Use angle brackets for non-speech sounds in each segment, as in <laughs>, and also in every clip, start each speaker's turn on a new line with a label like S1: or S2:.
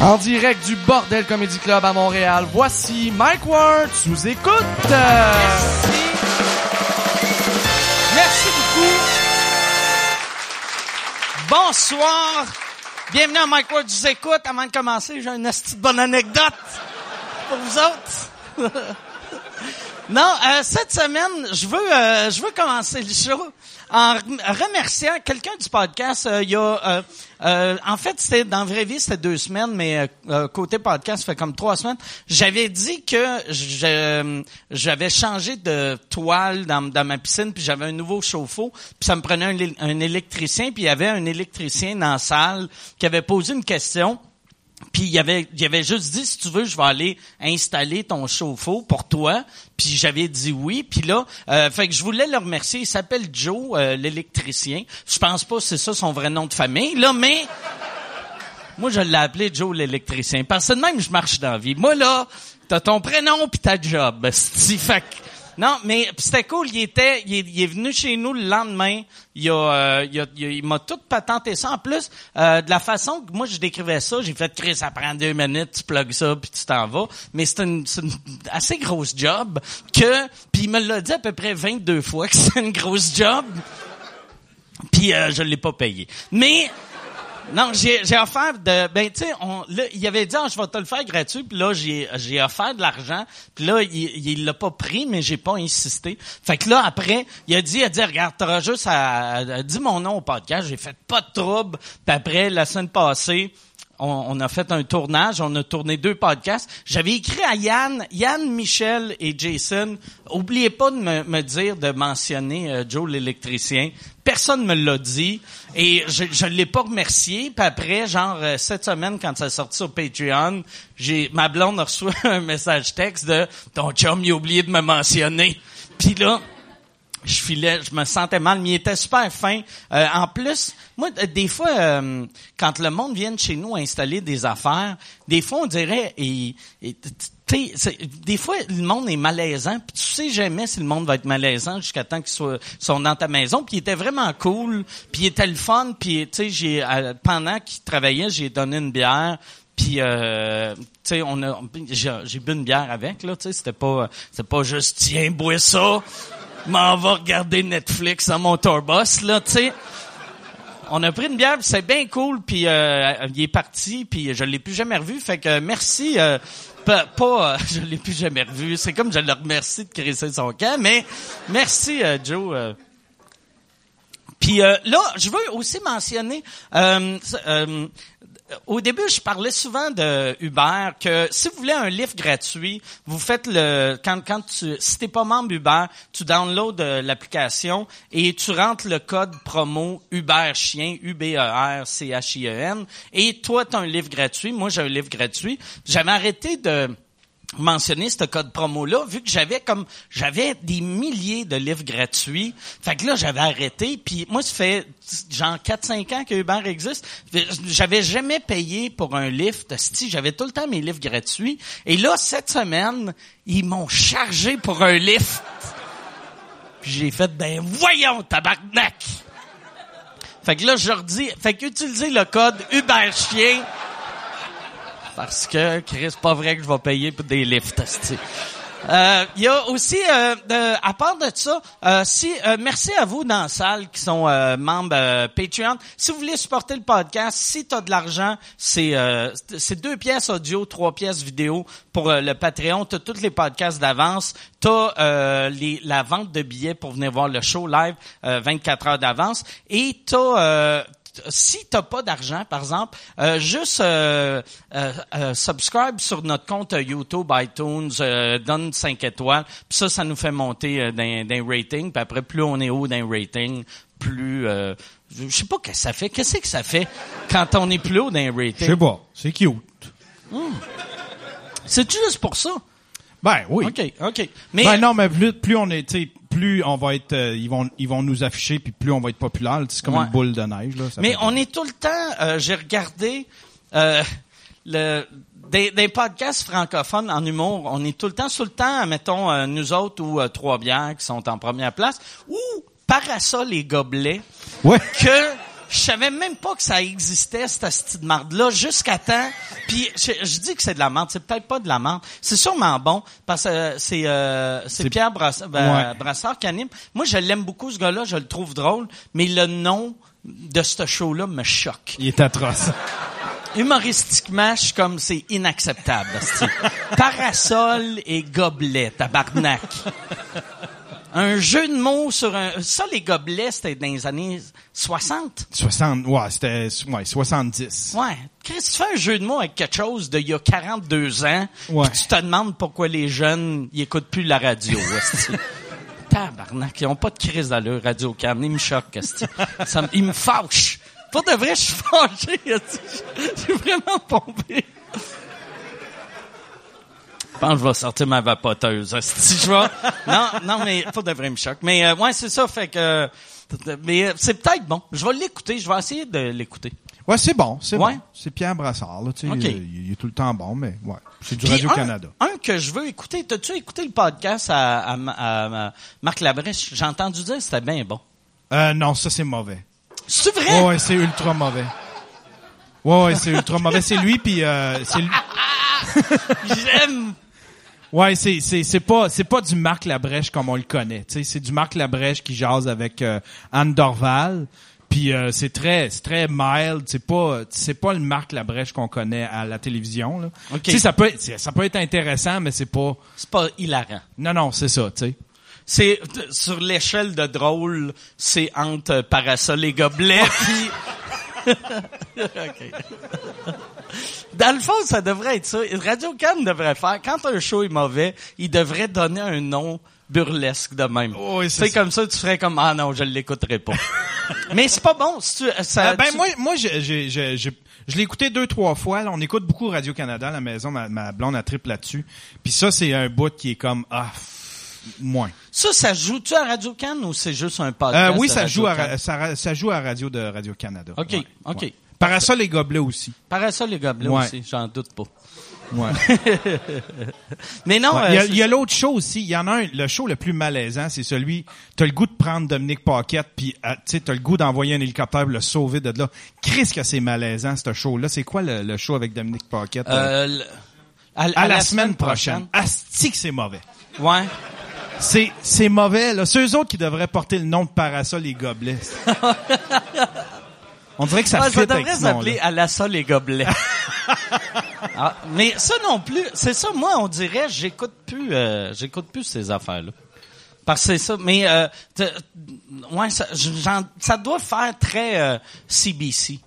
S1: En direct du Bordel Comedy Club à Montréal, voici Mike Ward sous écoute.
S2: Merci. Merci beaucoup. Bonsoir. Bienvenue à Mike Ward vous écoute. Avant de commencer, j'ai une petite bonne anecdote pour vous autres. non, euh, cette semaine, je veux, euh, je veux commencer le show en rem- remerciant quelqu'un du podcast. Euh, il y a, euh, euh, en fait, c'était dans la vraie vie, c'était deux semaines, mais euh, euh, côté podcast, ça fait comme trois semaines. J'avais dit que je- j'avais changé de toile dans, dans ma piscine, puis j'avais un nouveau chauffe-eau, puis ça me prenait un, éle- un électricien, puis il y avait un électricien dans la salle qui avait posé une question. Puis il avait, il avait juste dit si tu veux, je vais aller installer ton chauffe-eau pour toi. Puis j'avais dit oui. Puis là, euh, fait que je voulais le remercier. Il s'appelle Joe, euh, l'électricien. Je pense pas que c'est ça son vrai nom de famille là, mais moi je l'ai appelé Joe l'électricien. Parce que de même je marche dans la vie. Moi là, t'as ton prénom puis ta job. esti. Fait que- non, mais pis c'était cool. Il était, il est, il est venu chez nous le lendemain. Il a, euh, il a- il a- il m'a tout patenté ça. En plus, euh, de la façon que moi je décrivais ça, j'ai fait Chris, ça prend deux minutes, tu plugues ça puis tu t'en vas. Mais c'est une, c'est une assez grosse job que, puis il me l'a dit à peu près 22 fois que c'est une grosse job. Puis euh, je l'ai pas payé. Mais non, j'ai j'ai offert de ben tu sais on là, il avait dit Ah, je vais te le faire gratuit puis là j'ai j'ai offert de l'argent puis là il il l'a pas pris mais j'ai pas insisté. Fait que là après il a dit il a dit regarde t'auras juste à, à- dis mon nom au podcast, j'ai fait pas de trouble. Puis après la semaine passée on, on a fait un tournage, on a tourné deux podcasts. J'avais écrit à Yann, Yann, Michel et Jason. Oubliez pas de me, me dire de mentionner euh, Joe l'électricien. Personne me l'a dit et je, je l'ai pas remercié. Puis après, genre euh, cette semaine quand ça sortit sur Patreon, j'ai ma blonde a reçu <laughs> un message texte de ton chum il a oublié de me mentionner. Puis là je filais, je me sentais mal, mais il était super fin. Euh, en plus, moi, euh, des fois, euh, quand le monde vient de chez nous installer des affaires, des fois, on dirait, et, et, tu sais, c'est- des fois, le monde est malaisant, puis tu sais jamais si le monde va être malaisant jusqu'à temps qu'ils soient sont dans ta maison. Puis il était vraiment cool, puis il était le fun, puis tu sais, j'ai euh, pendant qu'il travaillait, j'ai donné une bière. Puis, euh, tu sais, on a, j'ai j'ai bu une bière avec, là, tu sais, c'était pas, c'était pas juste, tiens, bois ça, m'en va regarder Netflix dans mon tourbus, là, tu sais. On a pris une bière, puis c'est bien cool, puis euh, il est parti, puis je l'ai plus jamais revu, fait que merci, euh, pa- pas, euh, <laughs> je l'ai plus jamais revu, c'est comme je le remercie de crisser son camp, mais merci, euh, Joe. euh, puis euh, là, je veux aussi mentionner, euh, euh, au début, je parlais souvent de Uber que si vous voulez un livre gratuit, vous faites le quand quand tu si t'es pas membre Uber, tu downloads euh, l'application et tu rentres le code promo Uber chien U B E R C H I E N et toi t'as un livre gratuit. Moi j'ai un livre gratuit. J'avais arrêté de mentionner ce code promo là vu que j'avais comme j'avais des milliers de livres gratuits fait que là j'avais arrêté puis moi ça fait genre 4 5 ans que Uber existe Fait- j'avais jamais payé pour un livre si j'avais tout le temps mes livres gratuits et là cette semaine ils m'ont chargé pour un livre puis j'ai fait ben voyons tabarnak fait que là je leur dis fait que utilisez le code Uber chien parce que, Chris, c'est pas vrai que je vais payer pour des lifts, asti. Euh, Il y a aussi, euh, de- à part de ça, euh, si euh, merci à vous dans la salle qui sont euh, membres euh, Patreon. Si vous voulez supporter le podcast, si t'as de l'argent, c'est euh, c'est deux pièces audio, trois pièces vidéo pour euh, le Patreon. T'as tous les podcasts d'avance, t'as euh, les- la vente de billets pour venir voir le show live euh, 24 heures d'avance, et t'as euh, si t'as pas d'argent, par exemple, euh, juste euh, euh, euh, subscribe sur notre compte euh, YouTube, iTunes, euh, donne 5 étoiles. Puis ça, ça nous fait monter euh, d'un d'un rating. Puis après, plus on est haut d'un rating, plus... euh, je je sais pas qu'est-ce que ça fait. Qu'est-ce que ça fait quand on est plus haut d'un
S3: Je sais
S2: rating?
S3: pas. C'est cute.
S2: C'est juste pour ça?
S3: Ben oui.
S2: OK, OK. Mais,
S3: Ben non, mais plus, plus on est, tu sais, plus on va être, euh, ils vont, ils vont nous afficher, puis plus on va être populaire. C'est comme
S2: Ouais.
S3: une boule de neige là. ça
S2: Mais
S3: fait-
S2: on est tout le temps. euh, J'ai regardé euh, le, des, des podcasts francophones en humour. On est tout le temps, tout le temps, mettons euh, nous autres ou euh, trois bières qui sont en première place ou Parasol et gobelets
S3: Ouais.
S2: que Je savais même pas que ça existait, cette astuce de marde-là, jusqu'à temps. Puis je, je dis que c'est de la marde. C'est peut-être pas de la marde. C'est sûrement bon, parce que euh, c'est euh, c'est Pierre Brassard, ben,
S3: Ouais.
S2: Brassard qui anime. Moi, je l'aime beaucoup, ce gars-là. Je le trouve drôle. Mais le nom de ce show-là me choque.
S3: Il est atroce.
S2: Humoristiquement, je suis comme, c'est inacceptable. asti. Parasol et gobelet, tabarnak. Un jeu de mots sur un... Ça, les gobelets, c'était dans les années 60.
S3: 60, ouais, c'était, ouais, 70.
S2: Ouais. Chris, tu fais un jeu de mots avec quelque chose d'il y a 42 ans,
S3: Ouais.
S2: puis tu te demandes pourquoi les jeunes ils écoutent plus la radio. <laughs> esti. Tabarnak, ils ont pas de crise d'allure, Radio Can. Ils me choquent, esti. Ça me- Ils me fâchent. Pour de vrai, je suis fâché. esti. Je suis vraiment pompé. Je pense que je vais sortir ma vapoteuse. esti. Je vais- Non, non, mais pour de vrai, ils me choquent. Mais euh, ouais, c'est ça, fait que... euh, Mais euh, c'est peut-être bon. Je vais l'écouter. Je vais essayer de l'écouter.
S3: Ouais, c'est bon, c'est
S2: Ouais.
S3: bon. C'est Pierre Brassard, là, tu sais.
S2: Ok.
S3: Il, il est tout le temps bon, mais ouais. C'est du
S2: Puis
S3: Radio-Canada.
S2: Un, un que je veux écouter. T'as-tu écouté le podcast à, à- à- à Marc Labrèche? J'ai entendu dire que c'était bien bon.
S3: Euh, non, ça, c'est mauvais.
S2: C'est vrai?
S3: Ouais, ouais, c'est ultra mauvais. Ouais, ouais, c'est ultra mauvais. C'est lui, puis euh, c'est lui-
S2: J'aime.
S3: Ouais, c'est c'est c'est pas c'est pas du Marc Labrèche comme on le connaît. Tu sais, c'est du Marc Labrèche qui jase avec euh, Anne Dorval. Puis euh, c'est très c'est très mild. C'est pas c'est pas le Marc Labrèche qu'on connaît à la télévision. Là.
S2: Ok.
S3: Tu sais, ça peut être- ça peut être intéressant, mais c'est pas.
S2: C'est pas hilarant.
S3: Non, non, c'est ça. Tu sais.
S2: C'est t- sur l'échelle de drôle, c'est entre euh, parasol et gobelet. <laughs> puis... <laughs> OK. Dans le fond, ça devrait être ça. Radio Can devrait faire quand un show est mauvais, il devrait donner un nom burlesque de même.
S3: Oui, c'est
S2: c'est
S3: ça.
S2: comme ça, tu ferais comme ah non, je l'écouterai pas. <laughs> Mais c'est pas bon. Si tu, euh, ça,
S3: Euh, ben
S2: tu-
S3: moi, moi, j'ai, j'ai, j'ai- j'ai- je l'ai écouté deux trois fois. là. on écoute beaucoup Radio Canada à la maison. Ma, ma blonde a triple là-dessus. Puis ça, c'est un bout qui est comme ah f- moins.
S2: ça, ça se joue-tu à Radio Can ou c'est juste un
S3: Euh,
S2: podcast
S3: oui,
S2: de
S3: ça
S2: Radio
S3: joue à
S2: Can?
S3: ra- ça, ra- ça joue à radio de Radio Canada.
S2: Ok, ok.
S3: Parasol et gobelets aussi.
S2: Parasol et gobelet
S3: Ouais.
S2: aussi, j'en doute pas.
S3: Ouais.
S2: <laughs> Mais non,
S3: Ouais.
S2: euh,
S3: Il y a,
S2: c'est-
S3: il y a l'autre show aussi. Il y en a un. Le show le plus malaisant, c'est celui. T'as le goût de prendre Dominique Paquette, puis ah, tu sais, t'as le goût d'envoyer un hélicoptère pour le sauver de là. Chris que c'est malaisant ce show-là. C'est quoi le, le show avec Dominique Paquette?
S2: Euh,
S3: euh,
S2: le- à,
S3: à, la, semaine, prochaine. Asti que c'est mauvais.
S2: Ouais.
S3: C'est, c'est mauvais, là. C'est eux autres qui devraient porter le nom de parasol
S2: <laughs>
S3: et gobelets. On dirait que ça
S2: Ouais,
S3: fit
S2: ça
S3: avec
S2: devrait
S3: ce nom-là.
S2: s'appeler à la sol et gobelet. <laughs> Ah, mais ça non plus, c'est ça. Moi, on dirait, j'écoute plus, euh, j'écoute plus ces affaires-là. Parce que c'est ça. Mais euh, t'as- ouais, ça, j'en- ça doit faire très euh, CBC.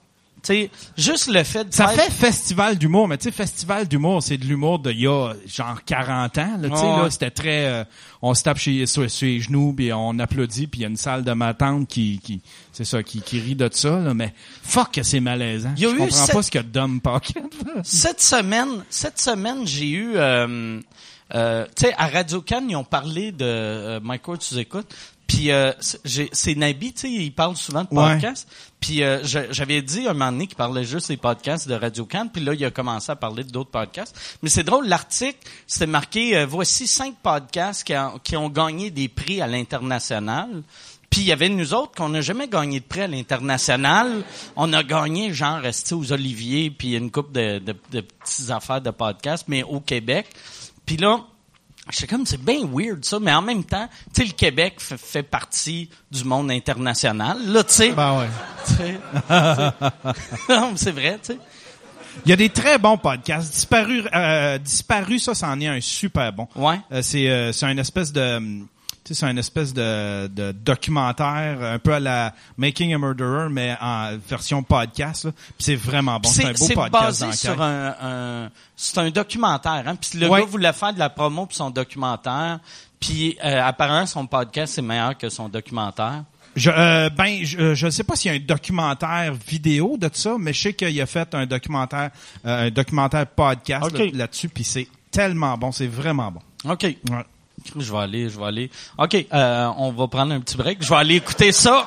S2: Tu sais, juste le fait de
S3: Ça
S2: faire-
S3: fait festival d'humour, mais tu sais, festival d'humour, c'est de l'humour d'il y a genre 40 ans. Là, tu sais,
S2: Ouais.
S3: là, c'était très... euh, on se tape chez, sur, sur les genoux, puis on applaudit, puis il y a une salle de ma tante qui, qui c'est ça, qui, qui rit de ça, là, mais fuck que c'est malaisant.
S2: Il y a
S3: Je
S2: eu
S3: comprends
S2: sept-
S3: pas ce que Dom Pocket.
S2: cette semaine, cette semaine, j'ai eu, euh, euh, tu sais, à Radio Cannes, ils ont parlé de euh, Michael, tu écoutes. Puis euh, c'est- j'ai- c'est Nabi, tu sais, il parle souvent de
S3: Ouais.
S2: podcasts. Puis euh, je- j'avais dit un moment donné qu'il parlait juste des podcasts de Radio Cannes. Puis là, il a commencé à parler d'autres podcasts. Mais c'est drôle, l'article, c'était marqué euh, voici cinq podcasts qui, ont- qui ont gagné des prix à l'international. Puis il y avait nous autres qu'on n'a jamais gagné de prix à l'international. On a gagné genre resté aux Oliviers puis une coupe de, de, de petites affaires de podcasts, mais au Québec. Puis là, j'étais comme c'est bien weird ça, mais en même temps, tu sais le Québec fait, fait partie du monde international. Là, tu sais,
S3: Ben ouais.
S2: tu
S3: <laughs>
S2: sais, tu sais. Non, mais c'est <laughs> vrai, tu sais.
S3: Il y a des très bons podcasts. Disparu, euh, disparu ça, c'en est un super bon.
S2: Ouais.
S3: Euh, c'est euh, c'est un espèce de hum, tu sais, c'est un espèce de, de documentaire un peu à la Making a Murderer mais en version podcast là. Puis c'est vraiment bon,
S2: Puis
S3: c'est un
S2: C'est
S3: beau
S2: c'est
S3: podcast
S2: basé
S3: d'enquête.
S2: sur un, un- c'est un documentaire hein. Puis le
S3: Ouais.
S2: gars voulait faire de la promo pour son documentaire. Puis euh, apparemment son podcast c'est meilleur que son documentaire.
S3: Je euh, ben je, je sais pas s'il y a un documentaire vidéo de ça, mais je sais qu'il a fait un documentaire euh, un documentaire podcast
S2: Ok.
S3: là- là-dessus puis c'est tellement bon, c'est vraiment bon.
S2: OK.
S3: Ouais.
S2: Je vais aller, je vais aller. OK, euh, on va prendre un petit break. Je vais aller écouter
S3: <laughs>
S2: ça.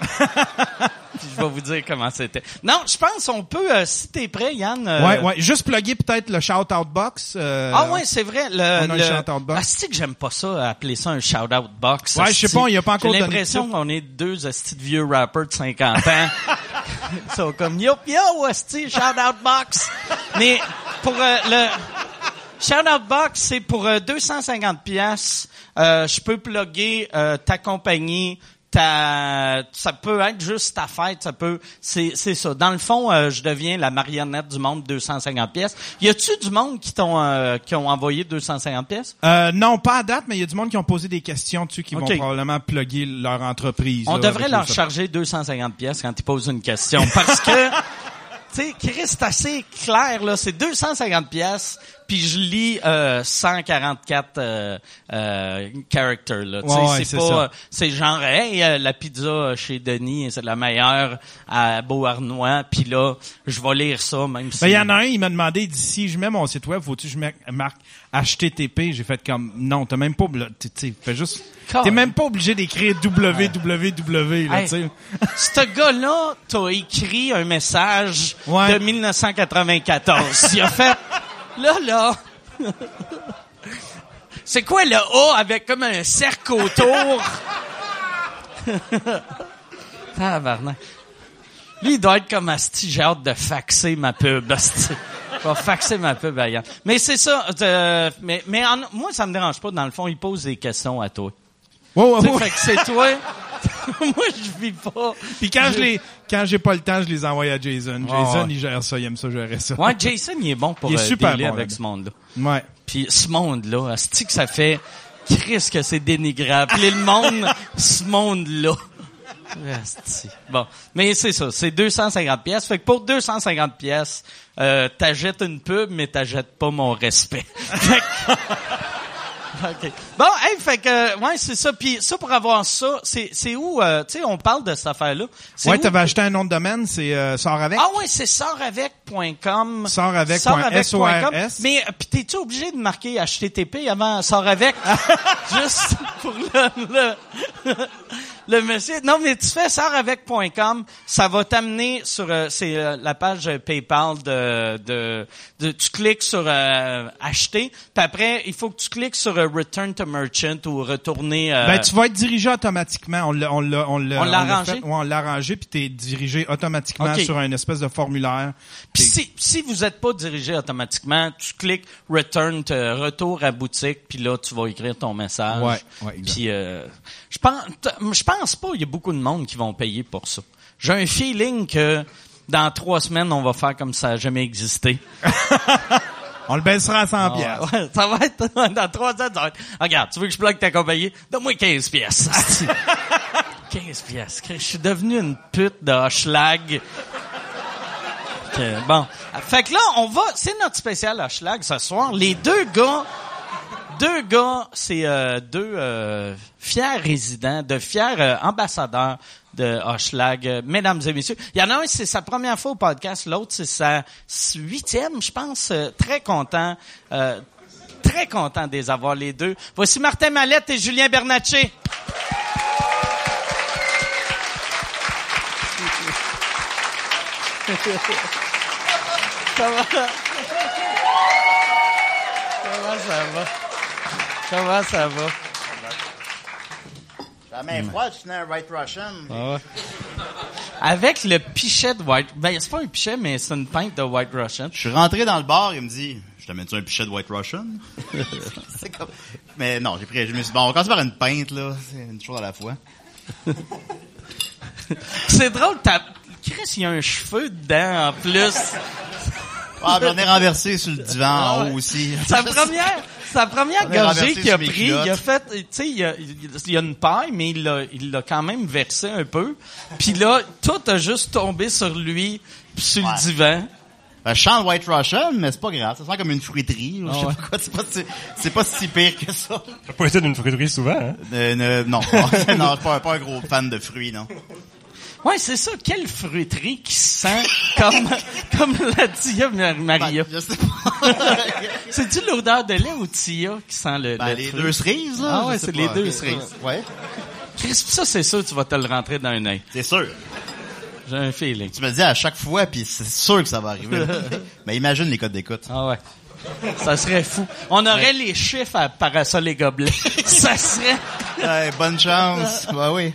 S2: Puis je vais vous dire comment c'était. Non, je pense qu'on peut, euh, si t'es prêt, Yann. euh,
S3: Ouais, ouais, juste plugger peut-être le shout out box euh,
S2: Ah ouais, c'est vrai. Le,
S3: On a un
S2: le-
S3: shout-out box.
S2: Ah, c'est que j'aime pas ça, appeler ça un shout-out box.
S3: Ouais, je sais
S2: asti.
S3: pas, il y a pas encore
S2: J'ai
S3: donné
S2: l'impression
S3: de <laughs>
S2: qu'on est deux astis de vieux rappers de 50 ans Ils sont comme Yo, yo, hostie, shout out box. Mais pour euh, le. Shout out box, c'est pour euh, 250 pièces. Euh, je peux plugger euh, ta compagnie. Ta, ça peut être juste ta fête, ça peut, c'est, c'est ça. Dans le fond, euh, je deviens la marionnette du monde 250 pièces. Y a-tu du monde qui t'ont, euh, qui ont envoyé 250 pièces?
S3: Euh, non, pas à date, mais il y a du monde qui ont posé des questions dessus qui
S2: Ok.
S3: vont probablement plugger leur entreprise.
S2: On
S3: là,
S2: devrait
S3: avec
S2: leur
S3: le-
S2: charger 250 pièces quand ils posent une question parce que <laughs> tu sais Chris c'est assez clair là, c'est 250 pièces puis je lis euh, 144 euh, euh, characters là, Tu sais,
S3: Ouais, ouais,
S2: c'est
S3: c'est
S2: pas
S3: ça.
S2: euh, c'est genre hey euh, la pizza chez Denis c'est la meilleure à Beauharnois puis là je vais lire ça même si
S3: Ben, il y en a un, il m'a demandé, il dit, si je mets mon site web, faut-tu que je mette- marque HTTP? J'ai fait comme, non, t'as même pas, obli- tu tu sais, fais juste,
S2: Car-
S3: t'es même pas obligé d'écrire www, là,
S2: Hey.
S3: tu sais.
S2: Ce gars-là t'a écrit un message
S3: Ouais.
S2: de 1994. Il a fait là là. C'est quoi le A avec comme un cercle autour? Tabarnak. Lui, il doit être comme Asti, j'ai hâte de faxer ma pub. asti. Je vais faxer ma pub ailleurs. Mais c'est ça. euh, mais mais en- moi, ça me dérange pas. Dans le fond, il pose des questions à toi.
S3: Ouais, ouais,
S2: Tu sais,
S3: ouais.
S2: fait que c'est toi. <laughs> moi, je vis pas.
S3: Puis quand je
S2: l'ai
S3: les, quand j'ai pas le temps, je les envoie à Jason.
S2: Ouais,
S3: Jason,
S2: ouais.
S3: il gère ça, il aime ça, gérer ça.
S2: Ouais, Jason, il est bon pour
S3: Il est
S2: euh,
S3: super
S2: dealer
S3: bon
S2: avec
S3: là-dedans.
S2: ce monde-là.
S3: Ouais.
S2: Puis ce monde-là, asti que ça fait Chris que c'est dénigrable. Puis le
S3: <laughs>
S2: monde, ce monde-là. Asti. Bon, mais c'est ça, c'est 250 pièces. Fait que pour 250 pièces, euh, t'achètes une pub, mais t'achètes pas mon respect. <laughs> Fait que- OK. Bon, hey, fait que euh, ouais, c'est ça. Puis ça pour avoir ça, c'est c'est où euh, tu sais, on parle de cette affaire-là. C'est
S3: Ouais,
S2: où-
S3: t'avais acheté un nom de domaine, c'est, euh, sort avec.
S2: ah ouais, c'est sortavec.com.
S3: Sortavec.com.
S2: Mais euh, puis t'es-tu obligé de marquer HTTP avant
S3: <laughs>
S2: sortavec? Juste pour le, le, le monsieur. Non, mais tu fais sortavec.com, ça va t'amener sur euh, c'est euh, la page euh, PayPal de, de, de- tu cliques sur euh, acheter, puis après il faut que tu cliques sur euh, return to merchant ou retourner euh,
S3: Ben, tu vas être dirigé automatiquement. On l'a, on l'a, on l'a,
S2: On l'a arrangé?
S3: fait. Ouais, on l'a arrangé, puis t'es dirigé automatiquement
S2: Ok.
S3: sur un espèce de formulaire.
S2: Puis
S3: T'es-
S2: si, si vous n'êtes pas dirigé automatiquement, tu cliques return, to- retour à boutique, puis là tu vas écrire ton message.
S3: Ouais, ouais, exact.
S2: Puis euh, je pense, t- je pense pas, il y a beaucoup de monde qui vont payer pour ça. J'ai un feeling que dans trois semaines on va faire comme ça a jamais existé.
S3: On le baissera à 100 piastres.
S2: Ah, Ouais, ça va être <laughs> dans trois ans. Ça va être, Ah, regarde, tu veux que je bloque ta compagnie Donne-moi 15 pièces. <laughs> asti. 15 pièces. Je suis devenu une pute de Hochelag. Que, bon, fait que là, on va, c'est notre spécial Hochelag ce soir. Les deux gars, deux gars, c'est euh, deux euh, fiers résidents, de fiers euh, ambassadeurs de Hochelag, Euh, mesdames et messieurs. Il y en a un, c'est sa première fois au podcast, l'autre, c'est sa huitième, je pense. Euh, très content, euh, très content de les avoir les deux. Voici Martin Mallette et Julien Bernatchez. Comment ça va? Comment ça va?
S4: La main froide, je tenais un Right Russian.
S2: Avec le pichet de White... Ben, c'est pas un pichet, mais c'est une pinte de White Russian.
S4: Je suis rentré dans le bar, il me dit Je t'amène-tu un pichet de White Russian <laughs> C'est comme- Mais non, j'ai pris. Je me suis dit, bon, on commence par une pinte, là. C'est une chose à
S2: <laughs>
S4: la fois.
S2: C'est drôle, t'as... Chris, il y a un cheveu dedans, en plus.
S4: Ah, puis on est renversé sur le divan
S2: Ah
S4: en
S2: ouais.
S4: haut
S2: <laughs>
S4: aussi.
S2: Sa première, sa première
S4: On est
S2: gorgée
S4: renversé
S2: qu'il a
S4: sur mes
S2: pris,
S4: culottes.
S2: il a fait, tu sais, il, a- il- il y a une paille, mais il l'a, il l'a quand même versé un peu. Puis là, tout a juste tombé sur lui, puis sur
S4: Ouais.
S2: le divan.
S4: Ben, je chante White Russian, mais c'est pas grave. Ça sent comme une fruiterie. ou je sais
S2: Ah ouais.
S4: pas quoi. C'est pas, si- c'est pas si pire que ça.
S5: T'as pas été d'une fruiterie souvent, hein?
S4: Euh, ne-
S5: <laughs>
S4: non, <laughs> pas- non, pas, pas un gros fan de fruits, non.
S2: Ouais, c'est ça. Quelle fruiterie qui sent <laughs> comme, comme la Tia Mar- Maria.
S4: Ben, je
S2: <laughs>
S4: sais pas.
S2: C'est-tu l'odeur de lait ou Tia qui sent le,
S4: Ben,
S2: le
S4: les
S2: fruit?
S4: deux cerises, là.
S2: Ah
S4: je
S2: ouais,
S4: sais
S2: c'est
S4: pas.
S2: les deux cerises.
S4: Ouais,
S2: Chris, ça, c'est sûr, tu vas te le rentrer dans un œil.
S4: c'est sûr.
S2: J'ai un feeling.
S4: Tu me le dis à chaque fois, puis c'est sûr que ça va arriver.
S2: <laughs>
S4: Mais imagine les codes d'écoute.
S2: Ah ouais. Ça serait fou. On aurait les chiffres à parasol et gobelets. <laughs> ça serait...
S4: <laughs> Ouais, bonne chance. Bah oui.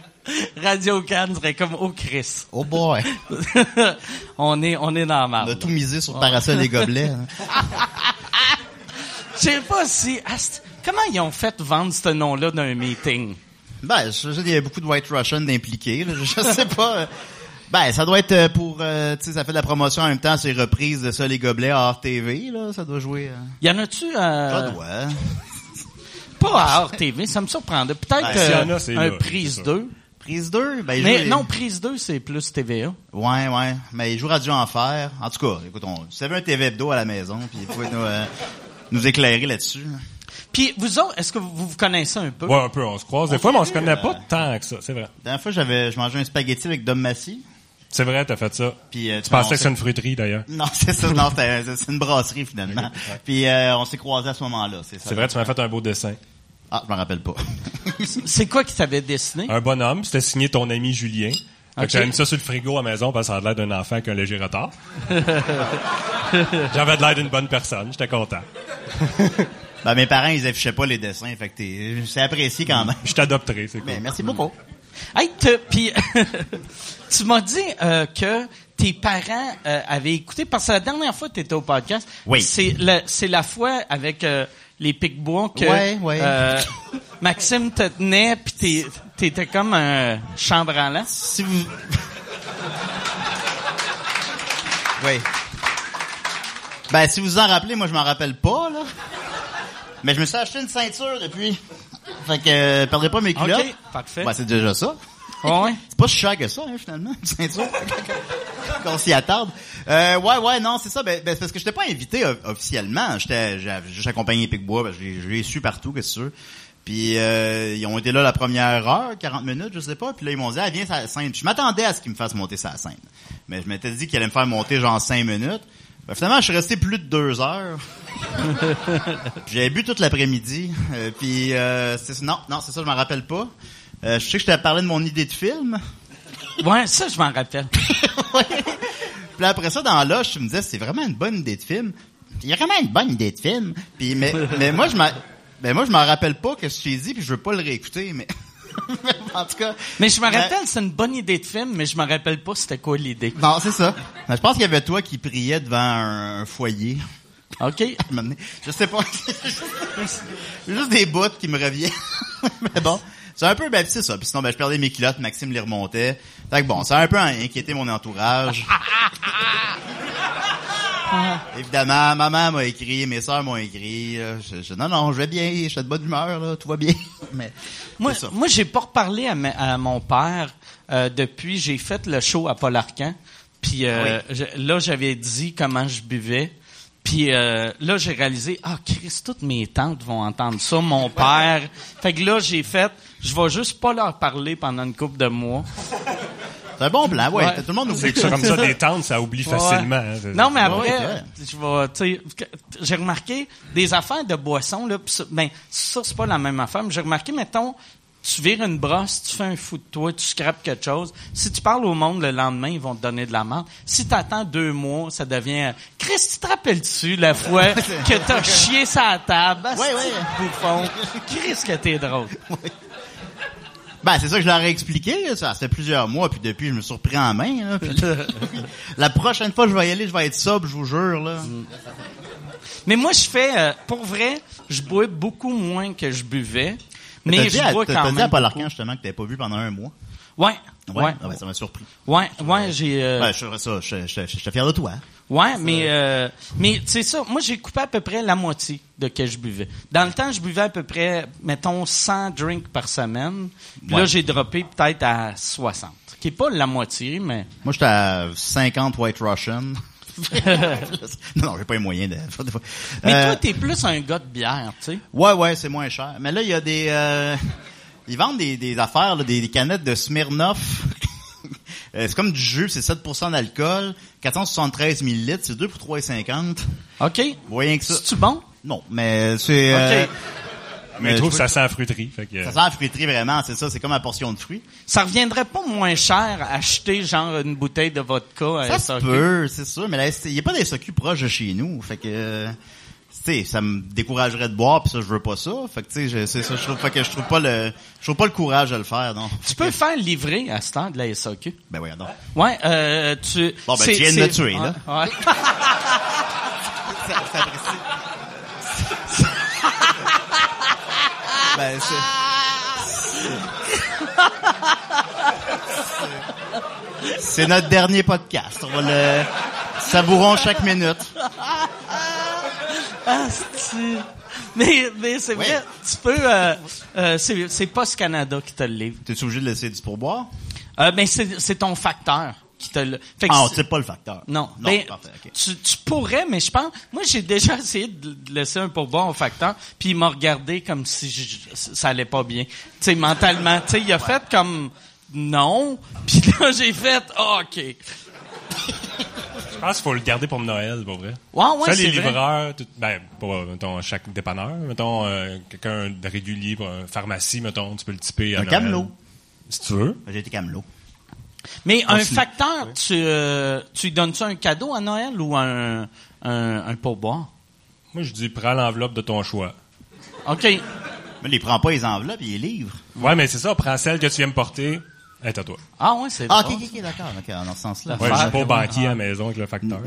S2: Radio Cannes serait comme au Chris. <laughs>
S4: Oh boy.
S2: on est on est dans la
S4: On a
S2: marde.
S4: tout misé
S2: Ah.
S4: sur Parasol
S2: <laughs>
S4: et Gobelets. hein.
S2: Je sais pas si ast- comment ils ont fait vendre ce nom-là d'un meeting.
S4: Ben, je, je- il y a beaucoup de White Russian d'impliqués. là. Je, je sais pas. euh, Ben, ça doit être euh, pour... euh, tu sais, ça fait de la promotion en même temps sur les reprises de Sol et Gobelets à RTV. Là, ça doit jouer... euh,
S2: Y en a-tu
S4: Ça
S2: euh,
S4: doit. hein.
S2: pas à RTV, ça me surprendrait peut-être
S4: Ben, s'il
S5: y
S2: euh,
S5: en a, c'est
S2: un
S5: là,
S2: prise
S5: c'est ça.
S2: 2.
S4: Prise 2, ben, il joue
S2: Mais
S4: les-
S2: non, prise 2 c'est plus TVA.
S4: Ouais, ouais. Mais il joue Radio Enfer. En tout cas, écoute, on, vous avez un TV hebdo à la maison, puis vous pouvez nous, euh, nous éclairer là-dessus.
S2: Puis vous autres, est-ce que vous vous connaissez un peu
S5: Ouais, un peu, on se croise des fois, mais on se connaît pas tant que ça, c'est vrai.
S4: La dernière fois, j'avais, je mangeais un spaghetti avec Dom Massy.
S5: C'est vrai, t'as fait ça.
S4: Puis, euh,
S5: tu
S4: tu
S5: pensais
S4: m'as-
S5: que c'est une fruiterie, d'ailleurs.
S4: Non, <laughs> c'est ça. Non, c'était- c'est c'est une brasserie
S5: <laughs>
S4: finalement. Puis euh, on s'est croisés à ce moment-là, c'est ça.
S5: C'est vrai, tu m'as fait un beau dessin.
S4: Ah, je m'en rappelle pas. <laughs>
S2: C'est quoi qui t'avait dessiné
S5: Un bonhomme, c'était signé ton ami Julien. Fait que
S2: Ok.
S5: j'avais mis ça sur le frigo à la maison parce que ça a l'air d'un enfant qui a un léger retard. <laughs> j'avais de l'air d'une bonne personne, j'étais content.
S4: ben, mes parents, ils affichaient pas les dessins, fait que t'es- c'est apprécié quand même.
S5: Je t'adopterai, c'est cool.
S4: Mais merci beaucoup.
S2: Hey, te- puis <laughs> tu m'as dit euh, que tes parents euh, avaient écouté parce que la dernière fois que tu étais au podcast,
S4: Oui.
S2: c'est la, c'est la fois avec euh, les Picbois que
S4: Ouais, ouais.
S2: euh, Maxime te tenait puis t'es- t'étais comme un chambranlant.
S4: Si
S5: <laughs>
S4: vous. oui. Ben, si vous vous en rappelez, moi, je m'en rappelle pas, là. Mais je me suis acheté une ceinture depuis. Fait que, euh, perdrez pas mes culottes.
S2: Ok, parfait.
S4: Ben, c'est déjà ça.
S2: Ouais.
S4: C'est pas si cher que ça, hein, finalement, une ceinture. <laughs> Qu'on s'y attarde. Euh, ouais, ouais, non, c'est ça. Ben, ben, c'est parce que j'étais pas invité o- officiellement. J'étais, j'avais juste accompagné Picbois. Ben, je l'ai- je l'ai su partout, que c'est sûr. Puis euh, ils ont été là la première heure, 40 minutes, je sais pas. Puis là, ils m'ont dit, ah, viens sur la scène. Puis je m'attendais à ce qu'ils me fassent monter sa scène. Mais je m'étais dit qu'ils allaient me faire monter genre 5 minutes. Ben, finalement, je suis resté plus de deux heures. Puis J'avais bu toute l'après-midi. euh, puis euh, c'est- non, non, c'est ça, je m'en rappelle pas. Euh, je sais que je t'avais parlé de mon idée de film.
S2: Ouais, ça je m'en rappelle.
S4: <laughs> Puis là, après ça, dans l'âge, je me disais, c'est vraiment une bonne idée de film. Il y a vraiment une bonne idée de film. Puis,
S2: <laughs>
S4: mais, mais moi, je m'en, mais moi, je m'en rappelle pas que je t'ai dit, puis je veux pas le réécouter, mais, <laughs> en tout cas.
S2: Mais je me
S4: Ben,
S2: rappelle, c'est une bonne idée de film, mais je me rappelle pas c'était quoi l'idée.
S4: Non, c'est ça. Ben, je pense qu'il y avait toi qui priais devant un, un foyer.
S2: OK.
S4: À un moment donné. Je sais pas. <laughs> Juste des bouts qui me reviennent. <laughs> Mais bon. C'est un peu, ben, c'est ça. Puis sinon, ben, je perdais mes culottes, Maxime les remontait. Fait que bon, ça a un peu inquiété mon entourage. Évidemment, maman m'a écrit, mes sœurs m'ont écrit. euh, Je, je- non, non, je vais bien, je suis de bonne humeur, là, tout va bien. <laughs> Mais,
S2: Moi,
S4: c'est ça.
S2: moi j'ai pas reparlé à, ma- à mon père euh, depuis j'ai fait le show à Paul Arcan. Puis euh, je- là, j'avais dit comment je buvais. Puis euh, là, j'ai réalisé, ah, Chris, toutes mes tantes vont entendre ça, mon père. Fait que là, j'ai fait, je vais juste pas leur parler pendant une couple de mois.
S4: C'est un bon plan, ouais.
S2: Ouais.
S4: Tout le monde oublie.
S5: C'est que ça,
S4: <laughs>
S5: comme ça, des tentes, ça oublie facilement.
S2: Ouais.
S5: hein, c'est-
S2: Non, mais après,
S4: Ouais, ouais.
S2: je vais, tu sais, que- j'ai remarqué des affaires de boissons, là, pis ça, ben, ça, c'est pas la même affaire, mais j'ai remarqué, mettons, tu vires une brosse, tu fais un fou de toi, tu scrapes quelque chose. Si tu parles au monde le lendemain, ils vont te donner de la merde. Si t'attends deux mois, ça devient, euh, Chris, tu te rappelles-tu la
S4: <laughs>
S2: fois que t'as chié sa table?
S4: Ouais,
S2: Asti,
S4: ouais.
S2: Bouffon. Chris, que t'es drôle.
S4: Ben, c'est ça que je leur ai expliqué, là, ça fait plusieurs mois, puis depuis, je me suis repris en main,
S2: <laughs>
S4: là, puis- la prochaine fois que je vais y aller, je vais être sobre, je vous jure, là.
S2: Mm. Mais moi, je fais, euh, pour vrai, je bois beaucoup moins que je buvais.
S4: T'as
S2: Mais
S4: dit
S2: je
S4: à-
S2: bois
S4: t'as-
S2: quand
S4: T'as
S2: même.
S4: dit à Paul
S2: beaucoup.
S4: Arcand, justement, que t'avais pas vu pendant un mois.
S2: Ouais, ouais,
S4: Ah ben, ça m'a surpris.
S2: ouais, ouais, j'ai, euh,
S4: Ouais, je, ça, je, je, je, je suis fier de toi. hein.
S2: ouais, mais, euh, mais c'est ça. Moi, j'ai coupé à peu près la moitié de que je buvais. Dans le temps, je buvais à peu près, mettons, 100 drinks par semaine. Puis là,
S4: Ouais.
S2: j'ai droppé peut-être à 60, qui est pas la moitié, mais
S4: Moi, j'étais à 50 White
S2: <laughs>
S4: Russian. <laughs> non, non, j'ai pas les moyens de... <laughs>
S2: mais
S4: Euh,
S2: toi, t'es plus un gars de bière, tu sais.
S4: Ouais, ouais, c'est moins cher. Mais là, il y a des... euh, <laughs> ils vendent des, des affaires, là, des, des canettes de Smirnoff. <laughs> Euh, c'est comme du jus, c'est 7% d'alcool, 473 millilitres, c'est 2 pour 3,50.
S2: Ok.
S4: Voyez que ça.
S2: C'est tu bon?
S4: Non, mais c'est... euh,
S2: Ok.
S5: Mais
S4: euh,
S5: je trouve que
S4: je
S5: ça sent la fruiterie. Fait que,
S4: Ça sent la fruiterie, vraiment, c'est ça, c'est comme la portion de fruits.
S2: Ça reviendrait pas moins cher à acheter genre une bouteille de vodka à
S4: Ça se
S2: SAQ?
S4: peut, c'est sûr, mais la ST il n'y a pas des SAQ proches de chez nous, fait que euh, tu sais, ça me découragerait de boire, puis ça, je veux pas ça. Fait que, tu sais, je- c'est ça, je trouve, fait que je trouve pas le, je trouve pas le courage de le faire, non.
S2: Tu peux faire livrer à ce temps de la SAQ.
S4: Ben oui, non.
S2: Ouais, euh, tu...
S4: Bon, ben,
S2: c'est-
S4: tu viens de
S2: c'est-
S4: me tuer, là.
S2: Ouais, ouais.
S4: Ben, c'est... Ah. <laughs> C'est notre dernier podcast. On va le savourons chaque minute.
S2: Ah, c'est- mais mais c'est
S4: Oui.
S2: vrai, tu peux... euh, euh, c'est c'est Post Canada qui te le livre.
S4: T'es-tu obligé de laisser du pourboire?
S2: Euh, mais c'est c'est ton facteur qui te le... Fait que
S4: Ah, on
S2: c'est-
S4: sait pas le facteur.
S2: Non,
S4: Non,
S2: ben,
S4: parfait, ok.
S2: tu, tu pourrais, mais je pense... Moi, j'ai déjà <laughs> essayé de de laisser un pourboire au facteur, puis il m'a regardé comme si je- ça allait pas bien. Tu sais, mentalement. Tu sais, il a fait comme... Non. <laughs> Puis là, j'ai fait... Ah, OK.
S5: Je pense qu'il faut le garder pour Noël, pour vrai.
S2: Ouais, Ah ouais,
S5: Ça, les
S2: c'est vrai.
S5: livreurs, tout- ben, pas, mettons, chaque dépanneur, mettons, euh, quelqu'un de régulier, pour une pharmacie, mettons, tu peux le typer à
S4: Un
S5: Noël.
S4: camelot.
S5: Si tu veux.
S4: Ben, J'ai été camelot.
S2: Mais un
S5: Continue.
S2: facteur, tu, euh, tu lui donnes-tu un cadeau à Noël ou un, un, un pourboire?
S5: Moi, je dis, prends l'enveloppe de ton choix.
S2: OK.
S4: Mais il les prend pas les enveloppes, il les livre.
S5: Ouais, mais c'est ça, prends celle que tu viens me porter. Elle est à toi.
S2: Ah ouais, c'est
S4: Ah,
S2: drôle.
S4: ok, ok, ok, d'accord. ok, dans ce sens-là.
S5: Ouais,
S2: Faire-
S5: je suis pas au banquier à la maison avec le facteur.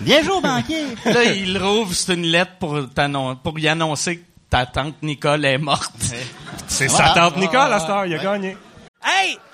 S4: Bien joué, au banquier!
S2: Là, il rouvre, c'est une lettre pour, t'annon- pour y annoncer que ta tante Nicole est
S4: <laughs>
S2: morte.
S4: Eh,
S5: C'est
S4: Voilà.
S5: sa tante Nicole, à cette heure, il a gagné.
S2: Hey,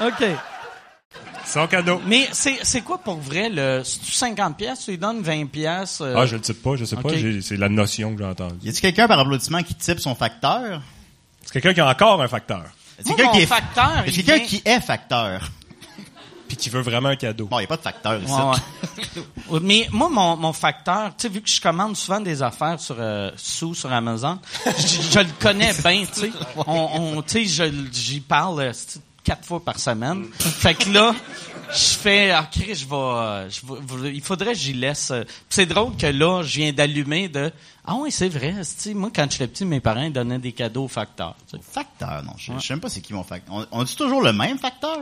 S2: ha! OK.
S5: Son cadeau.
S2: Mais c'est c'est quoi pour vrai? le C'est-tu 50 pièces? Tu lui donnes 20 pièces? euh,
S5: Ah, je le type pas, je sais
S2: Ok.
S5: pas, j'ai- c'est la notion que j'ai entendue.
S4: Y a-t-il quelqu'un par applaudissement qui type son facteur?
S5: C'est quelqu'un qui a encore un facteur,
S4: Y
S2: Moi,
S4: a-t-il quelqu'un
S2: mon
S4: qui est
S2: facteur,
S4: Y a-t-il
S2: il
S4: quelqu'un
S2: vient-
S4: qui est facteur?
S5: puis qui veut vraiment un cadeau.
S4: Bon, y a pas de facteur ici.
S2: Ouais, <laughs> ouais. Ouais, Mais moi, mon, mon facteur, tu sais, vu que je commande souvent des affaires sur euh, sous sur Amazon, je, je le connais bien, tu
S5: <laughs>
S2: sais. On, on- tu sais, je l- j'y parle euh, c'est-tu, quatre fois par semaine. Fait que là, je fais, ah, Chris, je vais, euh, je vais- il faudrait que j'y laisse. euh. Puis c'est drôle que là, je viens d'allumer de, ah oui, c'est vrai, tu moi, quand j'étais petit, mes parents ils donnaient des cadeaux aux facteurs. tu sais.
S4: Facteur, non. Je je sais même pas c'est qui mon facteur. On, on dit toujours le même facteur?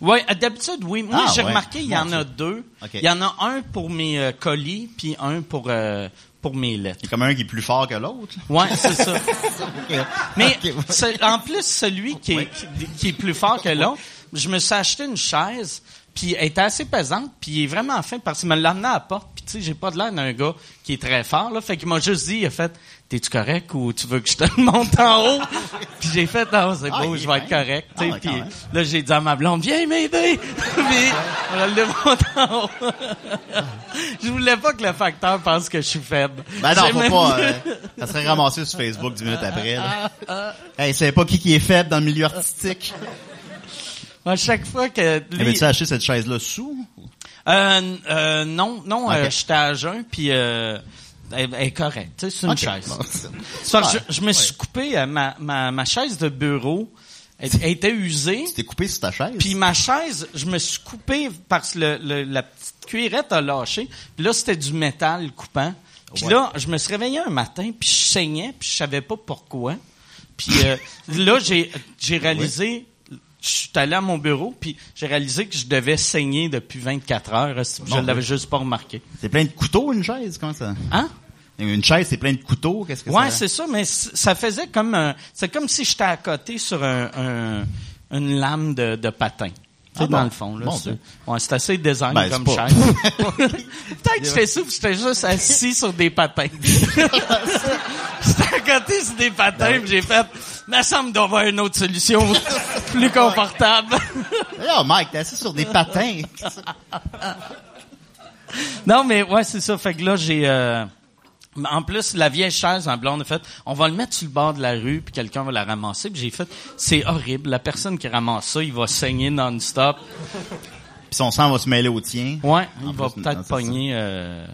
S2: Oui, d'habitude, oui. Moi,
S4: Ah,
S2: j'ai
S4: ouais.
S2: remarqué, il y
S4: Mon
S2: en a
S4: Dieu.
S2: deux.
S4: OK.
S2: Il y en a un pour mes euh, colis, puis un pour, euh, pour mes lettres.
S4: Il y a comme un qui est plus fort que l'autre. <laughs> là.
S2: Ouais, c'est ça.
S4: Ok.
S2: Mais
S4: Ok, ouais.
S2: ce- en plus, celui qui est, qui, qui est plus fort que l'autre, je me suis acheté une chaise, puis elle était assez pesante, puis il est vraiment fin parce qu'il me l'a amené à la porte, puis tu sais, j'ai pas de l'air d'un gars qui est très fort, là. Fait qu'il m'a juste dit, il a fait, t'es-tu correct ou tu veux que je te <laughs> monte en haut? puis j'ai fait, non, c'est
S4: Ah,
S2: beau,
S4: il
S2: je
S4: est
S2: vais être
S4: fin.
S2: correct, tu sais.
S4: Ah, ouais,
S2: Puis
S4: quand même.
S2: là, j'ai dit à ma blonde, viens m'aider! <laughs> puis on le monte en haut. <laughs> je voulais pas que le facteur pense que je suis faible.
S4: Ben non,
S2: J'ai même Ah,
S4: faut
S2: <laughs>
S4: pas.
S2: mieux-
S4: euh, ça serait ramassé sur Facebook dix minutes après. Là. Hey, c'est pas qui qui est faible dans le milieu artistique.
S2: À chaque fois que lui-
S4: Mais tu as acheté cette chaise-là sous?
S2: Euh, euh, non, non,
S4: Ok.
S2: euh, j'étais à jeun, puis euh, elle, elle est correcte. tu sais, C'est une
S4: Ok.
S2: chaise.
S4: Bon, c'est-
S2: C'est parce que
S4: Ouais.
S2: je, je me suis coupé euh, ma, ma, ma chaise de bureau. Elle, elle était usée.
S4: Tu t'es coupé sur ta chaise?
S2: Puis ma chaise, je me suis coupé parce que le, le- la petite cuirette a lâché. Puis là, c'était du métal coupant. Puis
S4: Ouais.
S2: là, je me suis réveillé un matin, puis je saignais, puis je savais pas pourquoi. Puis
S4: <laughs>
S2: euh, là, j'ai j'ai réalisé, je suis allé à mon bureau, puis j'ai réalisé que je devais saigner depuis 24 heures. euh, si- Je
S4: Mon
S2: l'avais
S4: Dieu.
S2: juste pas remarqué.
S4: C'est plein de couteaux, une chaise? Comment ça?
S2: Hein?
S4: Une chaise, c'est plein de couteaux? Qu'est-ce que
S2: Ouais,
S4: ça?
S2: c'est ça, mais c- ça faisait comme un- c'est comme si j'étais à côté sur un, un- une lame de, de patin. Tu sais,
S4: Ah
S2: dans
S4: bon?
S2: le fond, là.
S4: Bon,
S2: c'est
S4: Dieu.
S2: ouais, c'est assez design
S4: Ben, c'est
S2: comme
S4: pas-
S2: chaise. <laughs>
S4: <laughs>
S2: Peut-être que j'étais souple, j'étais juste assis sur des patins. <laughs> j'étais à côté sur des patins, puis j'ai fait, me semble d'avoir une autre solution <laughs> plus confortable.
S4: Oh, Mike, t'es assis sur des patins.
S2: Non, mais ouais, c'est ça. Fait que là, j'ai... euh, En plus, la vieille chaise en blonde, en fait, on va le mettre sur le bord de la rue, puis quelqu'un va la ramasser. Puis j'ai fait, c'est horrible. La personne qui ramasse ça, il va saigner non-stop.
S4: Puis son sang va se mêler au tien.
S2: Ouais,
S4: En
S2: il va
S4: plus, non,
S2: peut-être
S4: c'est ça.
S2: pogner... euh,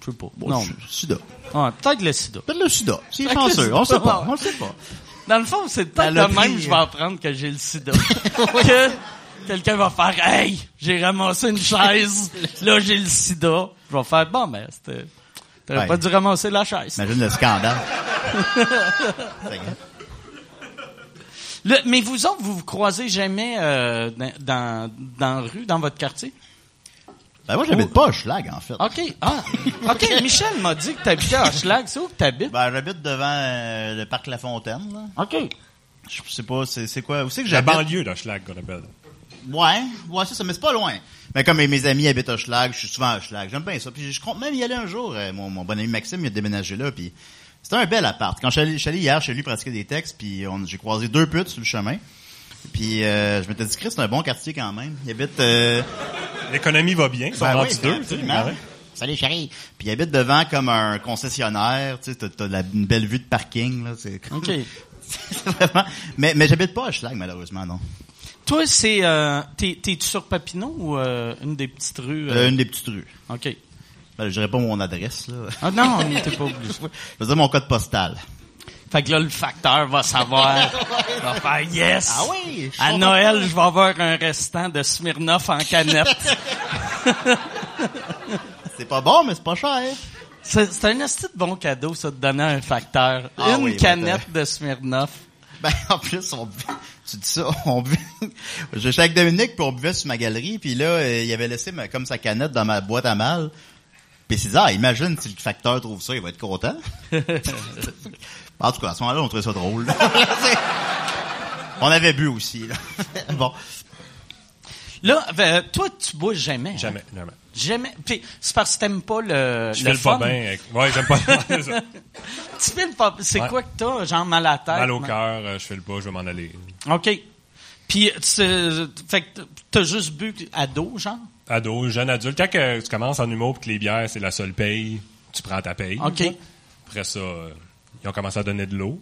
S2: Je sais pas.
S4: Non.
S2: Non.
S4: Sida.
S2: Ah, peut-être le sida.
S4: Peut-être le sida. C'est
S2: Peut-être le
S4: chanceux.
S2: sida.
S4: On sait pas.
S2: Ouais.
S4: On le sait pas.
S2: Dans le fond, c'est peut-être
S4: Elle a
S2: de même
S4: pris,
S2: que je
S4: euh,
S2: vais apprendre que j'ai le
S4: <laughs>
S2: sida. que quelqu'un va faire « Hey, j'ai ramassé une
S4: <laughs>
S2: chaise, là j'ai le sida. » Je vais faire « Bon, mais c'était... T'aurais
S4: Ouais.
S2: pas dû ramasser la chaise.
S4: Imagine le scandale. C'est grave.
S2: Le- mais vous autres, vous vous croisez jamais euh, dans, dans, dans la rue, dans votre quartier?
S4: ben moi, j'habite pas à Schlag, en fait.
S2: OK. Ah, OK.
S4: <laughs>
S2: Michel m'a dit que t'habitais à Schlag. C'est où que t'habites?
S4: Ben, j'habite devant euh, le parc La Fontaine, là.
S2: OK.
S4: Je sais pas, c'est c'est quoi. Où c'est que
S5: La
S4: j'habite?
S5: banlieue, là, Schlag, qu'on appelle.
S4: Ouais, ouais, c'est ça, mais c'est pas loin. Mais comme mes- mes amis habitent à Schlag, je suis souvent à Schlag. J'aime bien ça. Puis je compte même y aller un jour. Euh, Mon, mon bon ami Maxime, il a déménagé là, puis c'était un bel appart. Quand je suis allé, je suis allé hier chez lui pratiquer des textes, puis on- j'ai croisé deux putes sur le chemin. Puis euh, je m'étais dit, Chris, c'est un bon quartier quand même. Il habite... euh,
S5: L'économie va bien. Ils sont
S4: ben
S5: rendus
S4: oui,
S5: deux, tu sais, Ah
S4: absolument.
S5: ouais.
S4: Salut chérie. Puis il habite devant comme un concessionnaire, tu sais, t'as, t'as de la- une belle vue de parking, là. C'est,
S2: OK.
S4: <laughs> c'est vraiment... Mais, mais j'habite pas à Schlag, malheureusement, non.
S2: Toi, c'est... Euh, t'es- T'es-tu sur Papineau ou euh, une des petites rues? euh?
S4: Euh, une des petites rues.
S2: OK.
S4: Ben, je dirais pas mon adresse, là. <laughs>
S2: Ah non, on n'était pas obligé.
S4: Je veux dire mon code postal.
S2: Fait que là, le facteur va savoir. <laughs> va faire yes.
S4: Ah oui, je suis
S2: À
S4: content.
S2: Noël, je vais avoir un restant de Smirnoff en
S4: <laughs>
S2: canette.
S4: C'est pas bon, mais c'est pas cher.
S2: c'est c'est un esti de bon cadeau, ça, de donner à un facteur.
S4: Ah
S2: une
S4: oui, ben,
S2: canette de Smirnoff.
S4: <laughs> Ben, en plus, on buvait- <laughs> tu dis ça, on buvait, <laughs> j'étais avec Dominique puis on buvait sur ma galerie puis là, euh, il avait laissé ma- comme sa canette dans ma boîte à mal. Puis c'est ah, imagine si le facteur trouve ça, il va être content. en tout cas, à ce moment-là, on trouvait ça drôle. <laughs> là. on avait bu aussi, là. <laughs> bon.
S2: Là, ben, toi, tu bois jamais. hein?
S5: Jamais, jamais.
S2: Jamais. Puis c'est parce que t'aimes pas le.
S5: Je
S2: le
S5: fais le pas
S2: fun.
S5: bien. avec- Ouais, j'aime pas. c'est ça.
S2: Tu fais le pas. C'est
S5: Ouais.
S2: quoi que t'as, genre mal à la tête?
S5: Mal au
S2: man?
S5: cœur, euh, je fais le pas, je vais m'en aller.
S2: OK. Puis, tu- fait que t'as juste bu à dos, genre?
S5: Ado, jeune adulte, quand que tu commences en humour et que les bières, c'est la seule paye, tu prends ta paye.
S2: OK.
S5: Après ça, euh, ils ont commencé à donner de l'eau.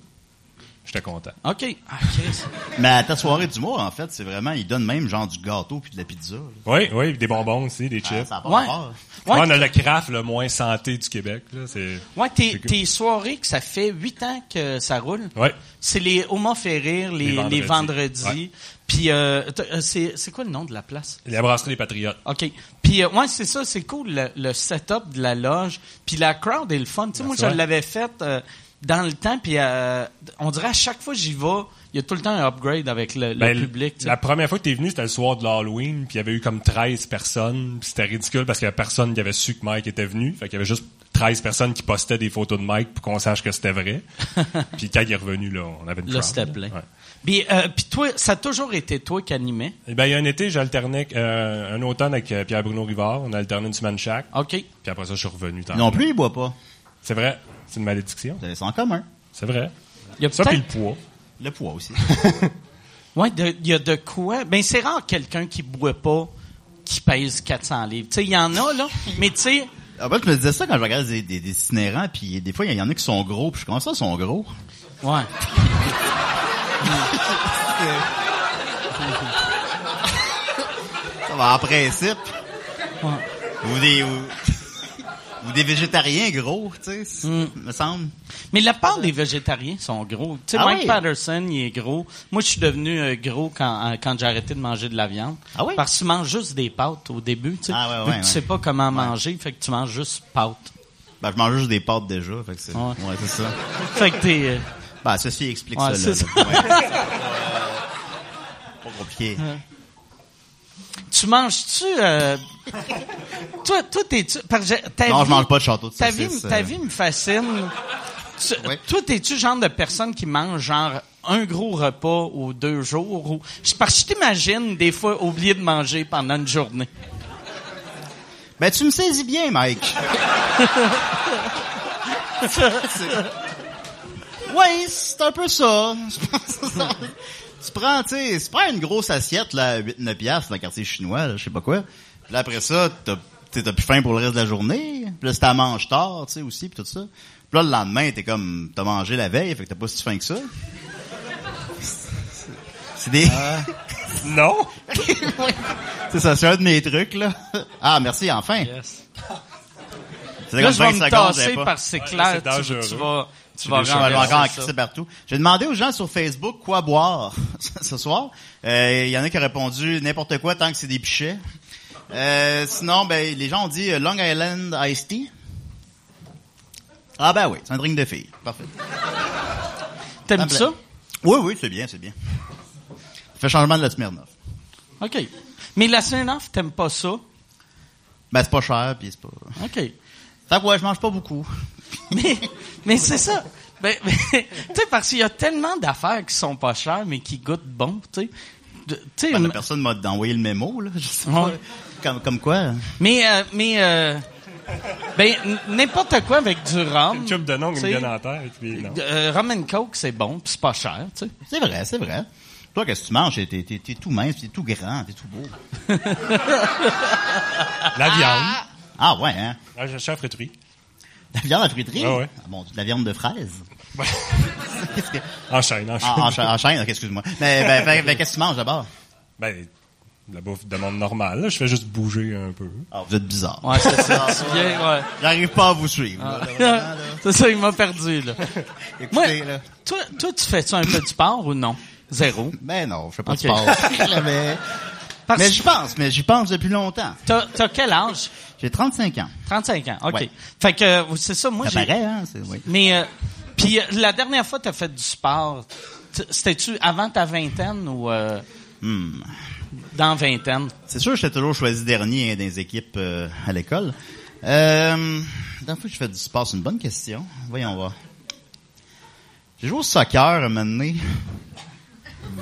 S5: J'étais content.
S2: OK. Ah, Chris.
S4: Mais à ta soirée d'humour, en fait, c'est vraiment, ils donnent même genre du gâteau puis de la pizza. là.
S5: Oui, oui, des bonbons aussi, des chips.
S4: Ça a pas
S2: Ouais.
S4: rapport.
S2: Ah, Ouais,
S5: Ouais, on a le craft le moins santé du Québec. Là. C'est...
S2: Ouais, tes,
S5: C'est que-
S2: tes soirées que ça fait huit ans que ça roule.
S5: Ouais.
S2: C'est les Oma fait rire, les,
S5: Les
S2: les
S5: vendredis.
S2: vendredis.
S5: Ouais.
S2: Puis euh, t- euh, c'est c'est quoi le nom de la place
S5: La brasserie des Patriotes.
S2: OK. Puis euh, ouais, c'est ça, c'est cool le, le setup de la loge, puis la crowd est le fun. Tu sais moi je
S5: ouais.
S2: l'avais fait euh, dans le temps puis euh, on dirait à chaque fois que j'y vais, il y a tout le temps un upgrade avec le, le
S5: Ben,
S2: public. tu sais.
S5: La première fois que t'es venu, c'était le soir de l'Halloween, puis il y avait eu comme 13 personnes, puis c'était ridicule parce qu'il y avait personne qui avait su que Mike était venu, fait qu'il y avait juste 13 personnes qui postaient des photos de Mike pour qu'on sache que
S2: <laughs>
S5: c'était vrai. puis quand il est revenu, là, on avait une
S2: Là,
S5: crowd,
S2: c'était
S5: là.
S2: plein.
S5: Ouais.
S2: Puis euh, puis toi, ça a toujours été toi qui animais.
S5: Eh ben, il y a un été, j'alternais euh, un automne avec euh, Pierre-Bruno Rivard, on alternait une semaine chaque,
S2: OK.
S5: puis après ça, je suis revenu. tantôt.
S4: Non plus, ils boivent pas.
S5: C'est vrai, c'est une malédiction.
S4: Vous avez ça en commun.
S5: C'est vrai.
S2: Il y a
S5: Ça, puis le
S2: peut-être
S5: poids.
S4: Le poids aussi.
S2: Ouais, de- il y a de quoi. Ben, c'est rare quelqu'un qui boit pas, qui pèse 400 livres. Tu sais, il y en a, là. Mais tu sais,
S4: En fait, je me disais ça quand je regarde des, des, des itinérants, puis des fois, il y en a qui sont gros, puis je commence ça, ils sont gros.
S2: ouais.
S4: Ça va, en principe. Ou des, <laughs> ou, ou des végétariens gros, tu sais,
S2: Mm.
S4: me semble.
S2: Mais la part des végétariens sont gros. Tu sais,
S4: ben. Ah
S2: Mike
S4: oui?
S2: Patterson, il est gros. Moi, je suis devenu euh, gros quand, euh, quand j'ai arrêté de manger de la viande.
S4: Ah oui?
S2: Parce que tu manges juste des pâtes au début, tu sais.
S4: Ah ouais,
S2: Vu
S4: ouais,
S2: que
S4: ouais.
S2: tu sais pas comment manger, fait que tu manges juste pâtes.
S4: Ben, je mange juste des pâtes déjà, fait que c'est,
S2: Ouais.
S4: ouais, c'est ça.
S2: Fait que t'es... euh,
S4: Ben, ceci explique
S2: Ouais,
S4: ça, là.
S2: c'est <laughs>
S4: là. Ouais. C'est pas, euh, pas compliqué.
S2: tu manges-tu...
S4: <laughs>
S2: euh, toi, toi, t'es-tu... parce que j'ai- ta
S4: Non, je
S2: vie-
S4: mange pas de château de
S2: Ta vie,
S4: saucisse.
S2: ta
S4: euh.
S2: vie me fascine. Tu-
S4: Ouais.
S2: Toi, t'es-tu le genre de personne qui mange genre un gros repas ou deux jours? Ou... C'est Parce que je t'imagine des fois oublier de manger pendant une journée.
S4: Ben, tu me saisis bien, Mike. oui, c'est un peu ça. Je pense que c'est ça. tu prends, tu sais, tu prends une grosse assiette, là, 8-9 piastres dans le quartier chinois, là, je sais pas quoi. Puis là, après ça, t'as t'sais, t'as plus faim pour le reste de la journée. Puis là, si t'en manges tard, tu sais, aussi, puis tout ça. Puis là, le lendemain, t'es comme, t'as mangé la veille, fait que t'as pas si faim que ça. C'est des...
S2: Euh,
S4: <laughs>
S5: Non!
S4: C'est ça, c'est un de mes trucs, là. Ah, merci, enfin. C'est
S2: Là,
S4: comme
S2: je vais
S4: 20
S2: me
S4: secondes,
S2: tasser
S4: j'avais pas.
S2: parce que c'est
S5: Ouais,
S2: clair,
S5: c'est
S2: tu,
S5: dangereux.
S2: tu vas, tu
S5: J'ai
S2: vas
S5: des
S4: Je vais encore en
S2: renverser ça.
S4: crisser partout. J'ai demandé aux gens sur Facebook quoi boire <laughs> ce soir. Euh, Il y en a qui ont répondu n'importe quoi tant que c'est des pichets. Euh, sinon, ben, les gens ont dit euh, Long Island Iced Tea. Ah ben oui, c'est un drink de fille. Parfait.
S2: T'aimes ça?
S4: Oui, oui, c'est bien, c'est bien. Ça fait changement de la Smirnoff.
S2: OK. Mais la Smirnoff, t'aimes pas ça? OK.
S4: Ben c'est pas cher, puis c'est pas... Fait que ouais, je mange pas beaucoup. <laughs>
S2: Mais, mais c'est ça. Ben, ben, <laughs> tu sais, parce qu'il y a tellement d'affaires qui sont pas chères, mais qui goûtent bon, tu sais. De- tu sais,
S4: Ben, la
S2: m-
S4: personne m'a envoyé le mémo, là. Je sais pas.
S2: Ouais.
S4: Comme, comme quoi...
S2: mais, euh, mais, euh, ben, n- n'importe quoi avec du rhum.
S5: Une chum de nom qui
S2: tu
S5: me
S2: sais.
S5: vient en tête. Puis non.
S2: Euh, rum and coke, c'est bon, puis c'est pas cher, tu sais.
S4: C'est vrai, c'est vrai. Toi, qu'est-ce que tu manges? T'es, t'es- t'es- t'es tout mince, t'es tout grand, t'es tout beau.
S5: La viande.
S4: Ah ouais, hein?
S5: Ah, je cherche fruiterie.
S4: La viande à friterie?
S5: Ah ouais.
S4: bon, de la viande de fraise? Qu'est-ce que...
S5: Enchaîne, enchaîne.
S4: en, en cha- en chaîne, ok, excuse-moi. Mais ben, ben, ben, qu'est-ce que tu manges d'abord?
S5: Ben, la bouffe de monde normal. là. Je fais juste bouger un peu.
S4: Ah, vous êtes bizarre.
S2: Ouais, c'est <laughs> ça. tu viens, ouais.
S4: J'arrive pas à vous suivre. là, vraiment, là.
S2: Ah, <laughs> c'est ça, il m'a perdu, là.
S4: Écoutez,
S2: Ah, Moi,
S4: là.
S2: toi, toi, tu fais-tu un peu du sport ou non? Zéro.
S4: Ben non, je fais pas
S2: Ok.
S4: de sport. <laughs> mais,
S2: Parce
S4: mais
S2: que
S4: j'y pense, mais j'y pense depuis longtemps.
S2: t'as, t'as quel âge?
S4: J'ai 35 ans.
S2: 35 ans, OK.
S4: Ouais.
S2: Fait que, euh, c'est ça, moi,
S4: Ça
S2: j'ai...
S4: paraît, hein? C'est, oui.
S2: Mais, euh, puis euh, la dernière fois, t'as fait du sport, t- c'était-tu avant ta vingtaine ou euh,
S4: Hmm.
S2: dans vingtaine?
S4: <laughs> C'est sûr que j'étais toujours choisi dernier hein, dans les équipes euh, à l'école. Euh, la dernière fois que je fais du sport, c'est une bonne question. Voyons voir. J'ai joué au soccer à un moment donné.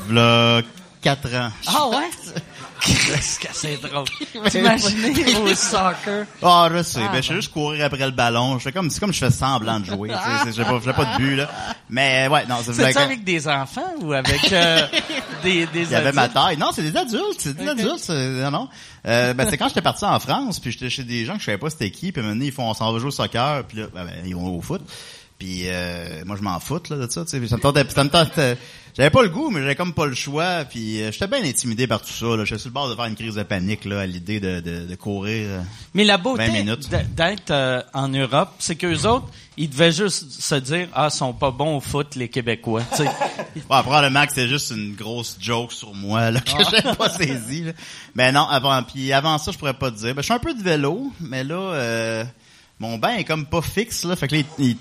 S4: V'là 4 ans.
S2: Ah ouais? Qu'est-ce que c'est drôle. T'imagines au soccer?
S4: Ah, je sais. ben, je sais juste courir après le ballon. Je fais comme, c'est comme je fais semblant
S2: <laughs>
S4: de jouer. tu sais, c'est- J'ai pas, j'ai pas de but, là. Mais, ouais, non, ça
S2: C'est
S4: voulait
S2: ça
S4: que-
S2: avec des enfants ou avec euh,
S4: <laughs>
S2: des, des
S4: Il y avait ma
S2: adultes?
S4: taille. Non, c'est des adultes. C'est des adultes. c'est- Non, non. Euh, ben, c'est quand j'étais parti en France, puis j'étais chez des gens que je savais pas c'était qui, puis maintenant ils font on s'en va jouer au soccer, puis là, ben, ben, ils vont au foot. Puis euh, moi je m'en foute là de ça, tu sais, ça me tentait, ça me tentait- j'avais pas le goût, mais j'avais comme pas le choix, puis euh, j'étais bien intimidé par tout ça là, j'étais sur le bord de faire une crise de panique là à l'idée de, de, de courir. euh.
S2: Mais la beauté
S4: 20 minutes. Mm-hmm.
S2: d- d'être euh, en Europe, c'est qu'eux autres, ils devaient juste se dire « Ah, ils sont pas bons au foot, les Québécois. » Tu sais.
S4: <laughs> Ouais, probablement que c'est juste une grosse joke sur moi là, que
S5: Ah.
S4: j'ai pas saisi. Là. Mais non, avant puis avant ça, je pourrais pas te dire. Ben, je suis un peu de vélo, mais là euh, mon bain est comme pas fixe là, fait que là, il- <laughs> il-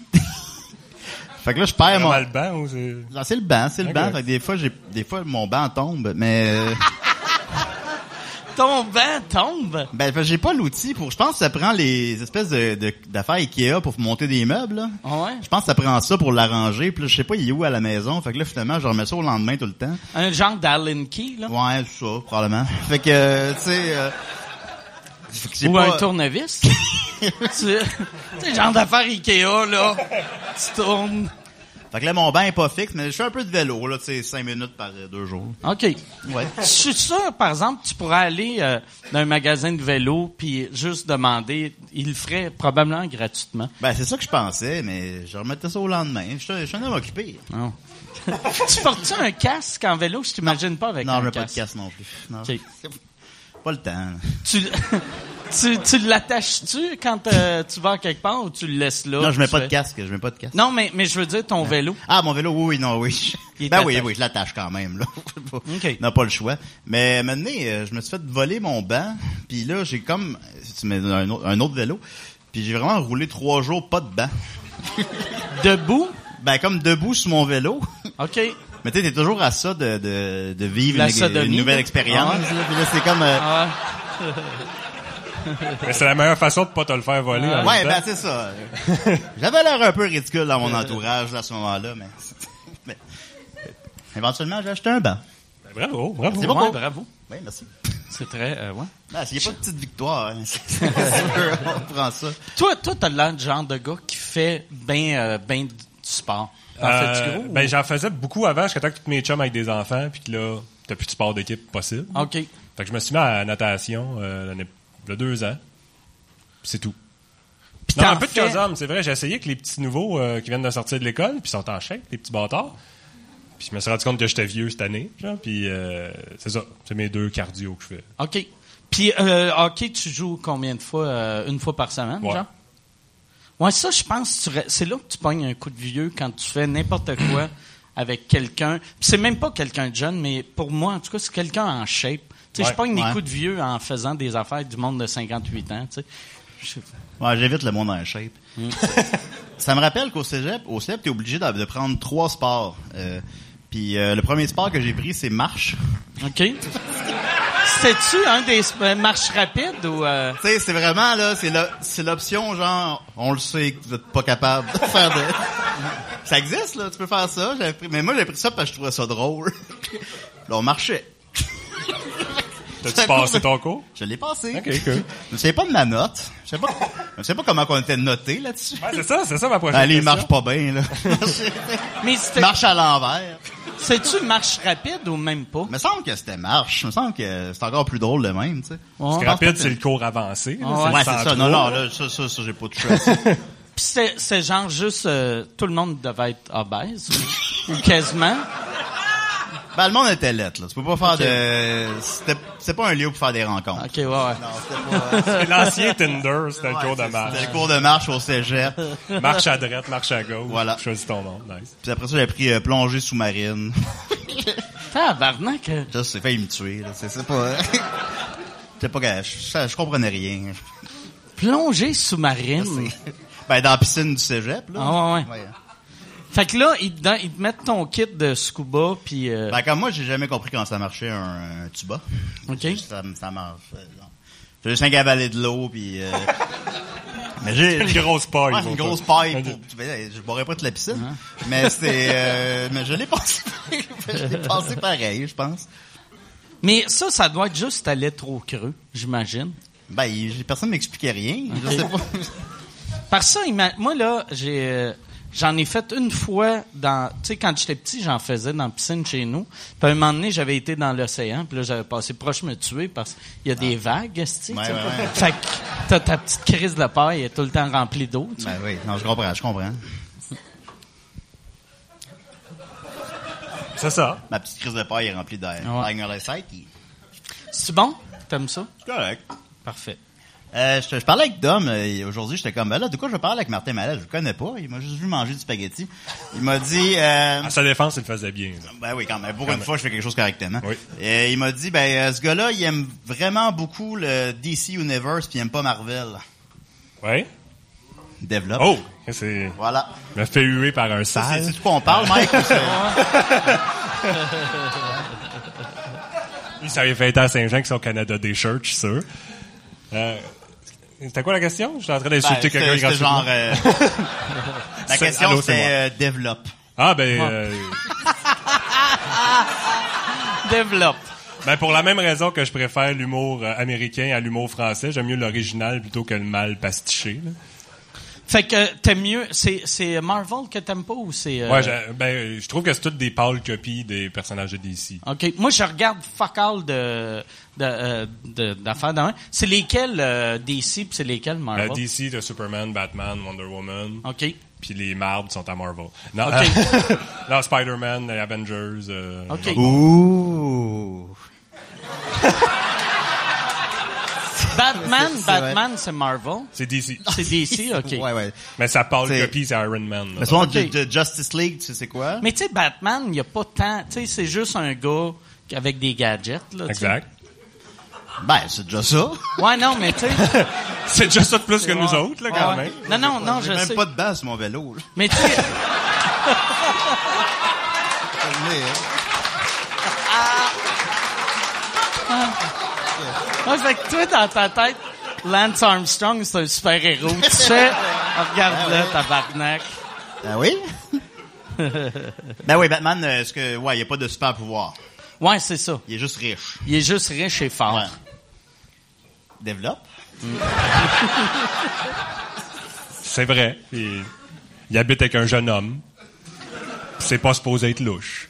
S4: fait que là je perds mon
S5: Vraiment le banc ou c'est...
S4: Non, c'est le banc, c'est le
S5: Ok.
S4: banc. Fait que des fois j'ai des fois mon banc tombe, mais euh,
S2: Ton banc tombe.
S4: ben fait que j'ai pas l'outil pour je pense que ça prend les espèces de de- d'affaires IKEA pour monter des meubles là.
S2: Ah ouais?
S4: Je pense que ça prend ça pour l'arranger, puis là, je sais pas il est où à la maison, fait que là finalement je remets ça au lendemain tout le temps.
S2: Un genre d'Allen Key, là?
S4: Ouais, c'est ça, probablement. <laughs> Fait que, euh, tu sais... euh, fait que j'ai
S2: Ou
S4: pas-
S2: un
S4: <laughs>
S2: tournevis. tu sais, le genre d'affaire Ikea, là. Tu tournes.
S4: Fait que là, mon bain est pas fixe, mais je fais un peu de vélo, là, tu sais, 5 minutes par euh, deux jours.
S2: OK.
S4: Ouais.
S2: Je suis sûr, par exemple, tu pourrais aller euh, dans un magasin de vélo puis juste demander. Il le ferait probablement gratuitement.
S4: Ben, c'est ça que je pensais, mais je remettais ça au lendemain. Je suis un- je suis un homme occupé.
S2: Non. <laughs> tu portes-tu un casque en vélo? Je t'imagine pas avec
S4: non,
S2: un
S4: je mets pas de
S2: casque.
S4: casse non plus. Non.
S2: Ok.
S4: <laughs> Pas le temps. là.
S2: Tu, <laughs> tu, tu l'attaches-tu quand euh, tu vas quelque part ou tu le laisses là?
S4: non, je mets
S2: Oh, Tu
S4: pas de
S2: fais-
S4: casque, je mets pas de casque.
S2: Non, mais, mais je veux dire ton vélo.
S4: Ah, mon vélo, oui, oui, non, oui.
S2: <laughs> Il est
S4: Ben oui,
S2: attaché.
S4: oui, je l'attache quand même, là. <laughs>
S2: OK.
S4: On n'a pas le choix. Mais maintenant, euh, je me suis fait voler mon banc, puis là, j'ai comme... Tu mets un autre, un autre vélo, puis j'ai vraiment roulé trois jours pas de banc.
S2: <laughs> Debout?
S4: Ben, comme debout sur mon vélo. <laughs>
S2: OK.
S4: Mais tu sais, t'es toujours à ça de, de, de vivre
S2: La
S4: une, une
S2: sodomie, là.
S4: nouvelle expérience.
S2: Ah
S4: là. Puis là, c'est comme... euh,
S2: Ah.
S5: Mais Ben, c'est la meilleure façon de pas te le faire voler.
S2: Ah,
S5: en
S4: ouais,
S5: même temps.
S4: ben c'est ça. J'avais l'air un peu ridicule dans
S2: Euh.
S4: mon entourage là, à ce moment-là, mais... <laughs> mais- Éventuellement, j'ai acheté un banc.
S5: Ben, Bravo, bravo.
S4: C'est bon.
S2: Ouais, bravo.
S4: Oui, merci.
S2: C'est très... euh, ouais.
S4: Ben, il n'y a pas de petite victoire. hein. <laughs>
S5: <laughs>
S4: C'est sûr, on prend ça.
S2: Toi, toi, t'as l'air du genre de gars qui fait ben, euh, ben du sport. T'en
S5: Euh,
S2: fais-tu gros? ou-
S5: ben, j'en faisais beaucoup avant, jusqu'à temps que tous mes chums avec des enfants, puis que là, t'as plus de sport d'équipe possible.
S2: OK.
S5: Fait que je me suis mis à la natation euh, l'année- le deux ans. Puis C'est tout.
S2: Puis
S5: Non,
S2: t'en
S5: un peu de
S2: fais-
S5: casam, c'est vrai. J'ai essayé avec les petits nouveaux euh, qui viennent de sortir de l'école, puis sont en chèque, les petits bâtards. Puis je me suis rendu compte que j'étais vieux cette année. Genre, puis euh, c'est ça, c'est mes deux cardio que je fais.
S2: OK. Puis, euh, hockey, tu joues combien de fois? euh, une fois par semaine,
S5: Ouais.
S2: genre? Ouais, ça, je pense, que tu re- c'est là que tu pognes un coup de vieux quand tu fais n'importe quoi <coughs> avec quelqu'un. Puis c'est même pas quelqu'un de jeune, mais pour moi, en tout cas, c'est quelqu'un en shape. Tu sais, je
S5: Ouais,
S2: pogne des
S4: ouais.
S2: coups de vieux en faisant des affaires du monde de 58 ans, tu sais. Je-
S4: Ouais, j'évite le monde en shape.
S5: Mm.
S4: ça me rappelle qu'au cégep, au cégep, t'es obligé de, de prendre trois sports. Euh, puis euh, le premier sport que j'ai pris, c'est marche. <laughs>
S2: OK? C'est-tu un des euh, marches rapides ou... euh,
S4: Tu sais, c'est vraiment là, c'est la- c'est l'option genre, on le sait que vous êtes pas capable de faire de. <laughs> ça existe là, tu peux faire ça. J'avais pris- mais moi j'ai pris ça parce que je trouvais ça drôle. <laughs> là on marchait.
S5: T'as-tu passé ton cours?
S4: Je l'ai passé.
S5: Ok, cool.
S4: Je ne savais pas de ma note. Je sais pas. Je sais pas comment on était noté là-dessus.
S5: Ouais, c'est ça, c'est ça ma prochaine
S4: Allez, il
S5: question.
S4: marche pas bien là.
S2: Mais c'était-
S4: marche à l'envers.
S2: c'est-tu marche rapide ou même pas?
S4: Il me semble que c'était marche. Il me semble que c'est encore plus drôle de même, tu sais.
S5: Parce que rapide, c'est le cours avancé. là,
S2: Ah
S5: c'est
S4: Ouais,
S5: le
S4: c'est
S5: 103.
S4: ça. Non, non, là, ça, ça, ça, j'ai pas touché
S5: <laughs>
S4: à ça.
S2: Puis c'est, c'est genre juste... euh, tout le monde devait être obèse ou- ou quasiment.
S4: Ben, le monde était lettre, là. Tu peux pas faire de... C'était, c'était pas un lieu pour faire des rencontres.
S2: OK, ouais, ouais.
S4: Non, c'était pas... euh,
S5: C'est L'ancien Tinder, c'était le cours de marche.
S4: C'était le cours de marche au cégep.
S5: Marche à droite, marche à gauche.
S4: Voilà.
S5: Choisis ton nom. Nice.
S4: Puis après ça, j'ai pris euh, plongée sous-marine. <laughs>
S2: Tabarnak! euh,
S4: Là, c'est failli me tuer, là. C'est, c'est pas... <laughs> c'est pas... que- Je, ça- je comprenais rien.
S2: Plongée sous-marine.
S4: <laughs> Ben, dans la piscine du cégep, là.
S2: Ah, ouais, ouais. Fait que là, ils, te don- ils te mettent ton kit de scuba, puis... euh,
S4: Ben, comme moi, j'ai jamais compris quand ça marchait un, un tuba.
S2: OK.
S4: C'est juste, Ça, me- ça marche. euh, genre. J'ai juste un gabalet de l'eau, puis...
S5: <laughs>
S4: euh, Mais j'ai...
S5: Une grosse paille.
S4: Ouais,
S5: mon
S4: une
S5: gars.
S4: grosse paille.
S5: Ok.
S4: Pour, tu sais, je boirais pas toute la piscine.
S5: Uh-huh.
S4: Mais c'est, euh, mais je l'ai passé, <laughs> je l'ai passé pareil, je pense.
S2: Mais ça, ça doit être juste aller trop creux, j'imagine.
S4: Ben, il- j'ai- personne m'expliquait rien. Je sais pas.
S2: Par ça, ima- moi, là, j'ai, euh, j'en ai fait une fois dans, tu sais, quand j'étais petit, j'en faisais dans la piscine chez nous. Puis à un moment donné, j'avais été dans l'océan, puis là, j'avais passé proche de me tuer parce qu'il y a des vagues, esti, tu
S4: Ah. Ouais,
S2: sais.
S4: ouais, ouais.
S2: Fait que t'as ta petite crise de paille, elle est tout le temps remplie d'eau, tu sais.
S4: Ben oui, non, je comprends, je comprends.
S5: C'est ça.
S4: Ma petite crise de paille est remplie d'air.
S2: Ouais.
S4: Like dans le site, il-
S2: C'est bon? T'aimes ça?
S4: C'est correct.
S2: Parfait.
S4: Euh, je, te- je parlais avec Dom euh, et aujourd'hui, j'étais comme, ben là, de quoi je parle avec Martin Mallet? Je le connais pas. Il m'a juste vu manger du spaghetti. Il m'a dit, euh,
S5: À sa défense, il le faisait bien. là.
S4: Ben oui, quand même. Pour
S5: Ah, Quand
S4: une
S5: même.
S4: fois, je fais quelque chose correctement.
S5: Oui.
S4: Et il m'a dit, ben, euh, ce gars-là, il aime vraiment beaucoup le DC Universe, puis il aime pas Marvel.
S5: Ouais.
S4: Développe.
S5: Oh! C'est...
S4: Voilà.
S5: Je me fais huer par un
S4: Ça, C'est
S5: sale.
S4: c'est tout qu'on parle, Mike. ou c'est-
S5: Ah, Lui, ça avait fait être à Saint-Jean qui sont au Canada des Churches, je suis sûr. Euh, c'était quoi la question? J'étais en train
S4: Ben,
S5: d'insulter quelqu'un
S4: c'était- c'était
S5: gratuitement.
S4: genre...
S5: <laughs>
S4: euh, La
S5: C'est-
S4: question,
S5: allô, c'est
S4: c'était
S5: moi.
S4: euh, développe.
S5: Ah, ben, euh,
S2: Développe.
S5: ben, pour la même raison que je préfère l'humour euh, américain à l'humour français, j'aime mieux l'original plutôt que le mal pastiché. là.
S2: Fait que euh, t'aimes mieux, c'est, c'est Marvel que t'aimes pas ou c'est... euh,
S5: Ouais, j'ai- ben, euh, je trouve que c'est toutes des pâles copies des personnages de DC.
S2: OK. Moi, je regarde fuck all de, de, euh, de- d'affaires de même. C'est lesquels euh, DC puis c'est
S4: Ben,
S2: lesquels
S5: Euh,
S2: Marvel?
S5: DC, de Superman, Batman, Wonder Woman,
S2: OK.
S5: puis les marbres sont à Marvel. Non,
S2: Ok.
S5: euh, <laughs> non, Spider-Man, les Avengers. euh,
S2: OK.
S4: Ouh.
S2: Batman,
S4: C'est- c'est vrai.
S2: Batman, c'est Marvel.
S5: Ah, C'est DC.
S2: C'est
S4: <laughs>
S2: DC, OK.
S4: Ouais, ouais.
S5: Mais sa pâle
S4: C'est-
S5: copie, c'est Iron Man. là.
S4: Mais souvent,
S2: Ok.
S4: de- de Justice League, tu sais c'est quoi?
S2: Mais tu sais, Batman, il n'y a pas tant... Tu sais, c'est juste un gars avec des gadgets, là. tu sais.
S5: Exact.
S4: Ben, c'est déjà ça.
S2: Ouais, non, mais tu
S4: <laughs>
S2: sais...
S5: C'est déjà ça de plus que nous
S2: Ouais.
S5: autres, là, quand
S2: Ouais.
S5: même.
S2: Non, non, non,
S4: J'ai
S2: je
S4: même
S2: sais.
S4: pas de base sur mon vélo.
S2: <laughs>
S4: là.
S2: Mais tu sais... Ah Ouais, fait que toi, dans ta tête, Lance Armstrong, c'est un super-héros. Tu
S4: <laughs>
S2: sais, regarde-le, tabarnak.
S4: Ben oui. Ah
S2: <laughs>
S4: ben oui, Batman, euh, ce que, ouais, il y a pas de super pouvoir.
S2: Ouais, c'est ça.
S4: Il est juste riche.
S2: Il est juste riche et fort.
S4: Ouais. Développe.
S5: C'est vrai. Il, il habite avec un jeune homme. C'est pas supposé être louche.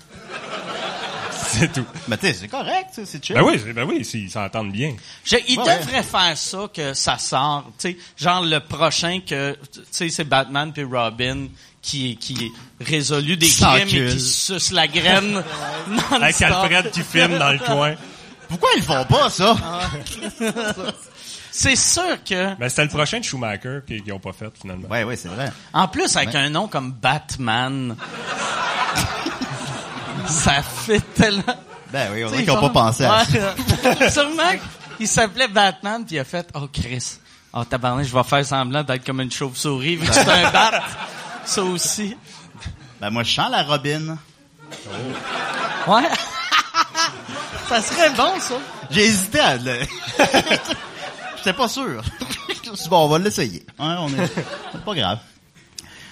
S5: <laughs> C'est tout.
S4: Ben, tu sais, c'est correct, tu sais, c'est chill.
S5: Ben oui, c'est- ben oui, s'ils s'entendent bien.
S2: Je- il
S4: Ouais, ouais.
S2: devrait faire ça que ça sort, tu sais, genre le prochain que, tu sais, c'est Batman puis Robin qui qui résolu des
S4: Qui
S2: crimes et
S4: s'encule.
S2: qui suce la
S4: <laughs>
S2: graine. non-stop.
S5: Avec Alfred qui filme dans le coin.
S2: Ah.
S4: Pourquoi ils le font pas, ça?
S2: c'est sûr que...
S5: Mais Ben, c'était le prochain de Schumacher qui- qu'ils n'ont pas fait, finalement.
S4: Ouais, ouais, c'est vrai.
S2: En plus, avec
S4: Ouais.
S2: un nom comme Batman, <laughs> ça fait tellement...
S4: Ben oui, on dirait
S2: T'sais,
S4: qu'ils n'ont
S2: genre-
S4: pas pensé à ça.
S2: Ouais. <laughs> Sûrement qu'il s'appelait Batman, puis il a fait « Oh, Chris, oh tabarnak, je vais faire semblant d'être comme une chauve-souris, vu que c'est un
S4: <laughs>
S2: bat. » Ça aussi.
S4: Ben moi, je chante la robine.
S2: Ouais. <laughs> ça serait bon, ça.
S4: J'ai hésité à le... <laughs> J'étais pas sûr. Je me suis dit, bon, on va l'essayer. Hein, on est... C'est pas grave.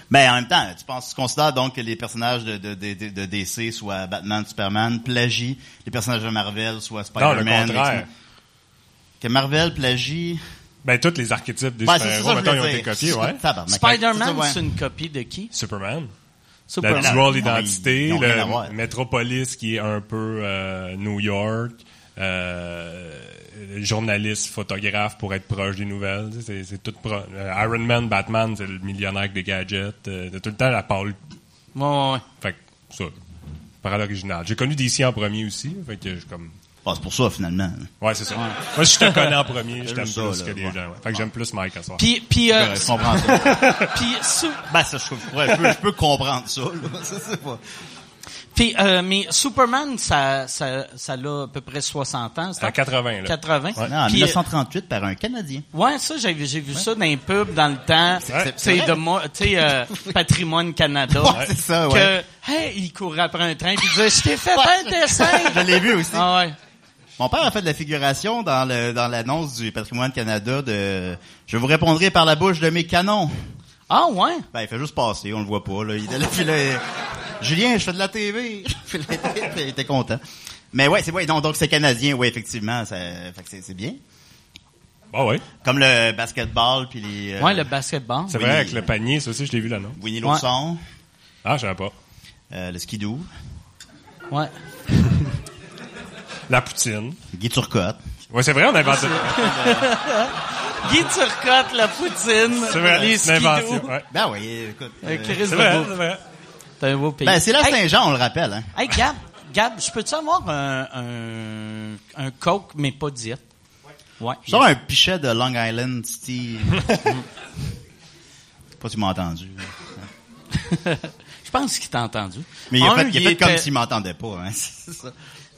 S4: Mais en même temps, tu penses, tu considères donc que les personnages de, de, de, de- de DC, soit Batman, Superman, plagient les personnages de Marvel, soit
S5: Non, le
S4: Spider-Man.
S5: contraire.
S4: X-Men. Que Marvel plagie...
S5: Ben, tous les archétypes des
S4: Ben, c'est
S5: super-héros,
S4: ça que
S5: mettons,
S4: je
S5: ils ont
S4: voulais
S5: été
S4: dire.
S5: copiés, ouais.
S4: Tabarnak.
S2: Spider-Man,
S4: C'est ça, ouais.
S2: c'est une copie de qui?
S5: Superman.
S2: Superman.
S5: La
S4: Non,
S5: dual
S4: mais ils- ils
S5: identité,
S4: ont rien à voir.
S5: le Metropolis qui est un peu euh, New York, euh, journaliste, photographe pour être proche des nouvelles. tu sais, C'est, c'est tout pro- euh, Iron Man, Batman, c'est le millionnaire avec des gadgets. euh, de tout le temps la parole.
S2: Ouais, ouais, ouais.
S5: Fait que ça, parole originale. J'ai connu DC en premier aussi. Fait que je, comme,
S4: Bon, c'est pour ça, finalement.
S2: Euh,
S5: ouais, c'est ça. Moi, je te connais en premier. Je
S4: J'aime
S5: t'aime
S4: ça,
S5: plus
S4: là,
S5: que les
S4: ouais.
S5: gens. ouais. Fait que j'aime plus Mike à soir.
S2: Puis, puis, euh,
S4: Je comprends ça.
S2: puis, sou-
S4: <laughs> Ben, ça, je, trouve- ouais, je, peux, je peux comprendre ça. là. <laughs> Ça, c'est pas...
S2: puis, euh, mais Superman, ça, ça, ça l'a à peu près 60 ans.
S5: C'est en 80, là.
S2: 80.
S4: Non, en
S2: Puis, euh,
S4: 1938, par un Canadien.
S2: Ouais, ça, j'ai vu, j'ai vu ça dans les pubs dans le temps.
S5: c'est-
S2: C'est
S4: vrai.
S2: de moi, tu sais,
S4: <laughs>
S2: euh, Patrimoine Canada.
S4: Ouais, <laughs> c'est ça, Ah, ouais.
S2: Que, hey, il courait après un train puis il disait, je t'ai fait un dessin.
S4: Je l'ai vu aussi.
S2: Ah ouais.
S4: Mon père a fait de la figuration dans le dans l'annonce du Patrimoine Canada de Je vous répondrai par la bouche de mes canons.
S2: Ah ouais.
S4: Ben il fait juste passer, on le voit pas là, il est là, puis là, il- Julien, je fais de la TV. <laughs> Puis là, il était- il était content. Mais ouais, c'est ouais, non, donc c'est canadien, ouais, effectivement, ça fait que c'est c'est bien.
S5: Ah ouais.
S4: Comme le basketball puis les euh,
S2: Ouais, le basketball.
S5: C'est
S4: Oui.
S5: vrai, avec le panier, ça aussi, je l'ai vu là, non?
S4: Winnie
S2: Ouais.
S4: l'ourson,
S5: Ah, je savais pas.
S4: euh, le skidoo,
S2: Ouais.
S5: La poutine.
S4: Guy Turcotte.
S5: Ouais, c'est vrai, on a inventé.
S2: Ah, Guy Turcotte, la poutine.
S5: C'est vrai,
S2: les
S5: c'est une invention.
S2: skidoo.
S5: Ouais.
S4: Ben oui, écoute.
S2: Euh,
S4: euh,
S2: Chris
S5: C'est vrai,
S2: Lebeau.
S5: c'est vrai.
S2: T'es un beau pays.
S4: ben c'est la
S2: Hey,
S4: Saint-Jean, on le rappelle hein.
S2: Hey, Gab, Gab, je peux-tu avoir un, un, un Coke, mais pas diète? Ouais.
S4: Sors un pichet de Long Island Steve. Je sais pas si tu m'as entendu.
S2: <laughs> Je pense qu'il t'a entendu.
S4: Mais il a
S2: Un,
S4: fait, il a fait comme
S2: était-
S4: s'il m'entendait pas. Hein. <laughs> C'est ça.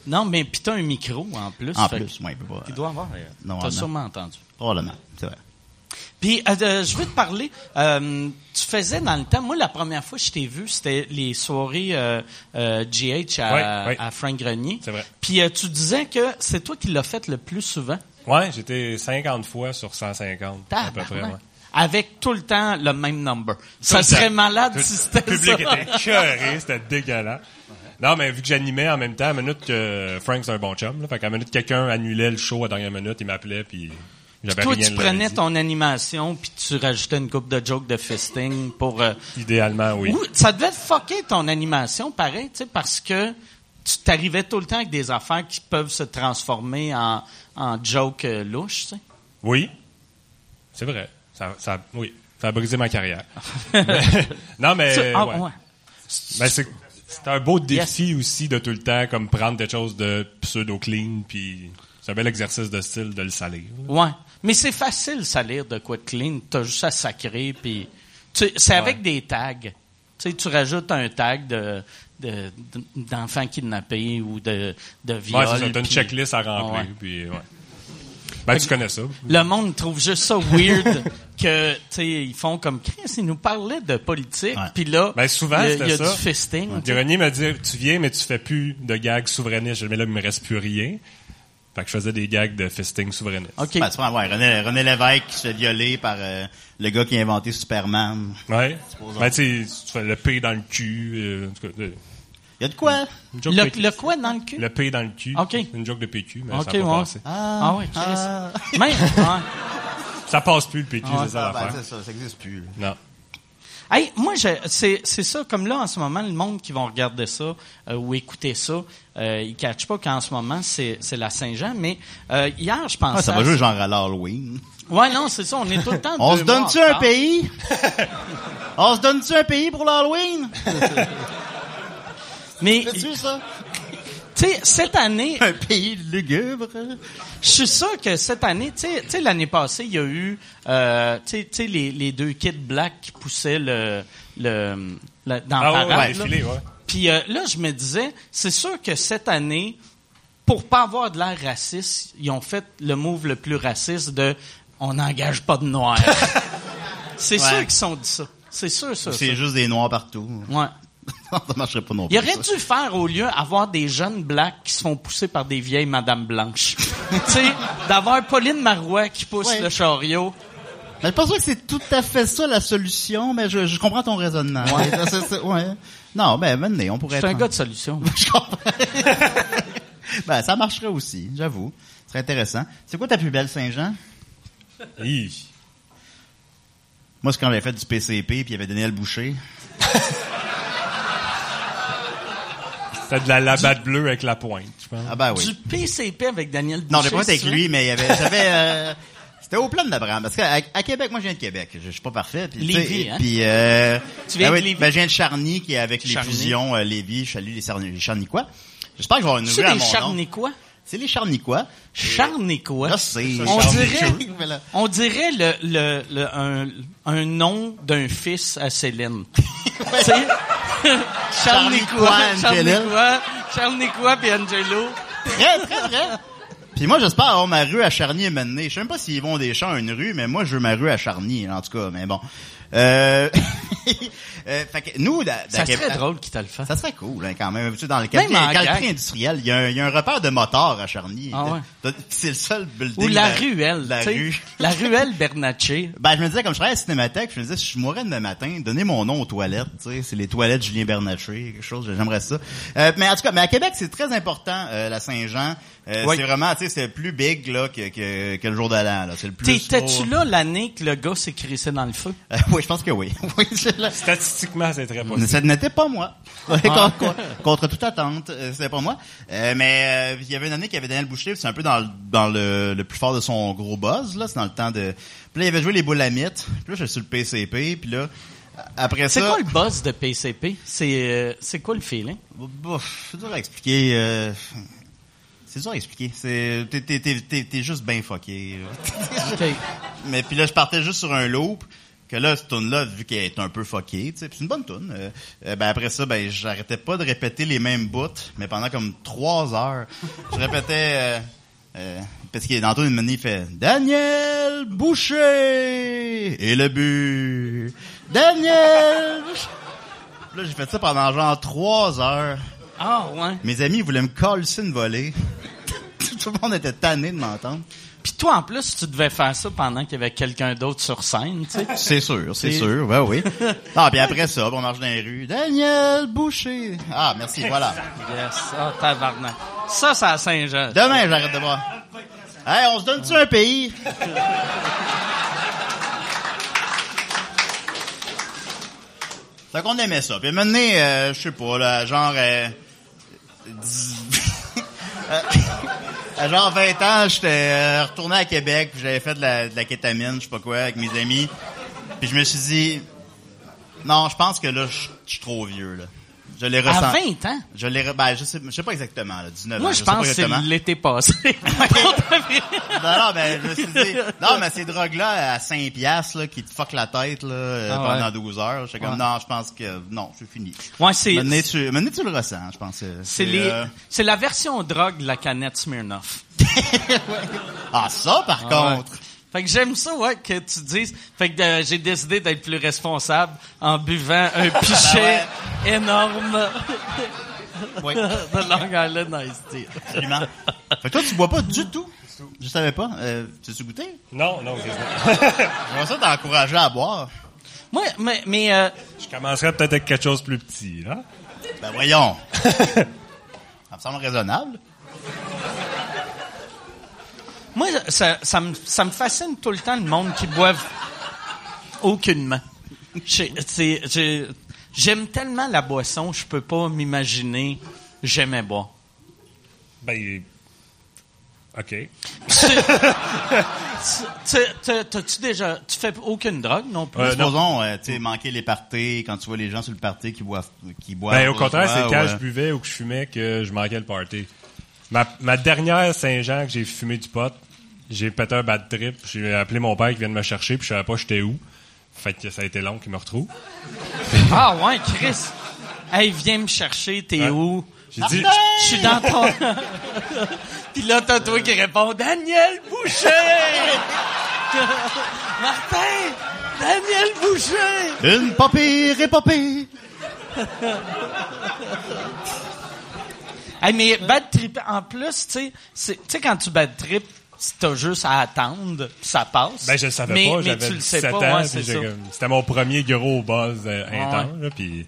S2: Non, mais pis t'as un micro en plus.
S4: En
S2: fait
S4: plus, moi, il peut pas.
S2: qu'il doit avoir. euh,
S4: Non,
S2: T'as
S4: non.
S2: sûrement entendu.
S4: Probablement, c'est vrai.
S2: Puis, euh, euh, je veux te parler. euh, tu faisais dans le temps, moi, la première fois que je t'ai vu, c'était les soirées euh, euh, GH à,
S5: Ouais, ouais.
S2: à Frank Grenier.
S5: C'est vrai.
S2: Puis, euh, tu disais que c'est toi qui l'as fait le plus souvent.
S5: Ouais, j'étais 50 fois sur 150, à peu près.
S2: Tabarnak.
S5: Ouais.
S2: Avec tout le temps le même number. Ça
S5: Tout le
S2: serait
S5: temps.
S2: malade
S5: Tout-
S2: si c'était
S5: Le public
S2: ça.
S5: était écœuré, c'était dégueulasse. Non, mais vu que j'animais en même temps, à la minute que Frank, c'est un bon chum, là, fait qu'à la minute que quelqu'un annulait le show à la dernière minute, il m'appelait, puis j'avais
S2: Toi,
S5: rien
S2: tu
S5: le
S2: prenais
S5: lundi.
S2: ton animation puis tu rajoutais une coupe de jokes de fisting pour... euh,
S5: Idéalement, oui.
S2: Ouh, ça devait te fucker ton animation, pareil, tu sais, parce que tu t'arrivais tout le temps avec des affaires qui peuvent se transformer en, en joke euh, louche, tu sais.
S5: Oui. C'est vrai. Ça, ça, oui. Ça a brisé
S2: <laughs>
S5: ma carrière. Mais- non, mais...
S2: Tu- ah,
S5: Euh, ouais.
S2: ouais.
S5: Ben, c'est c'est un beau défi aussi de tout le temps, comme prendre des choses de pseudo-clean, puis c'est un bel exercice de style de le salir. là.
S2: Ouais. Mais c'est facile, ça, lire de quoi de clean. T'as juste à sacrer, puis... tu- C'est avec des tags. Tu sais, tu rajoutes un tag de de- de- d'enfants kidnappés ou de, de viol.
S5: Ouais, c'est ça, t'as une
S2: puis-
S5: checklist à remplir,
S2: Ouais.
S5: puis ouais. Ben, tu connais ça.
S2: Le monde trouve juste ça weird <laughs> que, tu sais, ils font comme Chris, ils nous parlaient de politique,
S4: Ouais.
S2: puis là,
S5: Ben, souvent,
S2: il y a- il
S5: c'était
S2: y a
S5: ça.
S2: du fisting. tu sais.
S5: Grenier m'a dit, tu viens, mais tu fais plus de gags souverainistes. Mais là, il me reste plus rien. Fait que je faisais des gags de fisting souverainiste.
S2: OK.
S4: Ben, tu vois, ouais, René, René Lévesque qui se fait violer par euh, le gars qui a inventé Superman.
S5: Ouais. Ben, tu sais, tu fais le P dans le cul. euh, en tout cas, euh,
S4: Il y a de quoi?
S5: une joke
S2: Le,
S5: PQ.
S2: le quoi dans le cul?
S5: Le P dans le cul.
S2: Ok.
S5: Une joke de PQ, mais
S2: Ok,
S5: ça a pas
S2: ouais.
S5: passé.
S2: Ah, ouais, Chris.
S4: ah.
S2: Même, ouais.
S5: Ça passe plus, le PQ,
S2: Ah,
S5: c'est ça
S4: Ah, ben,
S5: l'affaire.
S4: c'est ça, ça existe plus. là.
S5: Non.
S2: Hey, moi, je, c'est, c'est ça, comme là, en ce moment, le monde qui vont regarder ça euh, ou écouter ça, euh, ils ne catchent pas qu'en ce moment, c'est, c'est la Saint-Jean, mais euh, hier, je pensais...
S4: Ah, ça va
S2: à-
S4: juste genre à l'Halloween.
S2: Ouais, non, c'est ça, on est tout le temps
S4: <laughs> On
S2: deux
S4: se
S2: mois en
S4: donne-tu un
S2: retard. <laughs>
S4: pays? On se donne-tu un pays pour l'Halloween?
S2: Mais
S4: Fais-tu ça?
S2: Tu sais, cette année,
S4: Un pays lugubre.
S2: je suis sûr que cette année, tu sais- tu sais, l'année passée, il y a eu, euh, tu sais- tu sais, les, les deux kids blacks qui poussaient le, le, le- dans
S5: Ah
S2: la
S5: ouais, ouais,
S2: parade, là.
S5: défilé, ouais.
S2: Puis euh, là, je me disais, c'est sûr que cette année, pour pas avoir de l'air raciste, ils ont fait le move le plus raciste de on n'engage pas de
S4: <laughs>
S2: noirs. c'est
S4: Ouais.
S2: sûr qu'ils sont dit ça. C'est sûr, ça. ça.
S4: C'est juste des noirs partout.
S2: Ouais.
S4: ça marcherait pas <laughs> non plus.
S2: Il aurait
S4: ça.
S2: dû faire, au lieu, avoir des jeunes blacks qui se font pousser par des vieilles madames blanches. <laughs> tu sais, d'avoir Pauline Marois qui pousse
S4: Ouais.
S2: le chariot.
S4: Mais je suis pas sûr que c'est tout à fait ça la solution, mais je, je comprends ton raisonnement. Ouais. c'est- c'est- ouais. Non, ben, venez, on pourrait
S2: C'est un
S4: être-
S2: gars de solution.
S4: <laughs> Je comprends. ben, ça marcherait aussi, j'avoue. Ce serait intéressant. C'est quoi ta plus belle Saint-Jean?
S5: Hi.
S4: Moi, c'est quand j'avais fait du PCP, puis il y avait Daniel Boucher.
S5: C'était de la labade bleue avec la pointe, je pense.
S4: Ah ben oui.
S2: Du PCP avec Daniel Boucher.
S4: Non, j'ai pas été avec
S2: c'est ça?
S4: lui, mais il y
S2: <laughs>
S4: avait, j'avais, euh, c'était au plan de Brame. Parce qu'à à Québec, moi, je viens de Québec. Je, je suis pas parfait. Puis, tu sais,
S2: Lévis,
S4: et
S2: hein?
S4: Puis, euh,
S2: Tu viens
S4: ben
S2: de
S4: oui,
S2: Lévis?
S4: ben, je viens de Charny, qui est avec les
S2: Charny.
S4: fusions, euh, Lévis, je salue les, Charny- les Charnicois. J'espère que je vais avoir une
S2: C'est
S4: nouvelle à
S2: des
S4: mon nom.
S2: charnicois.
S4: C'est les Charnicois.
S2: Charnicois.
S4: Là, c'est...
S2: On dirait,
S4: Voilà.
S2: on dirait le, le, le- un, un nom d'un fils à
S4: <laughs>
S2: Céline. Tu sais? Charles Nicois,
S4: Charles
S2: Charles
S4: Nicois, Angelo.
S2: Nicois, Charles Nicois puis Angelo.
S4: Très, très, très. Puis moi, j'espère avoir ma rue à Charny et Je sais même pas s'ils vont des champs à une rue, mais moi, je veux ma rue à Charny, en tout cas. Mais bon. Euh... <laughs> euh, fait que nous, la-
S2: Ça
S4: la-
S2: serait drôle qu'il te le fasse.
S4: Ça serait cool, hein, quand même. Tu sais, dans le quartier,
S2: en
S4: dans le quartier
S2: gag.
S4: industriel, il y, a un- il y a un repère de motards à Charny.
S2: Ah ouais.
S4: T'as- C'est le seul building.
S2: Ou la
S4: de-
S2: ruelle.
S4: La
S2: tu sais.
S4: rue.
S2: La ruelle Bernatchez.
S4: Ben, je me disais, comme je travaillais à la Cinémathèque, je me disais, si je mourais demain matin, donnez mon nom aux toilettes, tu sais, c'est les toilettes Julien Bernatchez, quelque chose, j'aimerais ça. Euh, mais en tout cas, mais à Québec, c'est très important, euh, la Saint-Jean. Euh,
S2: Oui.
S4: C'est vraiment, tu sais, c'est le plus big, là, que, que, que le jour de l'an, là. C'est le <laughs> plus...
S2: T'étais-tu là l'année que le gars s'est crissé dans le feu?
S4: Euh, oui, je pense que oui. <laughs> oui, c'est là.
S5: Statistiquement, c'est très
S4: Mais
S5: possible. Ah.
S4: Ça n'était pas moi. contre, contre toute attente, euh, c'était pas moi. Euh, mais euh, il y avait une année qu'il y avait Daniel Boucher, puis c'est un peu dans, le- dans le, le plus fort de son gros buzz, là, c'est dans le temps de... Puis là, il avait joué les boules à mythes, puis là, j'étais sur le PCP, puis là, après
S2: C'est
S4: ça...
S2: quoi le buzz de PCP? C'est euh, c'est quoi le feeling?
S4: Bouf, c'est dur à expliquer. euh, C'est dur à expliquer. C'est t'es t'es t'es t'es- t'es juste bien fucké. là. <laughs>
S2: Ok.
S4: Mais puis là je partais juste sur un loop que là cette tune là vu qu'elle est un peu fuckée, tu sais, puis c'est une bonne tune. euh, euh, ben après ça ben j'arrêtais pas de répéter les mêmes bouts, mais pendant comme trois heures, je répétais euh, euh, parce qu'il dans la tune, une minute, il fait Daniel Boucher et le but. Daniel Boucher. Là, j'ai fait ça pendant genre trois heures.
S2: Ah ouais.
S4: Mes amis ils voulaient me coller une volée. <laughs> Tout le monde était tanné de m'entendre.
S2: Puis toi, en plus, tu devais faire ça pendant qu'il y avait quelqu'un d'autre sur scène,
S4: <laughs>
S2: tu sais.
S4: C'est sûr, c'est sûr, ben oui. Ah, puis après ça, on marche dans les rues. Daniel Boucher. Ah, merci, voilà.
S2: Yes, ah, tabarnak. Ça, c'est à Saint-Jean.
S4: Demain, j'arrête de boire. Hey, on se donne-tu un pays? Fait qu'on aimait ça. Puis maintenant, euh, je sais pas, là, genre... euh, dix- <laughs> euh, à genre 20 ans, j'étais euh, retourné à Québec, puis j'avais fait de la, de la kétamine, je sais pas quoi, avec mes amis. Puis je me suis dit... Non, je pense que là, je je suis trop vieux, là. Je l'ai ressenti.
S2: À 20 ans?
S4: Je l'ai... re- Ben, je sais, je sais pas exactement, là, 19
S2: Moi,
S4: ans,
S2: je
S4: sais pas
S2: pense que c'est
S4: exactement.
S2: l'été <laughs> passé. Pour de vrai.
S4: Non, non, ben, je me suis dit, non, mais ces drogues-là à 5 piastres, là, qui te fuck la tête, là, euh,
S2: Ah ouais.
S4: pendant 12 heures, j'étais comme,
S2: Ouais.
S4: non, je pense que, non, c'est fini.
S2: ouais, c'est,
S4: Maintenant, tu, maintenant, tu le ressens, je pense. euh,
S2: c'est, les-
S4: euh,
S2: c'est la version drogue de la canette Smirnoff.
S4: Ah, ça, par contre.
S2: Ouais. Fait que j'aime ça, ouais, que tu dises. Fait que euh, j'ai décidé d'être plus responsable en buvant <laughs> un pichet énorme
S4: Oui,
S2: <laughs> de Long Island Ice Tea.
S4: absolument. Fait que toi, tu bois pas du tout. Je savais pas. Euh, tu as goûté?
S5: Non, non, c'est
S4: J'aimerais ça t'encourager à boire.
S2: Moi, mais, mais euh,
S5: Je commencerais peut-être avec quelque chose de plus petit, là.
S4: Ben, voyons. ça me semble raisonnable.
S2: Moi, ça, ça, me, ça me fascine tout le temps le monde qui boive aucunement. J'ai- c'est- j'ai- J'aime tellement la boisson, je peux pas m'imaginer j'aimais boire.
S5: Ben, OK.
S2: Tu, tu- t'as-tu déjà, tu fais aucune drogue non plus?
S5: Euh, non.
S4: Supposons, euh, tu sais, manquer les parties, quand tu vois les gens sur le party qui boivent, qui boivent.
S5: Ben, au
S4: pas,
S5: contraire,
S4: ouais,
S5: c'est quand
S4: ouais.
S5: je buvais ou que je fumais que je manquais le party. Ma, ma dernière Saint-Jean que j'ai fumé du pot, j'ai pété un bad trip. J'ai appelé mon père qui vient de me chercher, puis je savais pas j'étais où. Fait que ça a été long qu'il me retrouve.
S2: Ah ouais, Chris. Hey, viens me chercher, t'es
S5: Ouais.
S2: où? Ah,
S5: J'ai dit,
S2: Je suis dans ton...
S5: <laughs>
S2: Puis là, t'as toi qui répond, Daniel Boucher! Martin! Daniel Boucher!
S4: euh, Une pas pire et pas pire.
S2: Hey, mais bad trip, en plus, tu sais, c'est- tu sais, quand tu bad trip, si t'as juste à attendre, pis ça passe.
S5: ben, je le savais
S2: mais,
S5: pas,
S2: Mais tu
S5: j'avais
S2: le sais
S5: 17
S2: pas,
S5: ans,
S2: ouais,
S5: puis
S2: c'est
S5: j'ai
S2: ça.
S5: comme- c'était mon premier gros buzz euh, intense, là, puis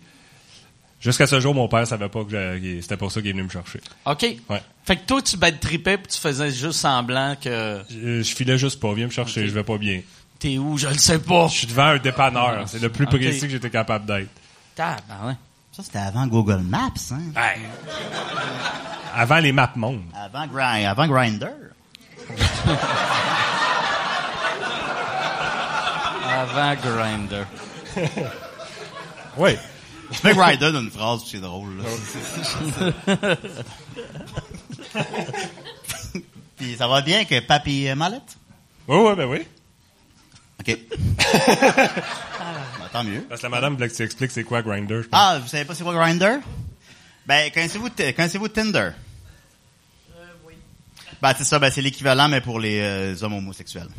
S5: jusqu'à ce jour, mon père savait pas que j'avais- qu'il- c'était pour ça qu'il est venu me chercher.
S2: OK.
S5: Ouais.
S2: Fait que toi, tu bad tripais pis tu faisais juste semblant que
S5: Je, je filais juste pas, viens me chercher, je vais pas bien.
S2: t'es où, je le sais pas.
S5: Je suis devant un dépanneur, c'est le plus
S2: Ah, Ok.
S5: précis que j'étais capable d'être.
S2: Tabarnak.
S4: Ça, c'était avant Google Maps, hein.
S5: Hey. Avant les maps monde.
S4: Avant Grind, avant Grinder.
S2: Avant Grinder.
S5: Oui.
S4: Je fais Grinder d'une phrase, puis c'est drôle, là. Puis ça va bien que Papy euh, Mallette?
S5: Oui, oui, ben oui.
S4: OK. Ben, tant mieux.
S5: Parce que la madame voulait que tu expliques c'est quoi Grinder.
S4: Ah, vous savez pas c'est quoi Grinder? Ben, connaissez-vous Ti- connaissez-vous Tinder? Ben, c'est ça, ben, c'est l'équivalent, mais pour les euh, hommes homosexuels.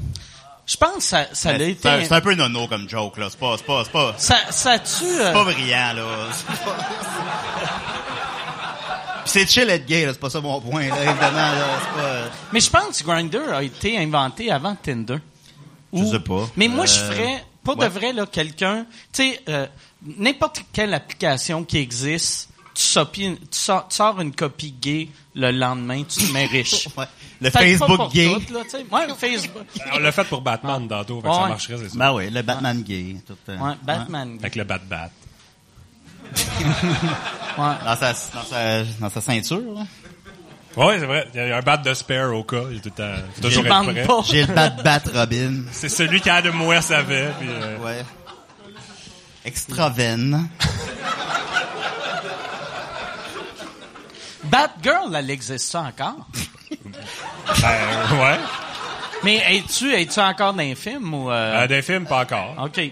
S2: Je pense que ça, ça l'a
S4: Ben,
S2: été.
S4: C'est un, c'est un peu nono comme joke, là. C'est pas, c'est pas, c'est pas, c'est
S2: Ça, ça tue. euh,
S4: pas brillant, là. C'est pas- Puis c'est chill être gay, là. C'est pas ça mon point, là, évidemment, là. C'est pas... euh,
S2: Mais je pense que Grinder a été inventé avant Tinder.
S4: Je sais pas.
S2: Mais moi,
S4: Euh,
S2: je ferais, pas
S4: ouais.
S2: de vrai, là, quelqu'un, tu sais, euh, n'importe quelle application qui existe, tu, sopies une- tu, sors, tu sors une copie gay le lendemain, tu te mets
S4: <laughs>
S2: riche.
S4: Ouais. Le
S2: Peut-être pas
S4: Facebook
S2: pour
S4: gay.
S2: toutes, là, tu sais. ouais, le Facebook.
S5: On l'a fait pour Batman tantôt, fait que
S2: Ah. Ouais.
S5: ça marcherait, c'est ça.
S4: Ben oui, le Batman gay. Tout, euh,
S2: Ouais, Batman.
S5: Avec le Bat-Bat.
S2: Ouais.
S4: Dans sa, dans sa, dans sa ceinture, là.
S5: Oui, c'est vrai. Il y a un bat de spare au cas. Il est tout le temps- faut toujours
S2: Je
S5: être
S2: bande
S5: prêt.
S2: pas.
S4: J'ai le Bat-Bat Robin.
S5: C'est celui qu'Adam West avait. Puis, euh,
S4: Ouais.
S2: <laughs>
S4: Extraven.
S2: Batgirl, elle existe ça encore?
S5: ben, ouais.
S2: Mais es-tu, es-tu encore dans les films ou, euh,
S5: Euh, des films, pas encore.
S2: OK.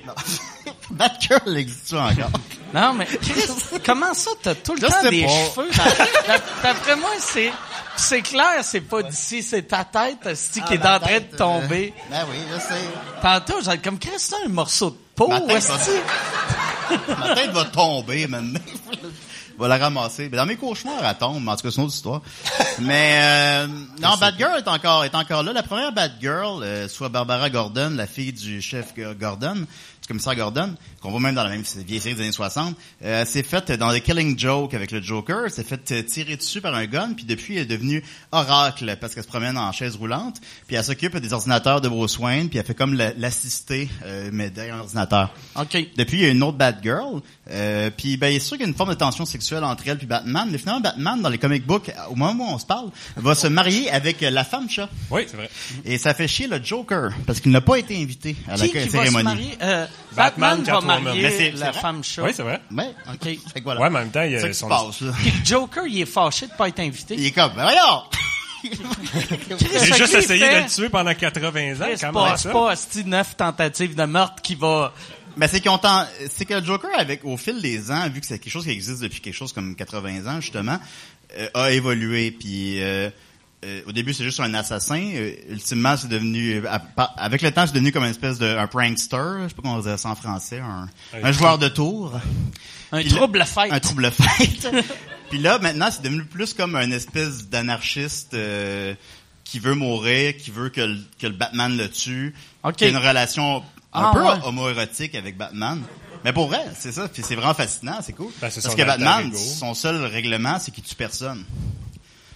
S4: Batgirl existe encore?
S2: Non, mais Chris, comment ça, t'as tout le
S4: Je
S2: temps
S4: sais
S2: des
S4: pas.
S2: cheveux? dans- d'a- D'après moi, c'est c'est clair, c'est pas d'ici, c'est ta tête hostie,
S4: Ah,
S2: qui est en train de tomber.
S4: Ben oui, je sais.
S2: Tantôt, j'allais comme, Chris, c'est un morceau de peau,
S4: Ma tête va-
S2: hostie.
S4: Ma tête va tomber maintenant. Je vais la ramasser. Mais Dans mes cauchemars, elle tombe. mais En tout cas, c'est une autre histoire. Mais euh, non, Batgirl est encore, est encore là. La première Batgirl, euh, soit Barbara Gordon, la fille du chef G- Gordon, du commissaire Gordon, qu'on voit même dans la même vieille série des années 60, euh, elle s'est faite dans The Killing Joke avec le Joker. Elle s'est faite euh, tirer dessus par un gun. Puis depuis, elle est devenue oracle parce qu'elle se promène en chaise roulante. Puis elle s'occupe des ordinateurs de Bruce Wayne. Puis elle fait comme la- l'assister, euh, mais derrière l'ordinateur.
S2: OK.
S4: Depuis, il y a une autre Batgirl. Euh, puis, ben, il est sûr qu'il y a une forme de tension sexuelle entre elle puis Batman. Mais finalement, Batman, dans les comic books, au moment où on se parle, va se marier avec euh, la femme chat.
S5: Oui, c'est vrai.
S4: Et ça fait chier le Joker, parce qu'il n'a pas été invité à la
S2: Qui, qui va se
S4: cérémonie.
S2: marier? Euh, Batman,
S5: Batman,
S2: va
S5: Catwoman.
S2: marier
S5: Mais c'est-
S2: la
S4: c'est vrai?
S2: femme chaude.
S5: Oui, c'est vrai.
S4: Ouais.
S2: OK.
S4: Ben, Fait que voilà.
S5: Ouais, mais en même temps, il y a
S4: C'est ça qui se
S5: son-
S4: passe, là.
S2: Puis le Joker, il est fâché de pas être invité.
S4: Il est comme, ben voyons!
S2: Chris,
S5: J'ai
S2: fait
S5: juste
S2: que lui,
S5: essayé
S2: il fait,
S5: de le tuer pendant 80 ans,
S2: Chris,
S5: quand
S2: pas-
S5: même.
S2: C'est
S5: ça.
S2: pas hostie neuf tentatives de meurtre qui va...
S4: Ben c'est qu'on t'en- c'est que le Joker avec au fil des ans, vu que c'est quelque chose qui existe depuis quelque chose comme 80 ans justement, euh, a évolué puis euh, euh, au début c'est juste un assassin, euh, ultimement c'est devenu euh, à- par- avec le temps c'est devenu comme une espèce de un prankster, je sais pas comment on dirait ça en français, un, un joueur de tour.
S2: Un
S4: Puis là-
S2: trouble fête.
S4: Un trouble fête. <laughs> Puis là, maintenant, c'est devenu plus comme un espèce d'anarchiste euh, qui veut mourir, qui veut que le, que le Batman le tue.
S2: Ok.
S4: Qui a une relation un
S2: Ah,
S4: peu
S2: ouais.
S4: homoérotique avec Batman. Mais pour vrai, c'est ça. Puis c'est vraiment fascinant, c'est cool.
S5: Ben, c'est
S4: Parce
S5: son
S4: que
S5: alter
S4: Batman,
S5: ego.
S4: son seul règlement, c'est qu'il tue personne.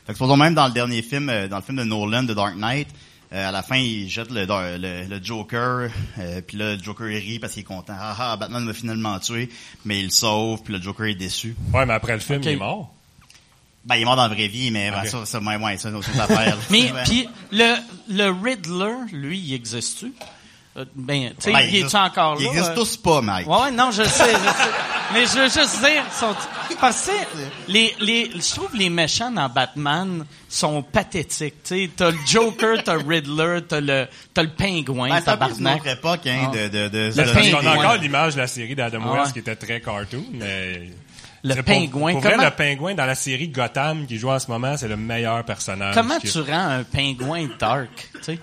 S4: Fait que supposons même dans le dernier film, euh, dans le film de Nolan, de Dark Knight, euh, à la fin, il jette le, le, le Joker, euh, puis là, le Joker il rit parce qu'il est content. Ah ah, Batman m'a finalement tué, mais il le sauve, puis le Joker est déçu.
S5: Ouais, mais après le film,
S2: Ok.
S5: il est mort.
S4: Ben, il est mort dans la vraie vie, mais ben,
S5: Ok.
S4: ça, ça, ouais, ouais, ça, c'est une autre
S2: <laughs>
S4: affaire.
S2: Mais
S4: Ouais.
S2: puis le le Riddler, lui, il existe-tu Euh, Ben, tu sais,
S4: Ben,
S2: il est encore là.
S4: Ils
S2: euh?
S4: existent tous pas, Mike. Ben,
S2: Ouais, ouais, non, je sais, je sais. Mais je veux juste dire, sont... parce que les, les, je trouve les méchants dans Batman sont pathétiques. Tu sais, t'as le Joker, t'as Riddler, t'as le, t'as le pingouin,
S4: Ben, c'est un peu une
S2: tabarnak.
S4: autre époque, hein,
S2: Ah.
S4: de, de, de,
S2: Le
S4: de-
S5: Parce qu'on a
S2: pingouin.
S5: encore l'image de la série d'Adam
S2: Ah
S5: West
S2: ouais.
S5: qui était très cartoon, mais...
S2: Le
S5: C'est
S2: pingouin,
S5: Pour, pour vrai,
S2: comment-
S5: le pingouin dans la série Gotham qui joue en ce moment, c'est le meilleur
S4: Ah,
S5: personnage.
S2: Comment
S5: qui-
S2: tu rends un pingouin dark, tu sais?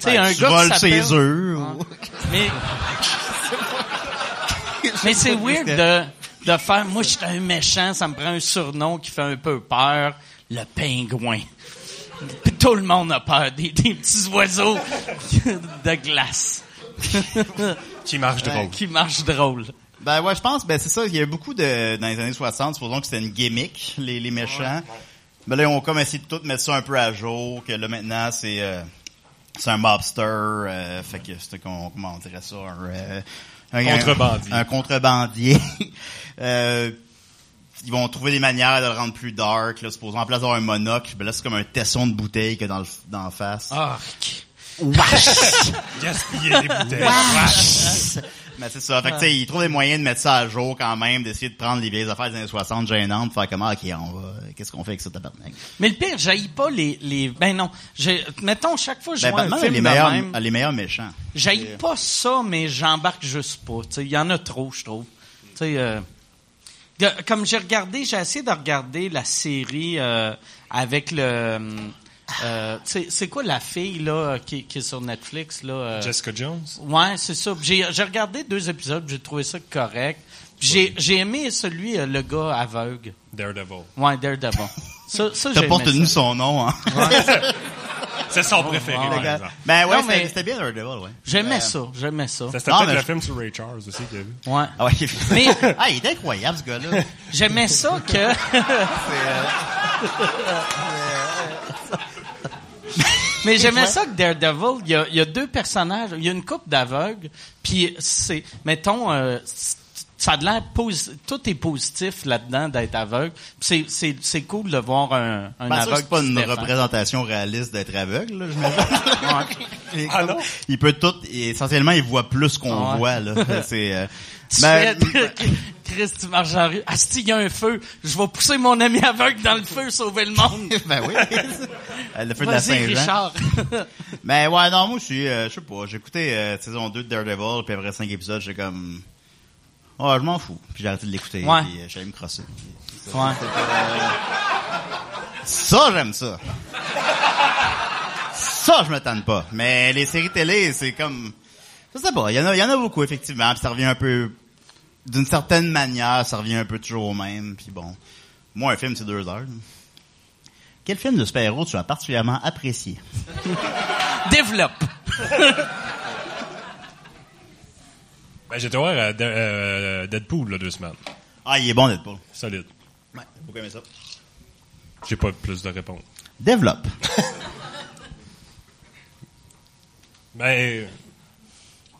S2: Tu sais,
S4: Ben,
S2: un
S4: tu
S2: gars qui
S4: voles
S2: s'appelle- Ah.
S4: ses œufs. ou- <laughs>
S2: Mais, mais c'est weird de, de faire. Moi, je suis un méchant, ça me prend un surnom qui fait un peu peur. Le pingouin. Puis tout le monde a peur des, des petits oiseaux <laughs> de
S4: <laughs>
S2: glace
S5: Qui marche
S4: Oh.
S5: drôle.
S2: qui marchent drôle.
S4: Ben ouais, je pense, ben c'est ça, il y a beaucoup de dans les années 60, supposons que c'était une gimmick les, les méchants. Ben là, on comme essayé de tout mettre ça un peu à jour, que là maintenant c'est euh, c'est un mobster, euh, fait que c'est qu'on comment on dirait ça, un, euh, un
S5: Contrebandier.
S4: Un, un contrebandier. <laughs> Euh, ils vont trouver des manières de le rendre plus dark, là, supposons en place d'avoir un monocle, ben là c'est comme un tesson de bouteille que dans le dans la face.
S2: Arc.
S5: Gaspiller des bouteilles.
S4: Mais c'est ça. Fait que, tu sais, ils trouvent des moyens de mettre ça à jour quand même, d'essayer de prendre les vieilles affaires des années 60 gênantes, faire comment, ok, on va, qu'est-ce qu'on fait avec ça, tabarnak?
S2: Mais le pire, j'haïs pas les, les. Ben non. j'ai- Mettons, chaque fois que je
S4: Ben,
S2: vois
S4: Batman
S2: un
S4: a
S2: film
S4: les
S2: de
S4: meilleurs,
S2: même,
S4: a les meilleurs méchants.
S2: J'aille pas ça, mais j'embarque juste pas. Tu sais, Il y en a trop, je trouve. Tu sais, euh, de- comme j'ai regardé, j'ai essayé de regarder la série euh, avec le. euh, tu sais, c'est quoi la fille là euh, qui, qui est sur Netflix là euh,
S5: Jessica Jones.
S2: Ouais, c'est ça. Puis J'ai j'ai regardé deux épisodes, puis j'ai trouvé ça correct. Puis J'ai j'ai aimé celui euh, le gars aveugle.
S5: Daredevil.
S2: Ouais, Daredevil. ça, ça
S4: T'as
S2: j'ai
S4: pas tenu
S2: aimé ça.
S4: son nom, hein?
S5: C'est son préféré,
S2: wow.
S5: par
S4: Ben,
S5: exemple.
S4: <laughs> ben ouais,
S2: Non,
S4: c'était
S2: mais-
S4: c'était bien Daredevil, ouais.
S2: J'aimais
S4: Ben,
S2: ça, j'aimais ça.
S5: Ça, C'était
S4: Non,
S5: peut-être
S4: mais
S5: le
S4: je-
S5: film sur Ray Charles aussi qu'il y a eu.
S2: Ouais.
S4: Ah ouais, <laughs>
S2: Mais-
S4: ah, il est incroyable, ce gars-là.
S2: J'aimais ça que.
S4: euh,
S2: <laughs> Mais j'aimais ça que Daredevil, il y a, il y a deux personnages, il y a une couple d'aveugles, puis c'est, mettons, euh, c'est- ça a de l'air posi- tout est positif là-dedans d'être aveugle. Puis C'est, c'est, c'est cool de voir un, <laughs> un
S4: Ben, sûr que
S2: aveugle.
S4: c'est pas
S2: qui se
S4: une
S2: défend.
S4: représentation réaliste d'être aveugle, là, je <laughs> m'imagine. Il est
S5: Ah,
S4: comme-
S5: non?
S4: Il peut tout, essentiellement, il voit plus qu'on
S2: Ouais.
S4: voit, là.
S2: <laughs>
S4: C'est, euh,
S2: Tu <laughs>
S4: ben, <laughs>
S2: fais- Chris, tu marches dans la rue. Asti, il y a un feu. Je vais pousser mon ami aveugle dans le feu, sauver le monde.
S4: ben oui. Euh, Le feu de la
S2: Vas-y,
S4: Saint-Jean.
S2: Richard. <laughs>
S4: Mais Ben, ouais, non, moi, je suis, euh, je sais pas, j'ai écouté euh, saison 2 de Daredevil, puis après 5 épisodes, j'ai comme... Oh, je m'en fous. Puis j'ai arrêté de l'écouter,
S2: Ouais.
S4: puis euh, j'allais me crosser.
S2: Ouais.
S4: Ça, j'aime ça. ça, je me tanne pas. Mais les séries télé, c'est comme... Je sais pas, il y, en a- il y en a beaucoup, effectivement, puis ça revient un peu... D'une certaine manière, ça revient un peu toujours au même, puis bon. Moi, un film, c'est deux heures. Quel film de super-héros tu as particulièrement apprécié?
S2: Développe.
S5: Ben, j'étais voir euh, De- euh, Deadpool, là, deux semaines.
S4: Ah, il est bon, Deadpool.
S5: Solide.
S4: Ouais, beaucoup aimé ça.
S5: J'ai pas plus de réponse.
S4: Développe.
S5: Ben,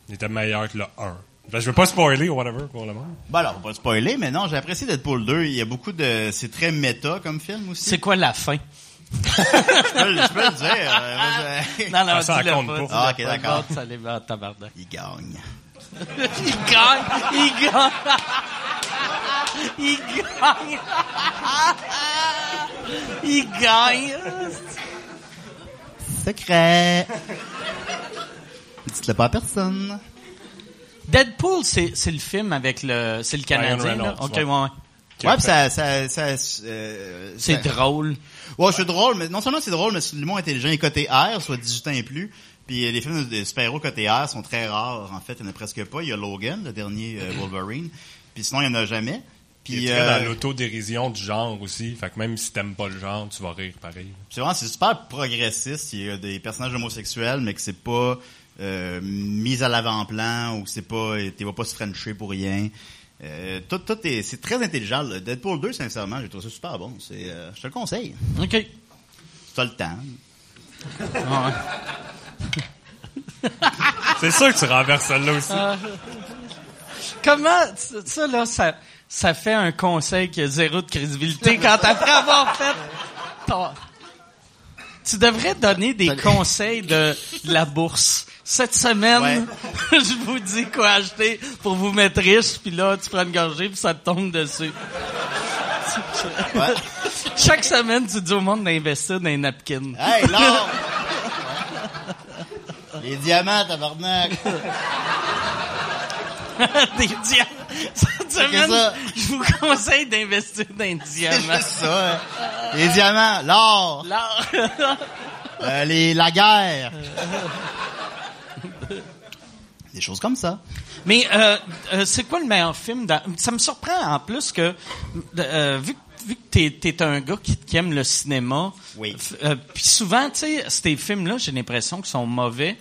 S5: il était meilleur que le 1. Ben, je veux pas spoiler ou whatever pour le monde.
S4: Ben alors, on va pas spoiler, mais non, j'ai apprécié Deadpool 2. Il y a beaucoup de... C'est très méta comme film aussi.
S2: C'est quoi la fin?
S4: Je peux, le- je peux le dire. euh,
S5: <laughs>
S4: moi, je-
S2: Non, non,
S5: Ah, ça,
S2: dis-le
S5: raconte
S2: pas,
S5: pas.
S2: dis-le
S4: Ah, ok,
S2: pas.
S4: d'accord.
S2: Ça les met en tabarnak.
S4: Il gagne.
S2: Il gagne, il gagne. Il gagne. Il gagne.
S4: Secret. Dites-le pas à personne.
S2: Deadpool, c'est, c'est le film avec le, c'est le Canadien, là.
S5: Reynolds,
S2: Ok,
S5: ouais.
S2: ouais, ouais.
S5: Qui a
S4: Ouais, pis
S5: fait-
S4: ça... ça, ça euh,
S2: C'est
S4: ça-
S2: drôle.
S4: Ouais, c'est drôle, mais non seulement c'est drôle, mais c'est l'humour intelligent est coté R, soit 18 ans et plus. Puis euh, les films de super-héros coté R sont très rares, en fait. Il n'y en a presque pas. Il y a Logan, le dernier euh, Wolverine. Puis sinon, il n'y en a jamais. Puis,
S5: Il est très
S4: euh,
S5: dans l'autodérision du genre aussi. Fait que même si t'aimes pas le genre, tu vas rire pareil.
S4: C'est vraiment c'est super progressiste. Il y a des personnages homosexuels, mais que c'est pas euh, mis à l'avant-plan ou que c'est pas tu vas pas se frencher pour rien. Euh, tout, tout est c'est très intelligent. là. Deadpool 2, sincèrement, j'ai trouvé ça super bon. C'est euh, je te le conseille.
S2: Ok.
S4: Tu as le temps.
S2: Ah.
S5: C'est sûr que tu renverses celle-là aussi.
S2: Comment, ça, là, ça, ça fait un conseil qui a zéro de crédibilité quand après avoir fait ton- Tu devrais donner des
S4: Salut.
S2: conseils de la bourse. Cette semaine,
S4: Ouais.
S2: <laughs> je vous dis quoi acheter pour vous mettre riche, puis là, tu prends une gorgée, puis ça te tombe dessus.
S4: Ouais.
S2: Chaque semaine, tu dis au monde d'investir dans les napkins.
S4: Hey, l'or! Les diamants, tabarnak!
S2: <laughs> des diamants. Cette semaine,
S4: ça.
S2: je vous conseille d'investir dans les
S4: C'est
S2: diamants.
S4: juste ça, hein. <laughs> Les diamants, l'or,
S2: L'or.
S4: euh, les, la guerre. Des choses comme ça.
S2: Mais euh, euh, c'est quoi le meilleur film? dans- Ça me surprend en plus que, euh, vu, que- vu que t'es es un gars qui, qui aime le cinéma,
S4: Oui.
S2: f- euh, puis souvent, tu sais, ces films-là, j'ai l'impression qu'ils sont mauvais.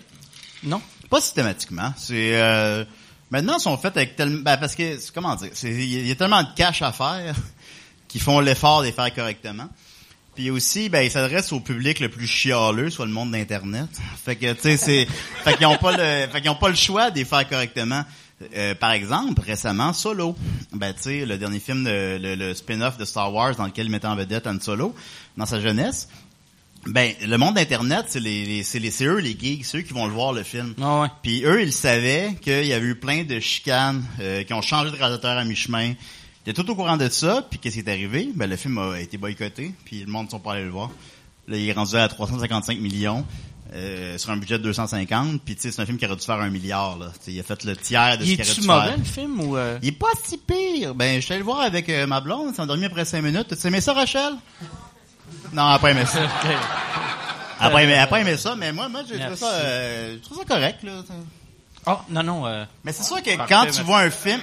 S2: Non?
S4: Pas systématiquement. C'est euh, maintenant ils sont faits avec tellement ben, parce que c'est- comment dire, c'est- il y a- il y, a tellement de cash à faire <laughs> qu'ils font l'effort de les faire correctement. Puis aussi, ben ils s'adressent au public le plus chialeux, soit le monde d'internet. Fait que tu sais, c'est, <laughs> fait qu'ils ont pas le, fait qu'ils ont pas le choix de les faire correctement. Euh, par exemple, récemment, Solo. Ben, tu sais, le dernier film, de, le, le spin-off de Star Wars dans lequel il mettait en vedette Han Solo, dans sa jeunesse. Ben, le monde d'Internet, c'est les, les- c'est les, c'est eux les geeks, c'est eux qui vont le voir, le film.
S2: Ah ouais.
S4: Puis eux, ils savaient qu'il y avait eu plein de chicanes euh, qui ont changé de réalisateur à mi-chemin. Ils étaient tout au courant de ça, puis qu'est-ce qui est arrivé? Ben, le film a été boycotté, puis le monde ne sont pas allés le voir. Là, il est rendu à 355 millions euh, sur un budget de 250, puis tu sais, c'est un film qui aurait dû faire un milliard. Là. Tu sais, Il a fait le tiers de
S2: Il
S4: ce qu'il aurait
S2: est-tu
S4: dû
S2: mauvais,
S4: faire.
S2: le film, ou... euh?
S4: Il est pas si pire. Ben, je suis allé le voir avec euh, ma blonde, elle s'est endormie après 5 minutes. Tu sais, mais ça, Rachel? Non, après, mais ça.
S2: Ok.
S4: Après, mais après, mais ça, mais moi, moi, j'ai trouvé
S2: Merci.
S4: ça, euh, je trouve ça correct, là.
S2: Oh, non, non. euh,
S4: Mais c'est sûr que
S2: Parfait,
S4: quand tu
S2: merci.
S4: vois un film,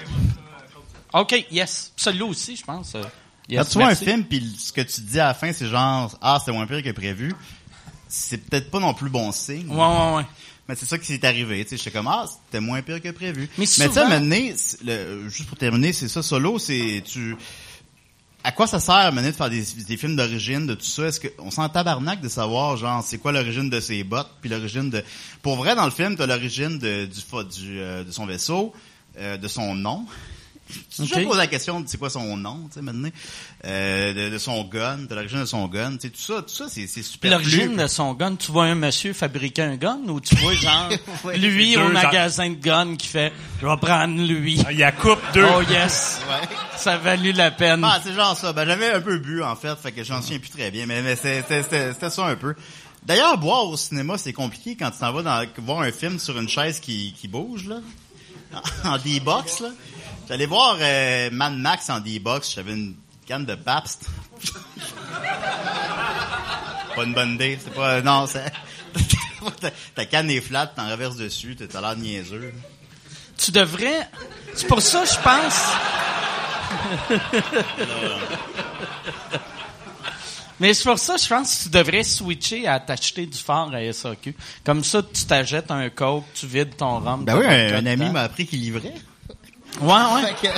S2: OK, yes. Celui-là aussi, je pense. euh,
S4: quand
S2: yes,
S4: Ah, tu vois un
S2: merci.
S4: film, puis ce que tu dis à la fin, c'est genre, ah, c'était moins pire que prévu. C'est peut-être pas non plus bon signe.
S2: Ouais, ouais, ouais.
S4: Mais c'est ça qui s'est arrivé. Tu sais, j'étais comme, ah, c'était moins pire que prévu.
S2: Mais
S4: tu sais, à un
S2: souvent-
S4: moment donné, c'est- le- euh, juste pour terminer, c'est ça, solo, c'est, tu, à quoi ça sert, à un moment donné, de faire des, des films d'origine, de tout ça? Est-ce qu'on s'en tabarnak de savoir, genre, c'est quoi l'origine de ses bottes, puis l'origine de... Pour vrai, dans le film, t'as l'origine de, du, fa- du, euh, de son vaisseau, euh, de son nom. <laughs> Tu
S2: Ok.
S4: toujours poses la question de c'est quoi son nom, tu sais, maintenant, euh, de, de son gun, de l'origine de son gun, tu sais, tout ça, tout ça, c'est, c'est
S2: Puis
S4: super.
S2: l'origine <laughs> de son gun, tu vois un monsieur fabriquer un gun ou tu vois
S4: <laughs>
S2: genre lui
S5: Deux
S2: au
S5: ans.
S2: magasin de gun qui fait je vais prendre lui.
S5: Il y a coupe deux.
S2: Oh yes, ça a valu la peine.
S4: Ah, c'est genre ça. Ben, j'avais un peu bu, en fait, fait que j'en souviens plus très bien, mais, mais c'est- c'est- c'était c'était ça un peu. D'ailleurs, boire au cinéma, c'est compliqué quand tu t'en vas dans, voir un film sur une chaise qui, qui bouge, là. <laughs> En D-Box, là. J'allais voir euh, Mad Max en D-Box, j'avais une canne de Pabst. <laughs> pas une bonne idée, c'est pas... euh, Non, c'est... <laughs> ta, ta canne est flat, t'en reverses dessus, t'as t'as l'air niaiseux.
S2: Tu devrais. C'est pour ça je pense. Mais c'est pour ça je pense que tu devrais switcher à t'acheter du fort à SAQ. Comme ça tu t'achètes un coke, tu vides ton rhum.
S4: Ben
S2: t'as
S4: oui,
S2: pas de
S4: un, un
S2: dedans.
S4: ami m'a appris qu'il livrait.
S2: Ouais ouais.
S4: Fait que-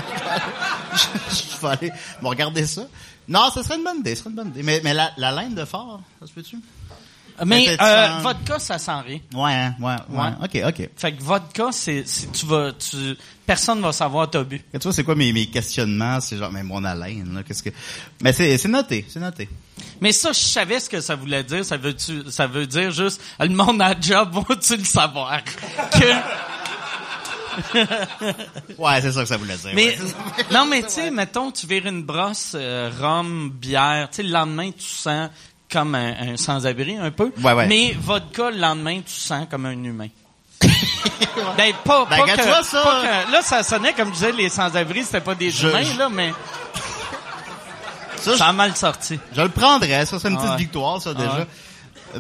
S4: <laughs> je, je vais aller me regarder ça. Non, ce serait une bonne idée, ce serait une bonne idée. Mais, mais la, la laine de fort, ça se peut-tu?
S2: Mais
S4: Mais t'as-tu
S2: euh,
S4: un-
S2: vodka ça sent rien.
S4: Ouais, hein, ouais, ouais, Ok, ok.
S2: Fait que vodka, c'est, c'est- tu vas, tu, personne va savoir t'as bu.
S4: Et tu vois, c'est quoi mes, mes questionnements? C'est genre, mais mon haleine, là, qu'est-ce que... Mais c'est c'est noté, c'est noté.
S2: Mais ça, je savais ce que ça voulait dire. Ça veut, tu, ça veut dire juste, le monde à job, <laughs> vont-tu le savoir? Que,
S4: Ouais, c'est ça que ça voulait dire.
S2: mais,
S4: ouais.
S2: non, mais tu sais, mettons, tu vires une brosse, euh, rhum, bière, tu sais, le lendemain, tu sens comme un, un sans-abri, un peu.
S4: Ouais, ouais.
S2: Mais vodka, le lendemain, tu sens comme un humain. <laughs> ben, pas,
S4: Ben,
S2: pas
S4: regarde,
S2: que-
S4: tu vois, ça-
S2: pas que- là, ça sonnait, comme je disais, les sans-abri, c'était pas des
S4: Je-
S2: humains, là, mais
S4: Ça,
S2: ça a mal sorti.
S4: Je le prendrais, ça serait une
S2: Ah
S4: petite
S2: ouais.
S4: victoire, ça,
S2: Ah
S4: déjà.
S2: ouais.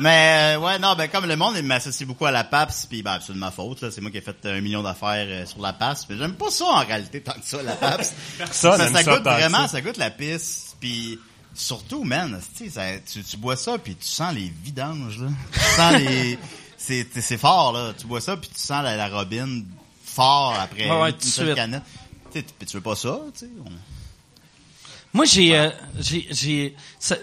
S4: Mais euh, ouais, non, ben comme le monde il m'associe beaucoup à la PAPS, puis ben, c'est de ma faute, là. C'est moi qui ai fait euh, un million d'affaires euh, sur la PAPS, mais j'aime pas ça en réalité tant que ça,
S2: <laughs>
S4: la PAPS.
S5: Personne
S4: ça,
S5: aime
S4: ça
S5: ça
S4: goûte
S5: tant que
S4: vraiment,
S5: ça.
S4: ça goûte la pisse, puis surtout, man, tu sais, ça- tu, tu bois ça, puis tu sens les vidanges, là. Tu sens
S2: <laughs>
S4: les... C'est c'est fort, là. Tu bois ça, puis tu sens la, la robine fort après
S2: Ouais, ouais,
S4: une,
S2: tout de
S4: une seule
S2: suite.
S4: canette. Tu sais, tu- tu veux pas ça, tu sais. on-
S2: Moi, j'ai, euh, j'ai, j'ai, ça-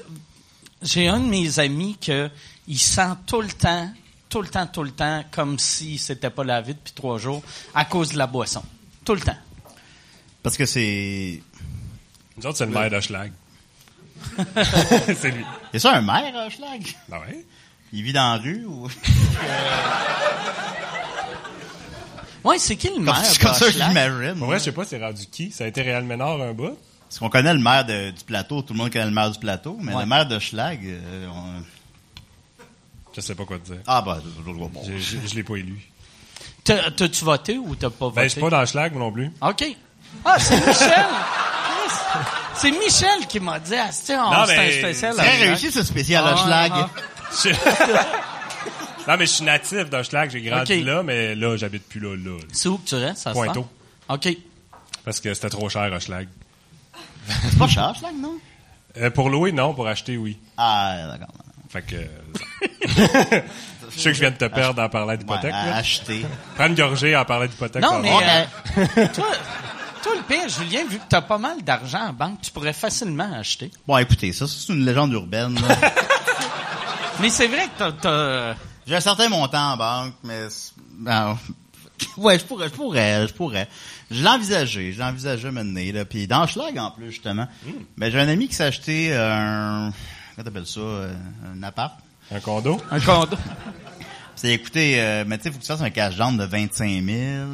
S2: j'ai un de mes amis que il sent tout le temps, tout le temps, tout le temps, comme s'il s'était pas lavé depuis trois jours à cause de la boisson. Tout le temps.
S4: Parce que c'est.
S5: Nous autres, c'est le maire
S2: <laughs>
S5: de Schlag. c'est lui.
S4: C'est ça un maire, euh, Schlag?
S5: Ben ouais.
S4: Il vit dans la rue
S2: <laughs>
S4: ou.
S2: Ouais, c'est qui le
S4: Comme,
S2: maire?
S4: c'est comme ça, je
S2: d'Hochelag?
S4: l'imagine.
S5: Pour vrai, je sais pas, c'est rendu qui. Ça a été Réal Ménard un bout.
S4: Parce qu'on connaît le maire de- du plateau, tout le monde connaît le maire du plateau, mais le maire de Schlag, euh, on-
S5: Je sais pas quoi te dire.
S4: ah bah, je- je- bon.
S5: Je, je- je l'ai pas élu.
S2: T'as- T'as-tu voté ou t'as pas voté?
S5: Ben, je suis pas dans Schlag, moi non plus.
S2: OK. Ah, c'est Michel! Chris. c'est Michel qui m'a dit, ah, c'est on-
S5: Non,
S2: c'est un
S5: mais-
S2: spécial.
S5: C'est
S2: à
S4: Très
S2: Schlag.
S4: réussi ce spécial
S2: Ah,
S4: à Schlag.
S2: ah.
S5: Je- non, mais je suis natif d'Hochelag, j'ai grandi
S2: Ok.
S5: là, mais là, j'habite plus là, là. là.
S2: C'est où que tu restes, ça se
S5: Pointeau.
S2: OK.
S5: Parce que c'était trop cher, Hochelag.
S4: C'est pas cher, Schlag, non?
S5: Euh, pour louer, non. Pour acheter, oui.
S4: Ah, d'accord.
S5: Fait que... je sais que je viens de te perdre en parlant
S4: Ouais,
S5: d'hypothèque.
S4: à
S5: là.
S4: acheter.
S5: Prends une gorgée en parlant d'hypothèque. ça
S2: Non,
S5: va.
S2: mais
S4: bon.
S2: <laughs> euh, toi, toi, le pire, Julien, vu que t'as pas mal d'argent en banque, tu pourrais facilement acheter.
S4: Bon, écoutez, ça, c'est une légende urbaine. là.
S2: Mais c'est vrai que t'as... t'as-
S4: J'ai un certain montant en banque, mais... c'est- ben, <laughs> ouais, je pourrais, je pourrais, je pourrais. Je l'ai envisagé, je l'ai envisagé mener, là. Puis dans Schlag, en plus, justement, ben, j'ai un ami qui s'est acheté euh, un... Comment t'appelles ça? euh, Un appart?
S5: Un condo?
S2: Un condo.
S4: C'est écoutez, euh, mais tu sais, faut que tu fasses un cash down de 25 000,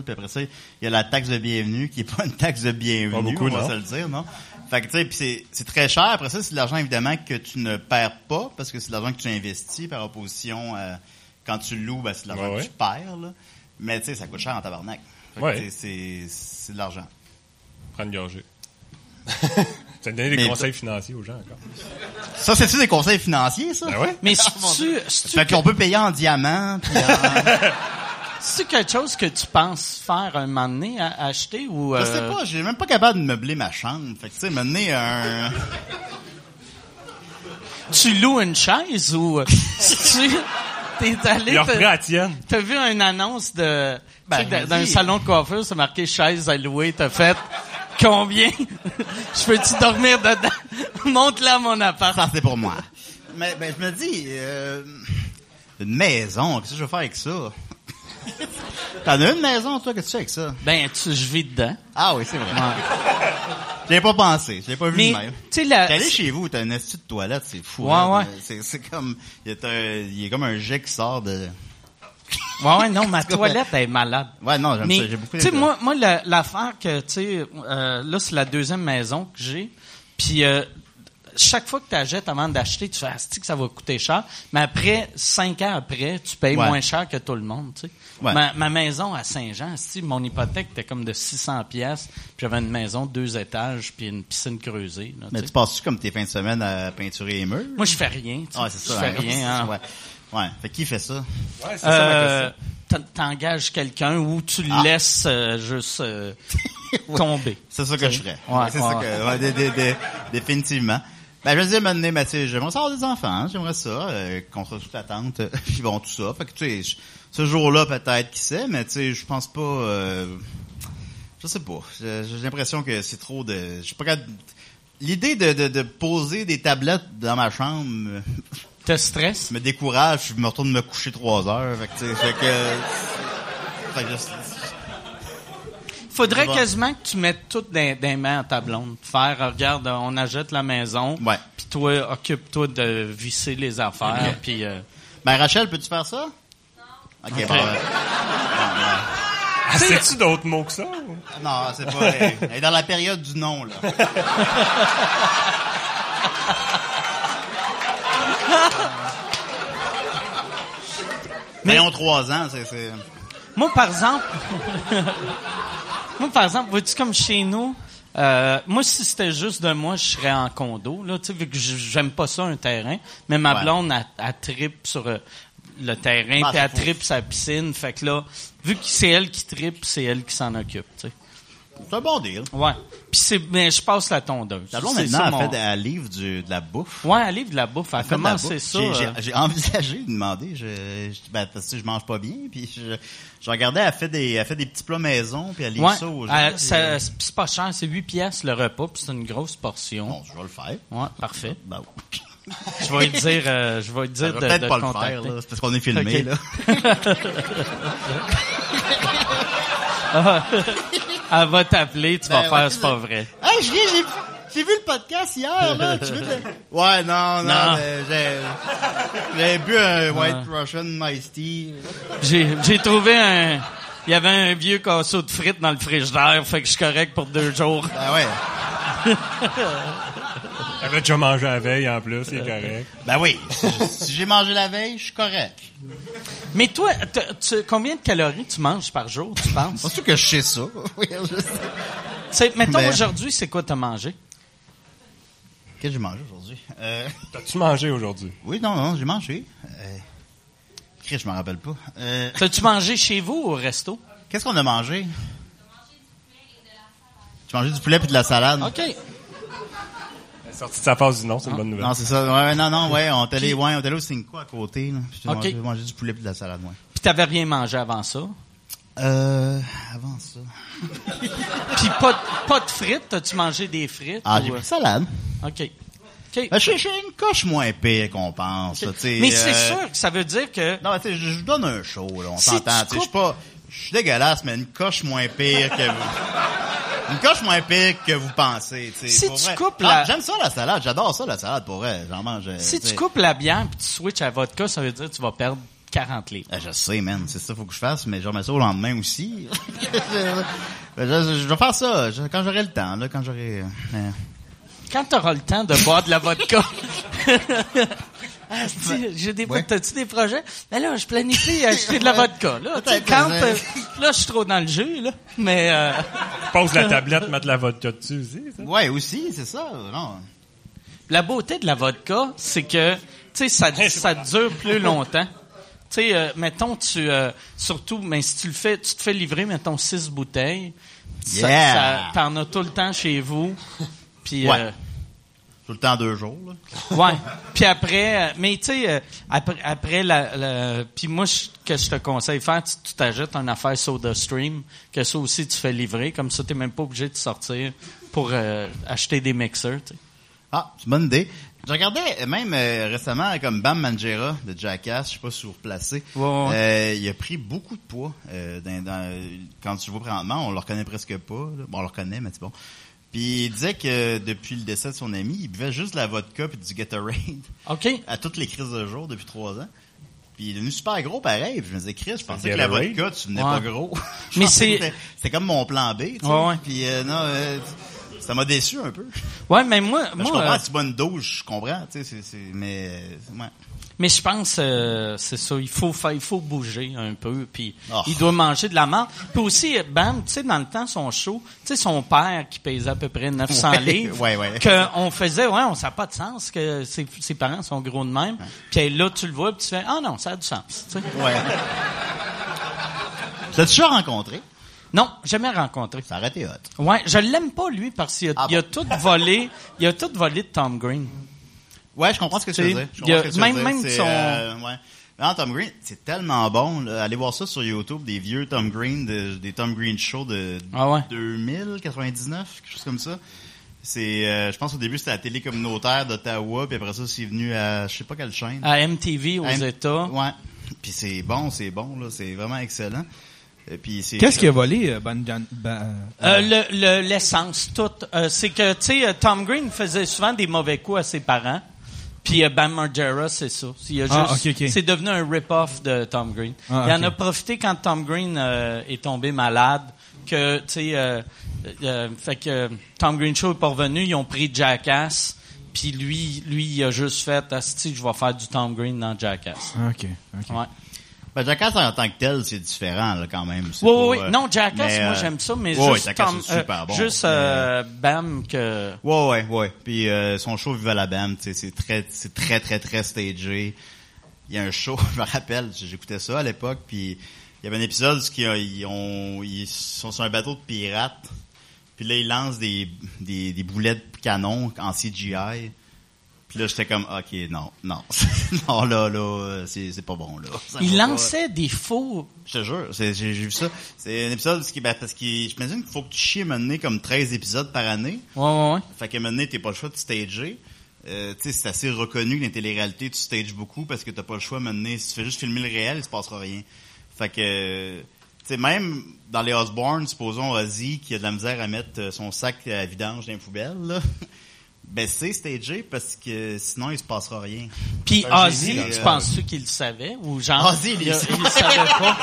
S4: puis après ça, il y a la taxe de bienvenue qui est pas une taxe de bienvenue,
S5: Pas beaucoup,
S4: on va
S5: non.
S4: se le dire, non? Fait que tu sais, puis c'est- c'est très cher. Après ça, c'est de l'argent évidemment que tu ne perds pas parce que c'est de l'argent que tu investis par opposition à quand tu loues, ben, c'est de l'argent
S5: Ouais,
S4: que
S5: ouais.
S4: tu perds. Là. Mais tu sais, ça coûte cher en tabarnak. Fait que,
S5: Ouais.
S4: tu sais, C'est c'est de l'argent.
S5: Prends une gorgée. Ça me donnait des
S4: Mais-
S5: conseils financiers aux gens encore.
S4: Ça, c'est-tu des conseils financiers, ça?
S5: Ben ouais.
S2: <laughs> Mais <laughs> c'est-tu c'est-tu
S4: Fait qu'on peut payer en diamant, puis
S5: <laughs>
S4: en-
S2: c'est-tu quelque chose que tu penses faire un moment donné, à- acheter ou...
S4: Je sais
S2: euh,
S4: pas, j'ai même pas capable de meubler ma chambre. Fait que tu sais, mener un...
S2: Tu loues une chaise <laughs> ou... euh, si tu... T'es allé...
S5: Il a
S2: te-
S5: repris la tienne.
S2: T'as vu une annonce de
S4: Ben,
S2: tu sais,
S4: vas-y.
S2: d'un salon de coiffeur, c'est marqué chaise à louer, t'as fait combien? <laughs> Je peux-tu dormir dedans? <laughs> Monte-la à mon appart.
S4: Ça, c'est pour moi. <laughs> Mais ben, je me dis, euh, une maison, qu'est-ce que je vais faire avec ça? T'en as une maison, toi, qu'est-ce que tu fais avec ça?
S2: Ben, tu, je vis dedans.
S4: Ah oui, c'est vrai. Je l'ai pas pensé, je l'ai pas vu
S2: Mais,
S4: de même.
S2: tu sais, la-
S4: T'es allé chez vous, t'as un esti de toilette, c'est fou.
S2: Ouais,
S4: hein.
S2: ouais.
S4: C'est, c'est comme, il y, a un- il y a comme un jet qui sort de...
S2: Ouais, ouais,
S4: <laughs>
S2: non, ma toilette elle est malade.
S4: Ouais, non, j'aime
S2: Mais,
S4: ça, j'ai beaucoup
S2: Tu sais,
S4: d'amis.
S2: moi, moi la- l'affaire que, tu sais, euh, là, c'est la deuxième maison que j'ai. Puis, euh, chaque fois que tu achètes avant d'acheter, tu fais, ah, c'est-tu que ça va coûter cher. Mais après, cinq ans après, tu payes
S4: Ouais.
S2: moins cher que tout le monde, tu sais.
S4: Ouais.
S2: Ma, ma maison à Saint-Jean, c'est-tu, mon hypothèque était comme de 600 pièces. Puis j'avais une maison de deux étages, puis une piscine creusée. là, tu
S4: Mais
S2: sais.
S4: tu passes-tu comme tes fins de semaine à peinturer les murs?
S2: Moi, je fais rien. tu sais.
S4: Ah, c'est ça.
S2: Je fais
S4: hein.
S2: rien. hein.
S4: <laughs> Ouais. Ouais. Fait qui fait ça?
S5: Ouais, c'est ça ma
S2: Euh,
S5: question.
S2: t'en- T'engages quelqu'un ou tu le
S4: Ah.
S2: laisses euh, juste <laughs> euh, tomber.
S4: C'est ça que je ferais.
S2: Ouais,
S4: c'est
S2: ouais,
S4: ça que, ouais, dé- dé- dé- définitivement. Ben, je veux dire, maintenant, Mathieu, j'aimerais ça avoir des enfants, hein, j'aimerais ça, euh, contre toute attente, euh, <laughs> puis bon, tout ça. Fait que, tu sais, je- ce jour-là, peut-être, qui sait, mais tu sais, je pense pas, euh, je sais pas. J'ai j'ai l'impression que c'est trop de, je sais pas capable- L'idée de, de, de poser des tablettes dans ma chambre me- <laughs>
S2: Te stresse?
S4: me décourage, je me retourne me coucher trois heures, fait que, tu sais, fait que, fait que je-
S2: Faudrait
S4: Bon.
S2: quasiment que tu mettes tout dans, dans les mains à ta blonde. Faire, euh, regarde, euh, on achète la maison.
S4: Ouais.
S2: Puis toi, occupe-toi de visser les affaires. Puis euh,
S4: ben, Rachel, peux-tu faire ça? Non. Ok, bon, euh,
S5: Ah, sais-tu d'autres mots que ça? ou?
S4: Non, c'est pas. Elle, elle est dans la période du
S2: <laughs>
S4: non, là. Mais ils ont trois ans, c'est. c'est-
S2: moi, par exemple, <laughs> moi, par exemple, vois-tu comme chez nous, euh, moi, si c'était juste de moi, je serais en condo, là, tu sais, vu que j- j'aime pas ça, un terrain. Mais ma
S4: Ouais.
S2: blonde, elle, elle tripe sur euh, le terrain, puis
S4: Ah, c'est
S2: elle
S4: fou.
S2: tripe sa piscine. Fait que là, vu que c'est elle qui tripe, c'est elle qui s'en occupe, tu sais.
S4: C'est un bon deal.
S2: Ouais. Puis c'est, mais je passe la tondeuse.
S4: La blonde,
S2: C'est
S4: maintenant,
S2: ça,
S4: elle
S2: mon-
S4: fait un livre du, de la bouffe.
S2: Ouais, elle livre de la bouffe. Elle
S4: Elle fait de la
S2: comment
S4: bouffe.
S2: c'est ça?
S4: J'ai- j'ai-
S2: euh,
S4: J'ai envisagé de demander. Je, je, ben, parce que je mange pas bien, puis je, je regardais, elle fait, des, elle fait des petits plats maison, puis elle livre
S2: Ouais,
S4: ça aux gens.
S2: euh,
S4: puis-
S2: ça- c'est c'est pas cher, c'est 8 pièces le repas, puis c'est une grosse portion.
S4: Bon, je vais le faire.
S2: Ouais, parfait.
S4: Ben, oui.
S2: Je vais lui dire, euh, je vais lui
S4: Je
S2: dire
S4: vais
S2: de,
S4: peut-être
S2: de
S4: pas
S2: te
S4: le faire,
S2: contacter.
S4: là. C'est parce qu'on est filmé,
S2: Ok.
S4: là.
S2: Elle va t'appeler, tu vas
S4: Ben,
S2: faire,
S4: ouais, Ben
S2: c'est pas vrai.
S4: Hey, je viens, j'ai, J'ai vu le podcast hier, <laughs> là. Tu veux te- Ouais, non, non,
S2: Non.
S4: mais j'ai... J'ai bu un White Russian Iced Tea.
S2: J'ai, j'ai trouvé un... Il y avait un vieux casseau de frites dans le frigidaire, fait que je suis correct pour deux jours.
S4: Ben ouais.
S5: J'avais déjà mangé la veille en plus, c'est correct.
S4: Ben oui. si j'ai mangé la veille, je suis correct.
S2: Mais toi, t'as- tu- combien de calories tu manges par jour, tu <laughs> penses?
S4: Surtout que je sais ça. <laughs> Oui, je sais.
S2: C'est- mettons,
S4: Ben.
S2: aujourd'hui, c'est quoi t'as mangé?
S4: Qu'est-ce que j'ai mangé aujourd'hui? Euh,
S5: T'as-tu mangé aujourd'hui?
S4: oui, non, non, j'ai mangé. Euh... Chris, je m'en rappelle pas. Euh,
S2: T'as-tu mangé chez vous ou au resto?
S4: Qu'est-ce qu'on a mangé? J'ai mangé du poulet et de la salade.
S2: OK.
S5: Elle est sortie de sa phase du non, c'est une bonne nouvelle.
S4: Non, c'est ça. Ouais, ouais, non, non, ouais, on était allé, ouais, on était allé au Cinco à côté, là. Puis J'ai
S2: Ok.
S4: mangé, mangé du poulet et de la salade, ouais.
S2: Puis t'avais rien mangé avant ça?
S4: Euh, avant ça.
S2: Puis pas, de- pas de frites? T'as-tu mangé des frites?
S4: Ah,
S2: ou- euh,
S4: j'ai pris salade.
S2: OK. OK.
S4: Ben, je je suis une coche moins pire qu'on pense, là, tu sais.
S2: Mais c'est
S4: euh,
S2: sûr que ça veut dire que...
S4: Non, mais tu sais, je je vous donne un show, là, on
S2: Si
S4: s'entend,
S2: tu
S4: tu sais, je suis pas, je suis dégueulasse, mais une coche moins pire que vous. Une coche moins pire que vous pensez, tu sais.
S2: Si
S4: pour
S2: tu
S4: vrai.
S2: coupes
S4: Ah,
S2: la-
S4: J'aime ça, la salade, j'adore ça, la salade, pour vrai, j'en mange. euh,
S2: Si
S4: tu sais.
S2: tu coupes la bière puis tu switches à vodka, ça veut dire que tu vas perdre 40 livres.
S4: Ah, je sais, man. C'est ça, faut que je fasse, mais je remets ça au lendemain aussi. <laughs> je, je- je vais faire ça je- quand j'aurai le temps, là, quand j'aurai. euh,
S2: Quand t'auras le temps de boire de la <laughs> vodka... Asti, Ah, j'ai des
S4: Ouais.
S2: t'as-tu des projets? Ben là, je planifie acheter de la vodka. Là, tu sais,
S4: Peut-être,
S2: quand,
S4: mais-
S2: euh, là, je suis trop dans le jeu, là. Mais euh,
S5: Pose la tablette, mettre la vodka dessus aussi, ça.
S4: Ouais, aussi, c'est ça. Non.
S2: la beauté de la vodka, c'est que, tu sais, ça, ça dure plus longtemps. Tu sais, euh, mettons, tu, euh, surtout, mais si tu le fais, tu te fais livrer, mettons, six bouteilles. Ça-
S4: Yeah.
S2: ça- T'en as tout le temps chez vous. Puis,
S4: Ouais.
S2: euh,
S4: Tout le temps deux jours, là.
S2: Ouais. Puis après, euh, mais tu sais, euh, après, après la, la- puis moi, je- que je te conseille de faire, tu tu t'achètes une affaire Soda Stream, que ça aussi tu fais livrer, comme ça t'es même pas obligé de sortir pour euh, acheter des mixeurs. tu sais.
S4: Ah, c'est une bonne idée. Je regardais euh, même euh, récemment comme Bam Manjera de Jackass, je sais pas si vous vous replacez.
S2: Ouais, ouais.
S4: Euh, il a pris beaucoup de poids. euh, dans- dans- quand tu le vois présentement, on le reconnaît presque pas. là. Bon, on le reconnaît, mais c'est bon. Puis il disait que depuis le décès de son ami, il buvait juste de la vodka puis du Gatorade <laughs>
S2: Ok.
S4: à toutes les crises de jour depuis trois ans. Puis il est devenu super gros pareil. Puis je me disais, Chris, je pensais que la
S5: Gatorade.
S4: vodka, tu venais
S2: Ouais.
S4: pas gros. <laughs> Je
S2: Mais
S4: pensais
S2: c'est-
S4: que c'était- C'était comme mon plan B, tu sais.
S2: Ouais, ouais.
S4: Puis euh, non, euh, ça m'a déçu un peu.
S2: Ouais, mais moi,
S4: Ben,
S2: moi,
S4: je comprends,
S2: euh,
S4: c'est bonne dose, je comprends, tu sais, c'est, c'est, mais, euh, ouais.
S2: mais je pense, euh, c'est ça, il faut faire, il faut bouger un peu, puis
S4: Oh.
S2: il doit manger de la marde. Puis aussi, euh, Bam, tu sais, dans le temps, son show, tu sais, son père qui pesait à peu
S4: <laughs>
S2: près 900
S4: Ouais,
S2: livres,
S4: ouais, ouais.
S2: qu'on faisait, ouais, on ça n'a pas de sens que ses, ses parents sont gros de même. Puis là, tu le vois, puis tu fais, ah non, ça a du sens. tu sais. <laughs>
S4: Ouais. tu l'as déjà rencontré?
S2: Non, jamais rencontré.
S4: Ça aurait été hot.
S2: Ouais, je l'aime pas lui parce qu'il a,
S4: Ah
S2: il a
S4: bon.
S2: tout volé, il a tout volé de Tom Green.
S4: Ouais, je comprends ce que tu veux
S2: Tu
S4: dire.
S2: sais,
S4: Je comprends
S2: y a-
S4: ce que tu veux
S2: même-
S4: dire.
S2: même
S4: C'est,
S2: son-
S4: euh, ouais. Non, Tom Green, c'est tellement bon. là. Allez voir ça sur YouTube, des vieux Tom Green, de- des Tom Green Show de
S2: Ah ouais.
S4: 2000, 99, quelque chose comme ça. C'est, euh, je pense au début c'était la télé communautaire d'Ottawa, puis après ça c'est venu à, je sais pas quelle chaîne.
S2: À MTV aux
S4: M-
S2: États.
S4: Ouais. Puis c'est bon, c'est bon là, c'est vraiment excellent. Et puis c'est.
S3: Qu'est-ce qui a volé euh, Ban- Ban- Ban-
S2: Euh, le- le- l'essence, tout. Euh, c'est que, tu sais, euh, Tom Green faisait souvent des mauvais coups à ses parents. Puis euh, Bam Margera, c'est ça. Il a
S3: Ah,
S2: juste-
S3: ok, ok.
S2: C'est devenu un rip-off de Tom Green.
S3: Ah,
S2: Il
S3: ok.
S2: en a profité quand Tom Green euh, est tombé malade, que, tu sais, euh, euh, fait que Tom Green Show est pas revenu, ils ont pris Jackass, puis lui, lui, il a juste fait, si je vais faire du Tom Green dans Jackass.
S3: ah, Ok, ok.
S2: Ouais.
S4: Ben, Jackass en tant que tel, c'est différent là, quand même. C'est
S2: Oui,
S4: pas,
S2: oui,
S4: euh,
S2: oui. Non, Jackass,
S4: mais,
S2: moi,
S4: euh,
S2: j'aime ça, mais
S4: ouais,
S2: juste,
S4: Jackass,
S2: Tom-
S4: c'est super
S2: euh,
S4: bon.
S2: juste
S4: Mais,
S2: euh, Bam que...
S4: Ouais, ouais, ouais. Puis euh, son show Vive la Bam, tu sais, c'est très, c'est très, très, très stagé. Il y a un show, <laughs> je me rappelle, j'écoutais ça à l'époque, puis il y avait un épisode où ils, ont- ils sont sur un bateau de pirates, puis là ils lancent des, des, des boulets de canon en CGI. Puis là j'étais comme, ok, non, non, <laughs> non là, là, c'est c'est pas Ah, bon bah, là. Ça
S2: Il
S4: va pas.
S2: lançait des faux.
S4: Je te jure, c'est- j'ai j'ai vu ça. C'est un épisode parce que, ben, parce que j'imagine qu'il faut que tu chies à un moment donné comme 13 épisodes par année.
S2: Ouais, ouais, ouais.
S4: Fait qu'à un moment donné, t'es pas le choix de stager. Euh, tu sais, c'est assez reconnu que dans les téléréalités, tu stages beaucoup parce que t'as pas le choix à un moment donné. Si tu fais juste filmer le réel, il se passera rien. Fait que... euh, sais, même dans les Osborne, supposons Ozzy qui a de la misère à mettre euh, son sac à vidange dans les poubelles, là, <laughs> ben c'est stagé parce que sinon il se passera rien.
S2: Puis
S4: C'est un
S2: Ozzy,
S4: génie,
S2: tu
S4: euh,
S2: penses-tu qu'il le savait? Ou genre,
S4: Ozzy, il
S2: il,
S4: le
S2: il
S4: sait.
S2: le savait
S4: <laughs>
S2: pas?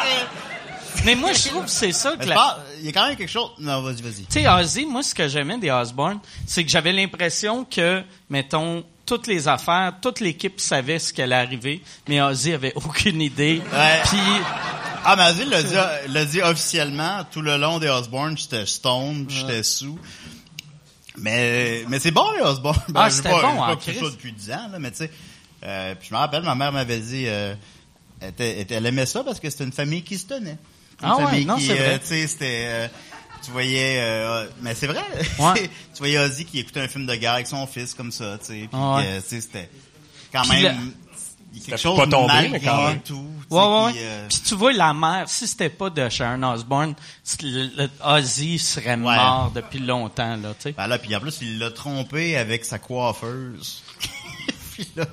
S2: Mais moi, je trouve que c'est ça
S4: Mais
S2: que
S4: je
S2: la-
S4: pense- Il y a quand même quelque chose. Non, vas-y, vas-y.
S2: Tu sais, Ozzy, moi, ce que j'aimais des Osborne, c'est que j'avais l'impression que, mettons, toutes les affaires, toute l'équipe savait ce qui allait arriver, mais Ozzy avait aucune idée.
S4: Ouais.
S2: Puis,
S4: Ah, mais Ozzy l'a dit, l'a dit officiellement tout le long des Osborne, j'étais stone, j'étais sous. Mais, mais c'est bon, les Osborne.
S2: Ah,
S4: je sais
S2: c'était
S4: pas,
S2: bon,
S4: je sais pas
S2: hein,
S4: plus
S2: Chris.
S4: ça depuis 10 ans, là, mais tu sais. euh, puis je me rappelle, ma mère m'avait dit, euh, elle, était- elle- elle aimait ça parce que c'était une famille qui se tenait. Une
S2: Ah ouais,
S4: famille
S2: non,
S4: qui,
S2: c'est vrai.
S4: euh, tu sais, c'était, euh, tu voyais, euh, mais c'est vrai. <laughs>
S2: Ouais.
S4: tu voyais Ozzy qui écoutait un film de guerre avec son fils comme ça, tu sais. Puis,
S2: Ah ouais.
S4: euh, tu sais, c'était quand
S2: Puis
S4: même.
S2: le-
S4: il y a Quelque
S5: C'était pas tombé,
S4: malgré
S5: mais quand même.
S4: tout. tu
S2: ouais,
S4: sais,
S2: ouais, ouais.
S4: qui, euh,
S2: Puis tu vois, la mère, si c'était pas de Sharon Osborne, c'est- le- le- Ozzy serait mort depuis longtemps, là, tu sais.
S4: Ben là, puis en plus, il l'a trompé avec sa coiffeuse. <laughs> Puis là,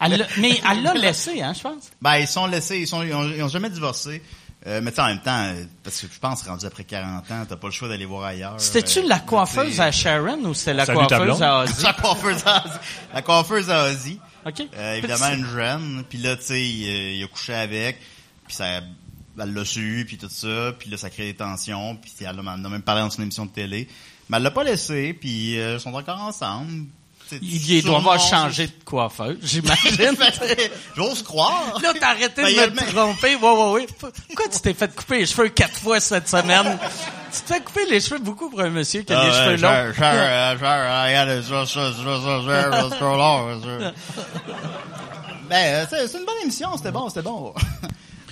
S2: Elle l'a- mais elle l'a laissé, hein, je pense.
S4: ben, ils sont laissés, ils, sont, ils, ont, ils ont jamais divorcé. Euh, mais tu sais, en même temps, euh, parce que je pense, rendu après 40 ans, t'as pas le choix d'aller voir ailleurs.
S2: C'était-tu
S4: Euh,
S2: la
S4: tu sais,
S2: coiffeuse à Sharon ou c'était la
S5: Salut, ta
S2: coiffeuse
S5: blonde.
S2: à Ozzy?
S4: <laughs> La coiffeuse à Ozzy. La coiffeuse à Ozzy.
S2: OK.
S4: Euh, évidemment, une jeune. Puis là, tu sais, il, euh, il a couché avec. Puis ça, elle l'a su, puis tout ça. Puis là, ça crée des tensions. Puis elle en a même parlé dans son émission de télé. Mais elle l'a pas laissé. Puis euh, ils sont encore ensemble. Tu sais,
S2: Il, il doit avoir
S4: sûrement, <laughs>
S2: changé de coiffeuse, j'imagine.
S4: J'ose croire.
S2: Là, t'as arrêté
S4: Ben,
S2: de
S4: il y a
S2: me
S4: le même-
S2: tromper. Ouais, ouais, ouais. Pourquoi tu t'es fait couper les cheveux quatre fois cette semaine? tu t'es couper les cheveux beaucoup pour un monsieur
S3: Ah,
S2: qui a
S4: Ah,
S2: les cheveux longs.
S4: Ben, euh, c'est c'est une bonne émission, c'était bon, c'était bon.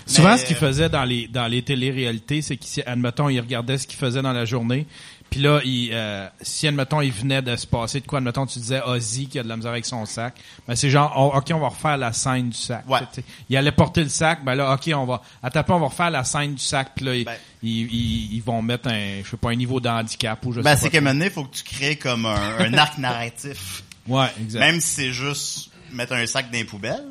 S3: Souvent,
S4: Mais- euh,
S3: ce qu'ils faisaient dans les dans les téléréalités, c'est qu'ils, admettons, ils regardaient ce qu'ils faisaient dans la journée. Puis là, ils, euh, si, admettons, il venait de se passer de quoi, admettons, tu disais Ozzy qui a de la misère avec son sac, ben c'est genre, oh, OK, on va refaire la scène du sac.
S4: Ouais.
S3: Tu sais, Il allait porter le sac, ben là, OK, on va, à taper, on va refaire la scène du sac. Puis là, ils,
S4: Ben-
S3: ils, ils- ils vont mettre un, je sais pas, un niveau d'handicap ou je
S4: Ben,
S3: sais
S4: c'est
S3: pas.
S4: qu'à un moment donné, il faut que tu crées comme un, <laughs> un arc narratif.
S3: Ouais, exact.
S4: Même si c'est juste mettre un sac dans les poubelles.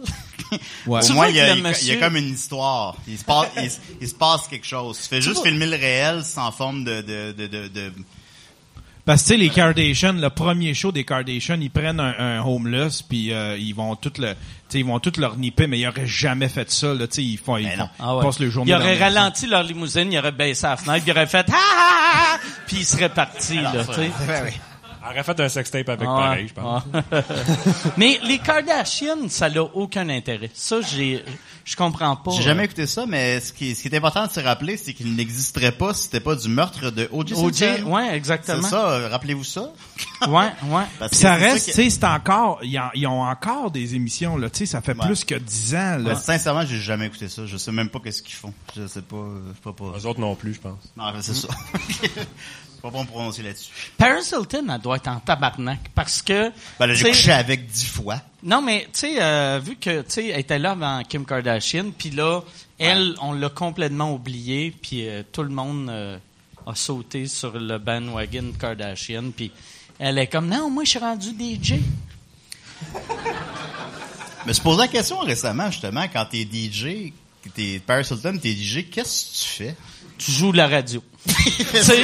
S3: Ouais.
S4: Au
S3: Tu
S4: moins,
S2: vois
S4: il y, a,
S2: que le
S4: il y a- il y a
S2: monsieur-
S4: comme une histoire. Il se passe, il, se- il se passe quelque chose. Tu fais juste
S2: vois-
S4: filmer le réel sans forme de... de, de, de, de-
S3: Parce que tu sais, les Kardashians, le premier show des Kardashians, ils prennent un, un homeless puis euh, ils vont tout le, tu sais, ils vont tout leur nipper, mais ils auraient jamais fait ça là. Tu sais, ils font, ils,
S4: Ben non.
S3: font,
S2: Ah ouais.
S3: ils passent le journée.
S2: il aurait
S3: dans la-
S2: ralenti leur limousine, il aurait baissé la fenêtre, il aurait fait « Ah, ah, ah! Puis il serait parti,
S4: Ah,
S2: là, tu sais.
S4: Ouais, ouais.
S5: Elle aurait fait un sextape avec
S2: Ah,
S5: pareil, je pense.
S2: ah. <laughs> Mais les Kardashians, ça n'a aucun intérêt. Ça, j'ai, je comprends pas.
S4: J'ai jamais écouté ça, mais ce qui, ce qui est important de se rappeler, c'est qu'il n'existerait pas si c'était pas du meurtre de O.J.
S2: OJ,
S4: Simpson.
S2: ouais,
S4: C'est
S2: exactement.
S4: ça, euh, rappelez-vous ça.
S2: Ouais, ouais.
S3: Puis
S4: Parce que
S3: ça
S4: c'est
S3: reste,
S4: qui-
S3: tu sais, c'est encore, ils, en- ils ont encore des émissions là. Tu sais, ça fait
S4: Ouais.
S3: plus que 10 ans là.
S4: Ben, sincèrement, j'ai jamais écouté ça. Je sais même pas qu'est-ce qu'ils font. Je sais pas, euh, je sais pas.
S5: Eux autres non plus, je pense.
S4: Non, ben, c'est
S2: Hmm.
S4: ça. <laughs> Je vais pas me prononcer là-dessus.
S2: Paris Hilton, elle doit être en tabarnak parce que...
S4: Ben là, j'ai
S2: tu sais,
S4: couché avec dix fois.
S2: Non, mais tu sais, euh, vu que tu sais, elle était là avant Kim Kardashian, puis là, elle, on l'a complètement oubliée, puis euh, tout le monde euh, a sauté sur le bandwagon Kardashian, puis elle est comme non, moi je suis rendu DJ.
S4: Mais se posais la question récemment, justement, quand t'es DJ, que t'es Paris Hilton, t'es DJ, qu'est-ce
S2: <laughs>
S4: que tu fais?
S2: Tu joues la radio.
S4: <laughs>
S2: Tu sais,
S4: C'est-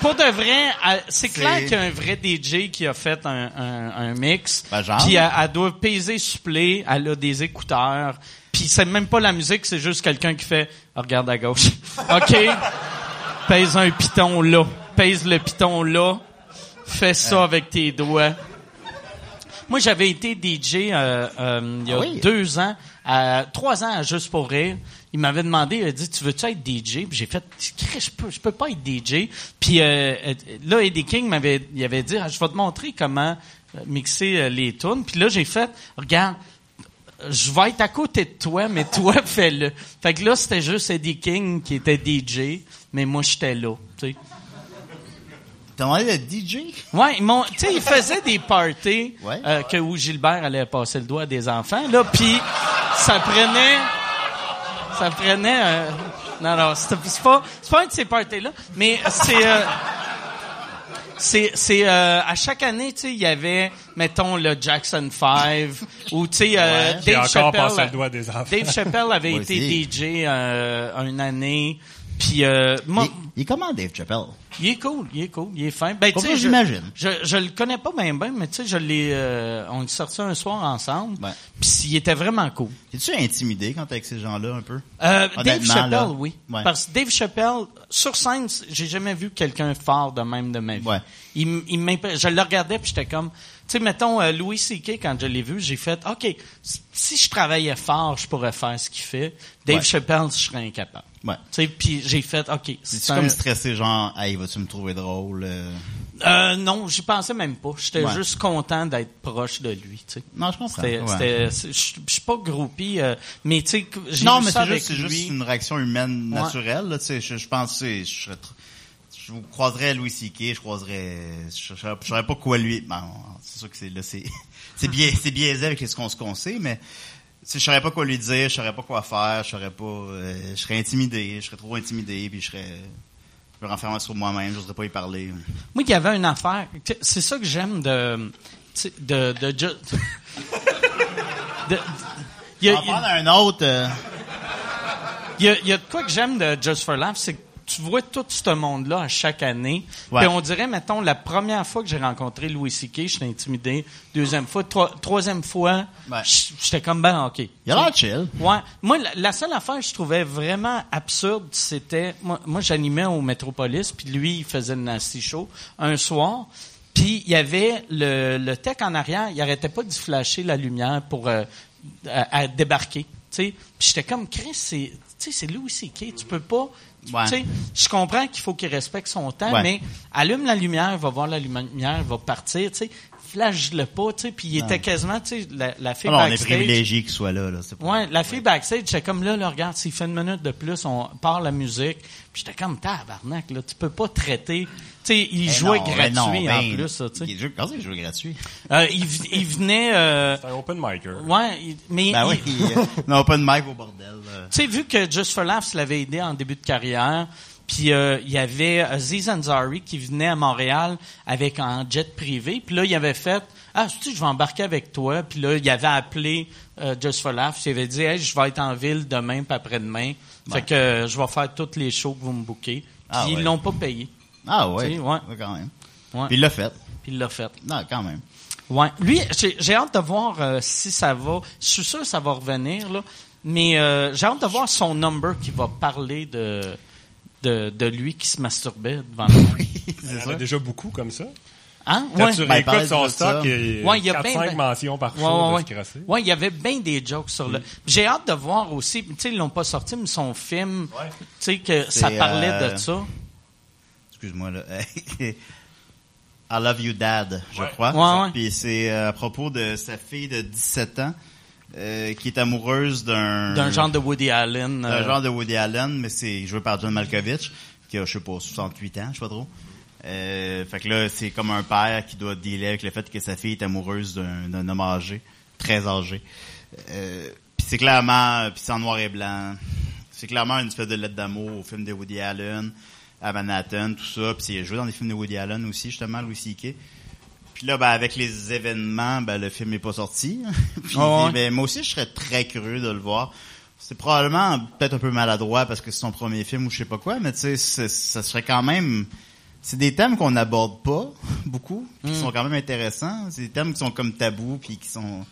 S2: pour de vrai, elle- c'est
S4: C'est-
S2: clair qu'il y a un vrai DJ qui a fait un, un- un mix.
S4: Ben, genre.
S2: Puis elle, elle doit peser supplé, elle a des écouteurs. Puis c'est même pas la musique, c'est juste quelqu'un qui fait Ah, regarde à gauche. <laughs> OK. Pèse un piton là. Pèse le piton là. Fais ça avec tes doigts. Moi, j'avais été DJ euh, euh, il y a
S4: Ah oui?
S2: deux ans, à, trois ans à Juste pour rire. Il m'avait demandé, il a dit, tu veux-tu être DJ? Puis j'ai fait, Christ, je peux, je peux pas être DJ. Puis euh, euh, là, Eddie King m'avait, il avait dit, Ah, je vais te montrer comment euh, mixer euh, les tunes. Puis là, j'ai fait, regarde, je vais être à côté de toi, mais toi, <laughs> fais-le. Fait que là, c'était juste Eddie King qui était DJ, mais moi, j'étais là, tu sais.
S4: T'as demandé d'être DJ?
S2: Ouais, ils m'ont- tu sais, ils faisaient des parties
S4: Ouais.
S2: euh, que où Gilbert allait passer le doigt à des enfants là, puis ça prenait, ça prenait. euh, non, non, c'est c'est pas, c'est pas un de ces parties là, mais c'est. euh, c'est c'est euh, à chaque année tu sais il y avait mettons le Jackson 5 ou tu sais euh,
S4: Ouais.
S2: Dave
S5: Qui a encore
S2: Chappelle
S4: <laughs>
S5: passé le doigt à des enfants.
S2: Dave Chappelle avait
S4: Moi
S2: été
S4: aussi.
S2: DJ euh, une année Puis euh, moi,
S4: Il, il est comment, Dave Chappelle?
S2: il est cool, il est cool, il est fin. Ben, tu
S4: Pour
S2: sais,
S4: vrai,
S2: je-
S4: j'imagine.
S2: Je, je le connais pas bien, bien, mais tu sais, je l'ai. euh, on est sorti un soir ensemble.
S4: Ouais.
S2: Puis il était vraiment cool.
S4: T'es-tu intimidé quand t'es avec ces gens-là, un peu?
S2: Euh, Dave
S4: Honnêtement,
S2: Chappelle,
S4: là.
S2: oui.
S4: Ouais.
S2: Parce que Dave Chappelle, sur scène, c- j'ai jamais vu quelqu'un fort de même de ma vie.
S4: Ouais.
S2: Il, m- il m'impré- je le regardais puis j'étais comme, tu sais, mettons euh, Louis C.K. quand je l'ai vu, j'ai fait, ok, s- si je travaillais fort, je pourrais faire ce qu'il fait. Dave
S4: Ouais.
S2: Chappelle, je serais incapable.
S4: Ouais.
S2: Tu sais, puis j'ai fait, ok,
S4: T'es-tu
S2: c'est un-
S4: comme stressé, genre, hey, vas-tu me trouver drôle? euh?
S2: Euh, non, j'y pensais même pas. J'étais
S4: Ouais.
S2: juste content d'être proche de lui, tu sais.
S4: Non, je comprends.
S2: C'était-
S4: Ouais.
S2: c'était- c'est- Je je suis pas groupie, euh, mais tu sais, que j'ai
S4: Non,
S2: vu
S4: mais
S2: ça
S4: c'est
S2: avec
S4: juste, c'est
S2: lui.
S4: juste une réaction humaine
S2: Ouais.
S4: naturelle. Là, tu sais, je, je pense, tu sais, je, serais tr- je vous croiserais Louis C.K., je croiserais, je, je, saurais- je saurais pas quoi lui. Bon, c'est sûr que c'est là, c'est, <laughs> c'est bien, c'est biaisé avec ce qu'on ce qu'on sait, mais tu sais, je saurais pas quoi lui dire, je saurais pas quoi faire, je saurais pas, euh, je serais intimidé, je serais trop intimidé, puis je serais, je me renfermer sur moi-même, j'oserais pas y parler.
S2: Moi, il y avait une affaire. Tu sais, C'est ça que j'aime de. tu sais, de, de, ju- <laughs> de- il y
S4: On
S2: a-
S4: va prendre un autre. euh,
S2: il y a- il y a de quoi que j'aime de Just for Laugh, c'est que tu vois tout ce monde-là à chaque année.
S4: Ouais.
S2: Puis on dirait, mettons, la première fois que j'ai rencontré Louis C.K., j'étais intimidé. Deuxième fois, trois- troisième fois,
S4: Ouais.
S2: j- j'étais comme, ben, OK.
S4: il a l'air chill.
S2: Ouais. Moi, la, la seule affaire que je trouvais vraiment absurde, c'était... Moi, moi, j'animais au Metropolis, puis lui, il faisait le Nasty Show un soir. Puis il y avait le, le tech en arrière, il arrêtait pas d'y flasher la lumière pour euh, à, à débarquer. tu sais. Puis j'étais comme, Chris, c'est tu sais, c'est Louis C.K., tu peux pas... tu-
S4: Ouais.
S2: tu sais, Je comprends qu'il faut qu'il respecte son temps,
S4: Ouais.
S2: mais allume la lumière, va voir la lumière, va partir, tu sais. Flash-le pas, tu sais. Puis il était quasiment, tu sais, la, la fille
S4: Ah Non, non, on est
S2: backstage-
S4: privilégié qu'il soit là. là c'est pas-
S2: Ouais, la fille backstage, j'étais comme là, là, regarde, s'il fait une minute de plus, on part la musique. Puis j'étais comme tabarnak, là, tu peux pas traiter. Tu sais, il
S4: Ben
S2: jouait
S4: non,
S2: gratuit
S4: ben non,
S2: en
S4: ben,
S2: plus, ça, tu sais.
S4: il joue- Quand c'est qu'il joue gratuit?
S2: Euh, il, v- il venait, euh,
S5: C'est un open micer.
S2: ouais, il- mais
S4: Ben
S2: il- <laughs>
S4: oui, il- euh, non, pas de mic au bordel. euh.
S2: tu sais, vu que Just for Laughs l'avait aidé en début de carrière, puis euh, il y avait euh, Aziz Ansari qui venait à Montréal avec un jet privé, puis là, il avait fait « Ah, tu je vais embarquer avec toi », puis là, il avait appelé euh, Just for Laughs, il avait dit « Hey, je vais être en ville demain puis après-demain, fait que euh, je vais faire toutes les shows que vous me bouquez. » Puis
S4: Ah
S2: ils
S4: ouais.
S2: l'ont pas payé,
S4: Ah ouais.
S2: Tu sais, ouais.
S4: quand même.
S2: Ouais.
S4: Puis il l'a fait.
S2: puis il l'a fait.
S4: Non, quand même.
S2: Ouais. Lui, j'ai j'ai hâte de voir euh, si ça va. Je suis sûr que ça va revenir, là. Mais euh, j'ai hâte de voir son number qui va parler de, de, de lui qui se masturbait devant lui.
S5: Il y en a déjà beaucoup comme ça.
S2: Hein?
S5: Quand
S2: Ouais.
S5: tu
S4: Ben, parle
S5: réécoutes son
S4: de ça.
S5: stock, il y a
S2: Ouais, il y a
S5: 4-5
S2: ben, ben-
S5: mentions par
S2: Ouais,
S5: jour
S2: ouais,
S5: de
S2: ouais.
S5: se crasser.
S2: Ouais, il y avait bien des jokes sur le. J'ai hâte de voir aussi. Tu sais, ils l'ont pas sorti, mais son film,
S5: Ouais.
S2: tu sais, que ça
S4: C'est,
S2: parlait de
S4: euh,
S2: ça.
S4: Excuse-moi, là. <laughs> I love you, Dad, je crois.
S2: Ouais, ouais.
S4: Puis c'est euh, à propos de sa fille de 17 ans euh, qui est amoureuse d'un...
S2: D'un genre de Woody Allen.
S4: d'un
S2: euh,
S4: hmm. genre de Woody Allen, mais c'est joué par John Malkovich, qui a, je sais pas, 68 ans, je sais pas trop. Euh, fait que là, c'est comme un père qui doit dealer avec le fait que sa fille est amoureuse d'un d'un homme âgé, très âgé. Euh, puis c'est clairement, puis c'est en noir et blanc. C'est clairement une espèce de lettre d'amour au film de Woody Allen, à Manhattan, tout ça. Puis c'est joué dans des films de Woody Allen aussi, justement, Louis C.K. Puis là, ben, avec les événements, ben, le film est pas sorti. <laughs> Puis
S2: Ah
S4: il
S2: ouais.
S4: dit, ben, moi aussi, je serais très curieux de le voir. C'est probablement peut-être un peu maladroit parce que c'est son premier film ou je sais pas quoi, mais tu sais, c'est- ça serait quand même... C'est des thèmes qu'on n'aborde pas <laughs> beaucoup, puis
S2: Hmm.
S4: qui sont quand même intéressants. C'est des thèmes qui sont comme tabous, puis qui sont...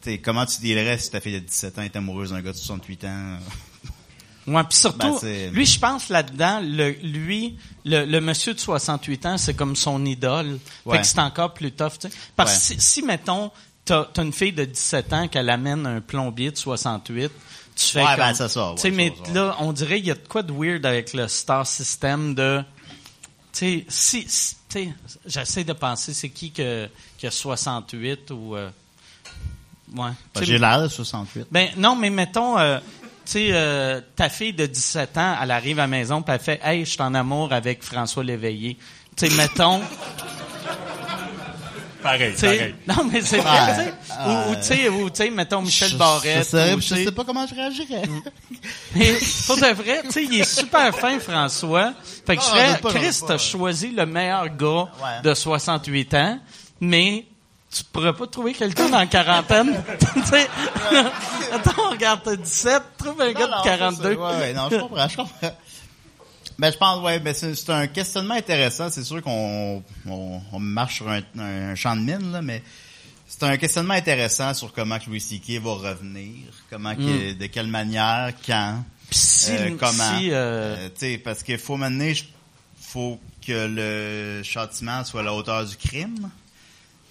S4: tu sais, comment tu dirais si ta fille de 17 ans est amoureuse d'un gars de
S2: <laughs>
S4: 68 ans?
S2: Ouais, puis surtout,
S4: Ben, c'est-
S2: lui, je pense là-dedans, le, lui, le, le monsieur de 68 ans, c'est comme son idole. Fait
S4: Ouais.
S2: que c'est encore plus tough, tu sais. Parce que
S4: Ouais.
S2: si, si, mettons, t'as as une fille de 17 ans qu'elle amène un plombier de 68, tu fais
S4: Ouais,
S2: comme-
S4: ben, ça sort, ouais,
S2: tu sais,
S4: ça
S2: mais
S4: sort.
S2: là, on dirait qu'il y a de quoi de weird avec le star system de... Tu sais, si, si- tu sais, j'essaie de penser, c'est qui que, qui a 68 ou... euh, ouais.
S4: Ben,
S2: Tu sais,
S4: J'ai l'air de 68.
S2: ben non, mais mettons, euh, tu sais, euh, ta fille de 17 ans, elle arrive à la maison, puis elle fait, hey, je suis en amour avec François Léveillé. Tu sais, mettons,
S5: Pareil,
S2: tu sais,
S5: pareil.
S2: <laughs> non mais c'est vrai,
S4: Ouais.
S2: tu sais, ou ou tu sais, ou tu sais, mettons Michel
S4: Je-
S2: Barrette, Hmm.
S4: Je, sais-
S2: ou, tu
S4: je
S2: sais.
S4: sais pas comment je réagirais.
S2: Mais pour de vrai, tu sais, il est super fin, François. Fait que je
S4: Ah,
S2: ferais,
S4: j'aime pas, j'aime
S2: Christ,
S4: pas,
S2: t'as
S4: ouais.
S2: choisi le meilleur gars
S4: Ouais.
S2: de 68 ans, mais tu pourrais pas trouver quelqu'un dans la quarantaine. <laughs> tu sais, attends, regarde, t'as 17, trouve un gars
S4: Non, non,
S2: de
S4: c'est
S2: 42.
S4: ça. Ouais, ouais, non, je comprends, je comprends. Ben, je pense, ouais, ben, c'est c'est un questionnement intéressant. C'est sûr qu'on on, on marche sur un, un champ de mine, là, mais c'est un questionnement intéressant sur comment que Louis C.K. va revenir, comment
S2: Hmm.
S4: que- de quelle manière, quand,
S2: Pis si,
S4: euh, comment.
S2: si, euh,
S4: Euh, tu sais, parce qu'il faut mener, faut que le châtiment soit à la hauteur du crime.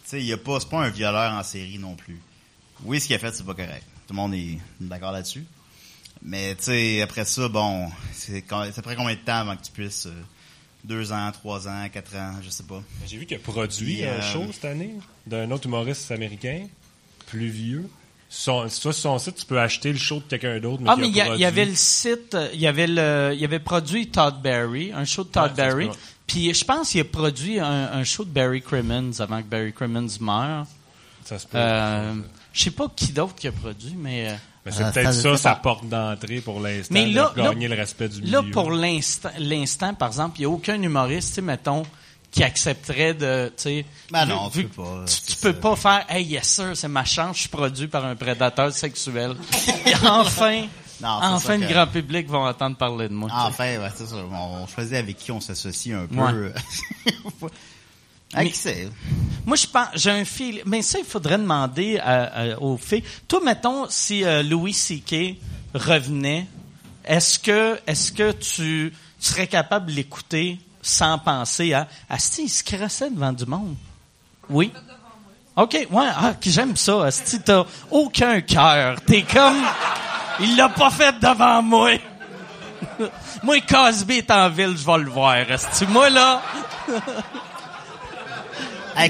S4: Tu sais, il y a pas, c'est pas un violeur en série non plus. Oui, ce qu'il a fait, c'est pas correct. Tout le monde est d'accord là-dessus. Mais tu sais, après ça, bon, c'est quand- ça prend combien de temps avant que tu puisses euh, deux ans, trois ans, quatre ans, je sais pas.
S5: J'ai vu qu'il a produit
S4: Puis,
S5: un
S4: euh,
S5: show cette année d'un autre humoriste américain, plus vieux. Son, soit sur son site, tu peux acheter le show de quelqu'un d'autre.
S2: Ah, mais il
S5: qu'il
S2: y,
S5: a
S2: a- il y
S5: Euh, produit.
S2: avait le site, euh, il y avait le, il y avait produit Todd Barry, un show de Todd
S5: Ouais, ça se
S2: Barry.
S5: peut.
S2: Puis je pense qu'il a produit un, un show de Barry Crimmins avant que Barry Crimmins meure.
S5: Ça se peut.
S2: Euh, je sais pas qui d'autre qui a produit, mais euh,
S5: Mais c'est
S4: Ah,
S5: peut-être
S4: ça, je
S5: ça,
S4: sais
S5: sa
S4: pas.
S5: porte d'entrée pour l'instant.
S2: mais
S5: de
S2: là, là-
S5: gagner le respect du milieu.
S2: là, pour l'instant, l'instant, par exemple, il n'y a aucun humoriste, tu sais, mettons, qui accepterait de, tu sais,
S4: Ben
S2: vu-
S4: non, tu
S2: vu-
S4: peux pas,
S2: Tu,
S4: c'est
S2: tu peux
S4: ça.
S2: pas faire, hey, yes sir, c'est ma chance, je suis produit par un prédateur
S4: <laughs>
S2: sexuel. enfin,
S4: Non, c'est
S2: enfin,
S4: ça
S2: le
S4: que- Ah,
S2: grand public va entendre parler de moi.
S4: Enfin, ouais, c'est ça. On choisit avec qui on s'associe un peu.
S2: Ouais.
S4: à <laughs>
S2: Mais-
S4: qui c'est?
S2: Moi, je pense, j'ai un fil. Mais ça, il faudrait demander à- à- aux filles. Toi, mettons, si euh, Louis C.K. revenait, est-ce que, est-ce que tu, tu serais capable de l'écouter sans penser à, ah, si, il se crassait devant du monde? Oui? OK, ouais, ah, que j'aime ça. Asti, t'as aucun cœur. T'es comme, <laughs> il l'a pas fait devant moi. <laughs> moi, Cosby est en ville, je vais le voir. Asti, moi, là,
S4: Hey,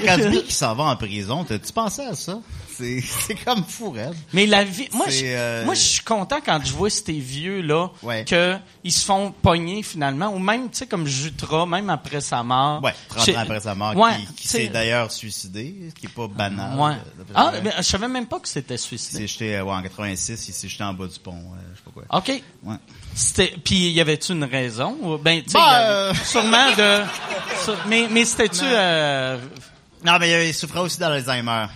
S2: <laughs>
S4: Cosby qui s'en va en prison, t'as-tu pensé à ça? C'est <laughs> c'est comme fou, hein? raide.
S2: Mais la vie, moi,
S4: C'est,
S2: je,
S4: euh,
S2: moi, je suis content quand je vois ces vieux là
S4: Ouais.
S2: que ils se font pogner finalement, ou même, tu sais, comme Jutra, même après sa mort.
S4: Ouais, 30
S2: J'ai-
S4: ans après sa mort,
S2: Ouais,
S4: qui, qui
S2: tu sais,
S4: s'est d'ailleurs suicidé, ce qui est pas banal.
S2: Ouais.
S4: euh, d'après
S2: Ah,
S4: moi.
S2: mais je savais même pas que c'était
S4: Il s'est
S2: suicidé.
S4: jeté euh, ouais, en 86, il s'est jeté en bas du pont, euh, je sais pas quoi.
S2: Ok.
S4: Ouais.
S2: C'était, puis y avait-tu une raison ou- Ben, tu sais,
S4: Ben,
S2: y avait-
S4: euh, <laughs>
S2: sûrement de. sur- mais mais c'était-tu euh,
S4: Non, mais euh, il souffrait aussi d'Alzheimer.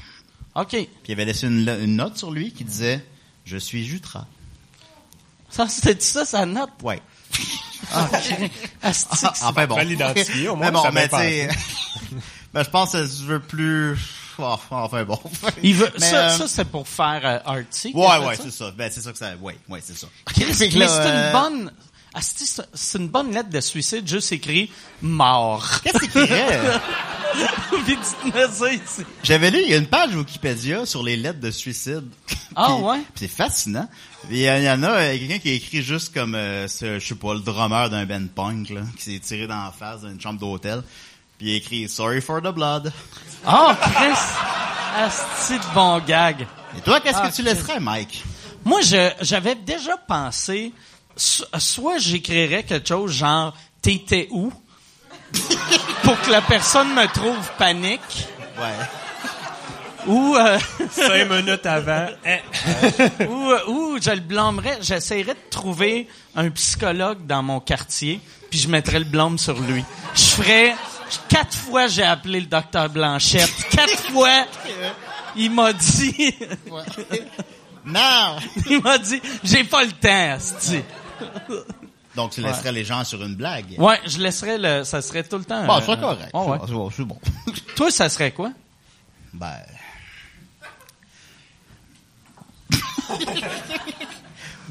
S2: Ok.
S4: Puis il avait laissé une, lo- une note sur lui qui disait « Je suis Jutra
S2: Ça c'était ça sa note. ».
S4: Ouais. Ah,
S2: Asti, que c'est-
S4: enfin bon.
S5: Fallait l'identifier,
S4: <laughs>
S5: au moins,
S4: Mais bon,
S5: ça
S4: mais tu sais...
S5: m'est
S4: <laughs> ben, je pense que je veux plus... <laughs> Oh, enfin bon.
S2: Il veut,
S4: Mais,
S2: ça,
S4: euh,
S2: ça c'est pour faire euh, Artie. qu'il a
S4: Ouais,
S2: fait
S4: ouais,
S2: ça?
S4: c'est ça. Ben, c'est ça que ça... Ouais, ouais, c'est ça.
S2: Chris,
S4: Fait que
S2: mais
S4: là,
S2: c'est une
S4: euh, <laughs>
S2: bonne. Asti, c'est- C'est une bonne lettre de suicide, juste écrit mort.
S4: <laughs> Qu'est-ce
S2: <laughs>
S4: qu'il écrivait?
S2: Puis dites-moi ça ici.
S4: J'avais lu, il y a une page Wikipédia sur les lettres de suicide.
S2: Ah,
S4: Puis-
S2: ouais?
S4: puis C'est fascinant. Il y, en- il y en a, euh, quelqu'un qui a écrit juste comme, euh, ce- je sais pas, le drummer d'un band punk, là, qui s'est tiré dans la face d'une chambre d'hôtel. Puis il a écrit « Sorry for the blood
S2: Oh,
S4: Ah!
S2: Chris! Asti de bon gag. ».
S4: Et toi, qu'est-ce
S2: Ah,
S4: que tu
S2: Christ.
S4: laisserais, Mike?
S2: Moi, je- j'avais déjà pensé, so- soit j'écrirais quelque chose genre « T'étais où? » pour que la personne me trouve panique,
S4: Ouais.
S2: ou... euh,
S5: Cinq
S2: <laughs>
S5: minutes avant, hein,
S2: ou, euh, ou je le blâmerais, j'essaierais de trouver un psychologue dans mon quartier, puis je mettrais le blâme sur lui. Je ferais quatre fois j'ai appelé le docteur Blanchette, quatre fois il m'a dit <laughs>
S4: Non!
S2: il m'a dit j'ai pas le temps, asti.
S4: Donc, tu laisserais les gens sur une blague.
S2: Ouais, je laisserais le ça serait tout le temps.
S4: Bon,
S2: euh,
S4: c'est correct.
S2: ouais, ouais.
S4: C'est bon, C'est bon.
S2: Toi ça serait quoi
S4: ben...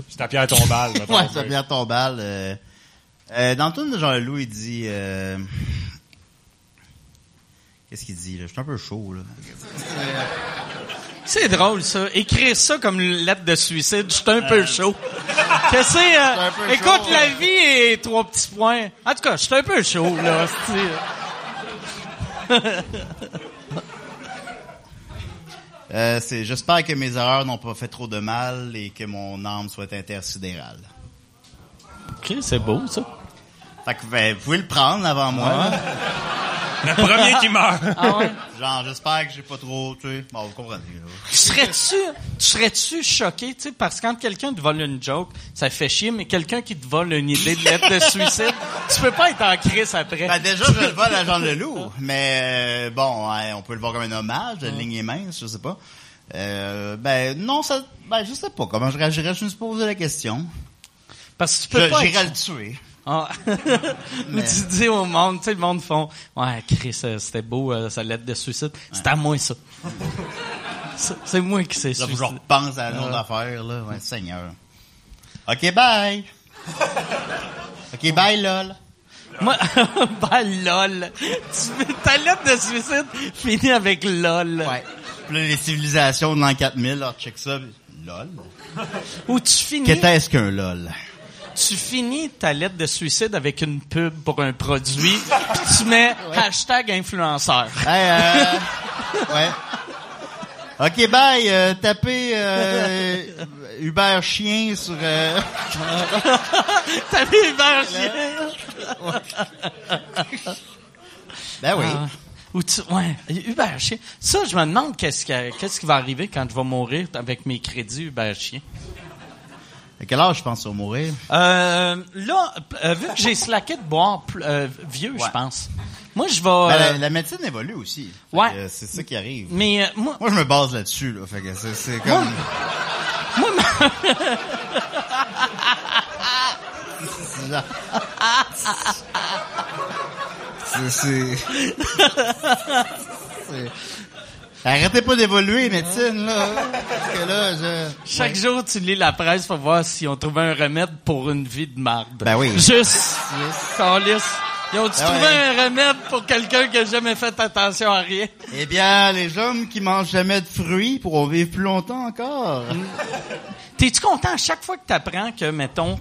S5: je tapais à ton bal. mettons.
S4: Ouais, ça vient à ton bal. Euh, euh, dans le tune de Jean-Loup, il dit... euh, Qu'est-ce qu'il dit, là? Je suis un peu chaud, là.
S2: C'est drôle ça, écrire ça comme une lettre de suicide, je suis un peu chaud. Que c'est euh,
S4: Euh. un peu
S2: écoute
S4: chaud,
S2: la
S4: ouais.
S2: vie et trois petits points. En tout cas, je suis un peu chaud là, asti.
S4: <laughs> Euh, c'est j'espère que mes erreurs n'ont pas fait trop de mal et que mon âme soit intersidérale.
S2: Ok, c'est beau ça.
S4: Fait que ben, vous pouvez le prendre avant moi.
S5: Le premier qui meurt.
S2: Ah ouais.
S4: Genre j'espère que j'ai pas trop, tu sais. Bon, vous comprenez. là.
S2: tu serais-tu, tu serais-tu choqué, tu sais, parce que quand quelqu'un te vole une joke, ça fait chier, mais quelqu'un qui te vole une idée de lettre de
S4: <laughs>
S2: suicide, tu peux pas être en crise après.
S4: Ben, déjà je le vole à Jean Leloup, mais euh, bon, ouais, on peut le voir comme un hommage, la ligne est mince, je sais pas. Euh, ben non, ça ben je sais pas comment je réagirais, je me suis posé la question.
S2: Parce que tu
S4: Je-
S2: peux pas. être-
S4: J'irais le tuer.
S2: <laughs> Ah. Ou tu dis au monde, tu sais, le monde font Ouais, Chris, euh, c'était beau, euh, sa lettre de suicide. C'est à moi,
S4: <laughs>
S2: ça. C'est- c'est moi qui sais
S4: Là,
S2: ça.
S4: faut que je repense à l'autre affaire, là. Ouais, seigneur. OK, bye! OK, bye, lol!
S2: Moi, <laughs> bah, lol. Tu- Ta lettre de suicide finit avec lol.
S4: Ouais. Puis là, les civilisations de l'an 4000, là, ah, check ça. Lol.
S2: Ou tu finis,
S4: Qu'est-ce qu'un lol?
S2: tu finis ta lettre de suicide avec une pub pour un produit, puis tu mets hashtag influenceur. <laughs>
S4: Hey, euh, ouais. OK, bye. Euh, tapez euh, Uber Chien sur... euh,
S2: T'as vu Hubert Chien?
S4: Ben oui.
S2: Ah. Ou tu, ouais, Hubert Chien. Ça, je me demande qu'est-ce qui, qu'est-ce qui va arriver quand je vais mourir avec mes crédits Hubert Chien.
S4: À quel âge je pense au mourir?
S2: Euh, là, euh, vu que j'ai slacké de boire pl- euh, vieux, je
S4: Ouais.
S2: pense. Moi, je vais...
S4: Ben,
S2: euh,
S4: la, la médecine évolue aussi. Fait
S2: Ouais.
S4: que C'est ça qui arrive.
S2: Mais euh, moi,
S4: Moi, je me base là-dessus, là. Fait que c'est- c'est comme... C'est genre- C'est- c'est- c'est- Arrêtez pas d'évoluer, médecine, là. Parce que là, je...
S2: chaque jour, tu lis la presse pour voir si on trouvait un remède pour une vie de marde.
S4: Ben oui.
S2: Juste.
S4: Yes.
S2: Calisse. Ils ont-tu
S4: Ben
S2: trouvé
S4: ouais.
S2: un remède pour quelqu'un qui a jamais fait attention à rien?
S4: Eh bien, les hommes qui mangent jamais de fruits pourront vivre plus longtemps encore.
S2: T'es-tu content à chaque fois que t'apprends que, mettons,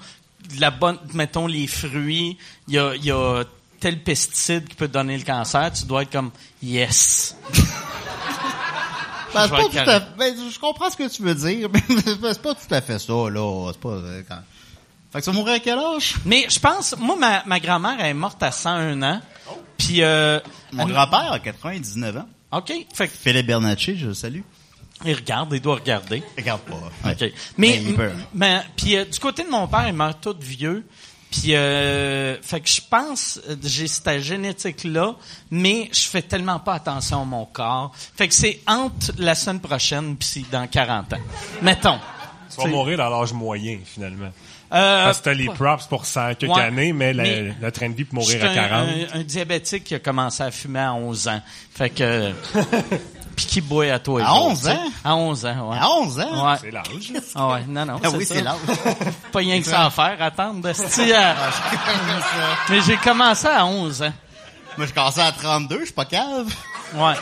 S2: de la bonne, mettons, les fruits, il y a, il y a tel pesticide qui peut te donner le cancer, tu dois être comme, yes. Je
S4: Ben,
S2: vais
S4: c'est pas
S2: être
S4: tout
S2: carré.
S4: à- ben, je comprends ce que tu veux dire, <laughs> mais c'est pas- c'est pas tout à fait ça, là. C'est pas... euh, quand- Fait que ça mourrait à quel âge?
S2: Mais je pense, moi, ma, ma grand-mère, elle est morte à 101 ans. Puis, euh,
S4: Mon
S2: elle-
S4: grand-père a 99 ans.
S2: OK. Fait que,
S4: Philippe Bernatchez, je le salue.
S2: il regarde, il doit regarder.
S4: Regarde pas.
S2: OK.
S4: Mais
S2: Mais,
S4: il peut.
S5: hein.
S2: mais- puis euh, du côté de mon père, il meurt tout vieux. Puis, euh, fait que je pense euh, j'ai cette génétique-là, mais je fais tellement pas attention à mon corps. Fait que c'est entre la semaine prochaine puis c'est dans 40 ans. Mettons.
S5: Tu vas mourir dans l'âge moyen, finalement.
S2: Euh,
S5: Parce que t'as les props pour 100 quelques
S2: Ouais.
S5: années, mais la,
S2: Mais-
S5: la train de vie pour
S2: je suis
S5: mourir à
S2: un-
S5: 40.
S2: Un, un diabétique qui a commencé à fumer à 11 ans. Fait que...
S5: <laughs>
S2: puis qui boit à toi.
S4: À 11 ans?
S2: À 11 ans, ouais.
S4: À 11 ans?
S2: Ouais.
S5: C'est l'âge.
S2: <laughs> Ah ouais, non, non.
S4: Ah oui, c'est
S2: ça. <laughs>
S4: l'âge.
S2: Pas rien que ça à faire, attendre. de sti à-
S4: Ah, je commence à-
S2: Mais j'ai commencé à hein. 11 ans.
S4: Moi, je commençais à 32, je suis pas cave.
S2: Ouais.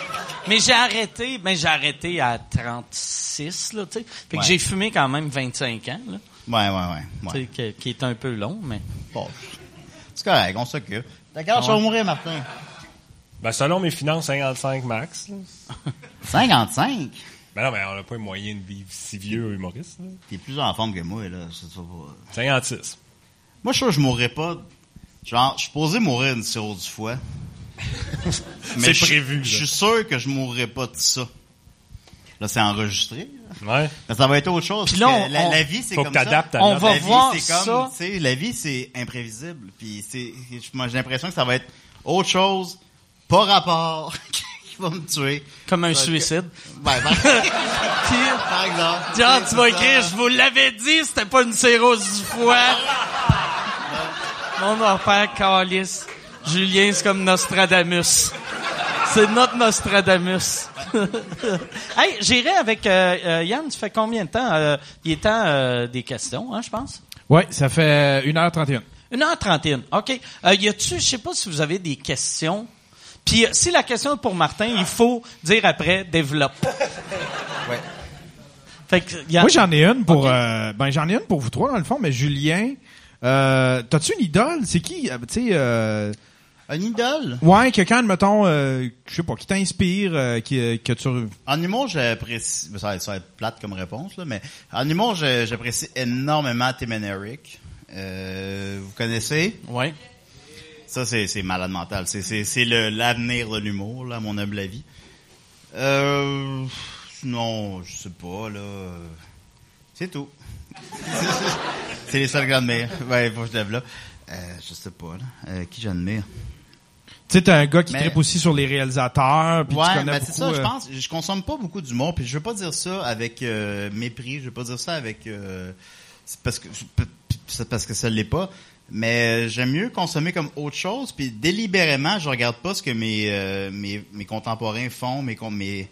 S2: Mais j'ai arrêté, mais j'ai arrêté à 36 là, tu sais. Fait que
S4: Ouais.
S2: j'ai fumé quand même 25 ans là,
S4: Ouais, ouais, ouais.
S2: tu
S4: ouais.
S2: sais, que- qui est un peu long mais
S4: Bon. C'est correct, on s'occupe. D'accord, je vais mourir, Martin.
S5: Ben, selon mes finances, 55 max. là.
S4: 55?
S5: Ben non, mais on n'a pas les moyens de vivre si vieux, humoriste. là.
S4: T'es plus en forme que moi, là. c'est ça, pas-
S5: 56.
S4: Moi, je suis sûr que je mourrais pas. Genre, je suis posé mourir d'une cirrhose du
S5: <laughs>
S4: foie.
S5: C'est
S4: je-
S5: prévu, là.
S4: Je suis sûr que je mourrais pas de ça. Là, c'est enregistré. là.
S5: Ouais.
S4: Mais ça va être autre chose.
S2: Puis
S4: parce
S2: là,
S4: que
S2: on-
S4: la,
S2: on-
S4: la vie, c'est
S5: Faut
S4: comme
S5: que
S4: ça.
S5: t'adaptes à
S2: On
S5: notre-
S2: va
S4: la vie,
S2: voir
S4: c'est comme,
S2: ça.
S4: tu sais, la vie, c'est imprévisible. Puis c'est, moi, j'ai l'impression que ça va être autre chose, pas rapport, <laughs> qui va me tuer.
S2: comme un
S4: Ça- <laughs>
S2: suicide.
S4: Ben,
S2: <laughs>
S4: par,
S2: Puis,
S4: par exemple.
S2: genre,
S4: C'est
S2: tu vas
S4: ça.
S2: écrire, je vous l'avais dit, c'était pas une cirrhose du foie. Mon enfant Calis. Julien, c'est comme Nostradamus. C'est notre Nostradamus. <laughs> hey, j'irai avec euh, euh, Yann, tu fais combien de temps? Euh, il est temps euh, des questions, hein, je pense.
S3: Ouais, ça fait 1h31.
S2: Une heure trentaine. OK. Euh, y a-tu, je sais pas si vous avez des questions. Puis euh, si la question est pour Martin, il faut dire après développe.
S4: <laughs> Ouais.
S2: Fait que y a-
S3: Moi, j'en ai une pour,
S2: Ok.
S3: euh, ben, j'en ai une pour vous trois, dans le fond, mais Julien, euh, t'as-tu une idole? C'est qui, euh, tu sais, euh,
S4: Un idole.
S3: ouais, quelqu'un, mettons, euh, je sais pas, qui t'inspire, euh, qui, euh, que tu,
S4: En humour, j'apprécie. Ça va être- ça va être plate comme réponse, là, mais en humour, je- j'apprécie énormément Tim and Eric. Euh, vous connaissez?
S2: Ouais.
S4: Ça, c'est c'est malade mental. C'est- C'est c'est le- l'avenir de l'humour, là, à mon humble avis. Euh, non, je sais pas, là. C'est tout. <laughs> c'est les seuls que j'admire. Ouais, faut que je développe. Euh, je sais pas, là. Euh, qui j'admire?
S3: tu sais, t'es un gars qui
S4: Mais-
S3: tripe aussi sur les réalisateurs, puis tu
S4: ouais,
S3: connais
S4: ben c'est
S3: beaucoup.
S4: ça, je
S3: euh,
S4: pense. Je consomme pas beaucoup d'humour, puis je veux pas dire ça avec euh, mépris, je veux pas dire ça avec... euh, c'est parce que c'est parce que ça l'est pas, Mais j'aime mieux consommer comme autre chose. Puis délibérément, je regarde pas ce que mes, euh, mes, mes contemporains font, mes, con- mes,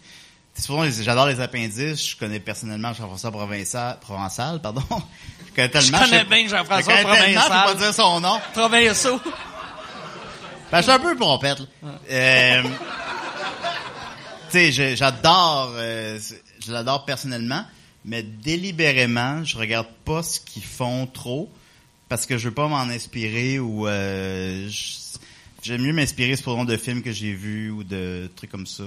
S4: c'est souvent, les- j'adore les appendices. Je connais personnellement Jean-François Provençal, Provençal, pardon. <laughs> Je connais tellement.
S2: Je connais
S4: sais-
S2: bien Jean-François
S4: je connais tellement,
S2: Provençal.
S4: Je peux pas dire son nom.
S2: Provençaux.
S4: Ben, je suis un peu pompette, là. Euh, tu sais, je- j'adore, euh, c'est- je l'adore personnellement, mais délibérément, je regarde pas ce qu'ils font trop parce que je veux pas m'en inspirer ou euh, je- j'aime mieux m'inspirer cependant de films que j'ai vus ou de trucs comme ça,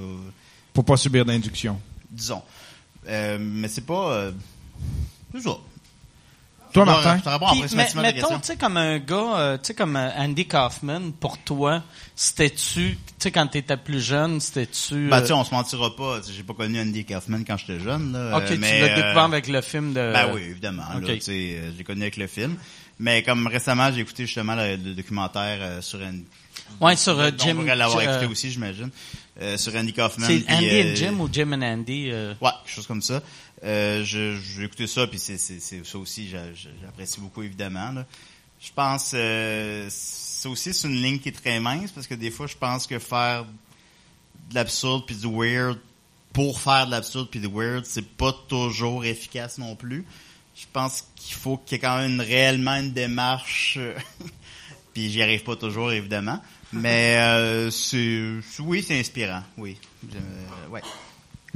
S3: Pour pas subir d'induction.
S4: disons. Euh, mais c'est pas, euh, c'est ça.
S3: Toi,
S4: Je dois-
S3: Martin?
S4: Je te réponds après,
S2: Puis,
S4: c'est
S2: mais-
S4: maximum de
S2: mettons,
S4: questions.
S2: tu sais, comme un gars, euh, tu sais, comme euh, Andy Kaufman, pour toi, c'était-tu, tu sais, quand t'étais plus jeune, c'était-tu...
S4: Ben,
S2: euh,
S4: tu sais, on se mentira pas. tu sais, J'ai pas connu Andy Kaufman quand j'étais jeune, là.
S2: OK,
S4: euh,
S2: tu
S4: mais,
S2: l'as
S4: euh,
S2: découvert avec le film de...
S4: Ben oui, évidemment. là,
S2: ok.
S4: tu sais, euh, je l'ai connu avec le film. Mais comme récemment, j'ai écouté justement le, le documentaire euh, sur Andy.
S2: Ouais, sur euh,
S4: On
S2: Jim...
S4: pourrait l'avoir
S2: euh,
S4: écouté aussi, j'imagine. euh, sur Andy Kaufman.
S2: C'est
S4: puis,
S2: Andy
S4: euh,
S2: et Jim ou Jim and Andy? euh,
S4: Ouais, quelque chose comme ça. Euh, je- j'ai écouté ça, puis c'est c'est- c'est- ça aussi, j'a- j'a- j'apprécie beaucoup, évidemment. là. Je pense, euh, ça aussi, c'est une ligne qui est très mince, parce que des fois, je pense que faire de l'absurde puis du weird pour faire de l'absurde puis du weird, c'est pas toujours efficace non plus. Je pense qu'il faut qu'il y ait quand même une- réellement une démarche, euh, <laughs> puis j'y arrive pas toujours, évidemment. Mais euh, c'est oui, c'est inspirant, oui. Euh, ouais.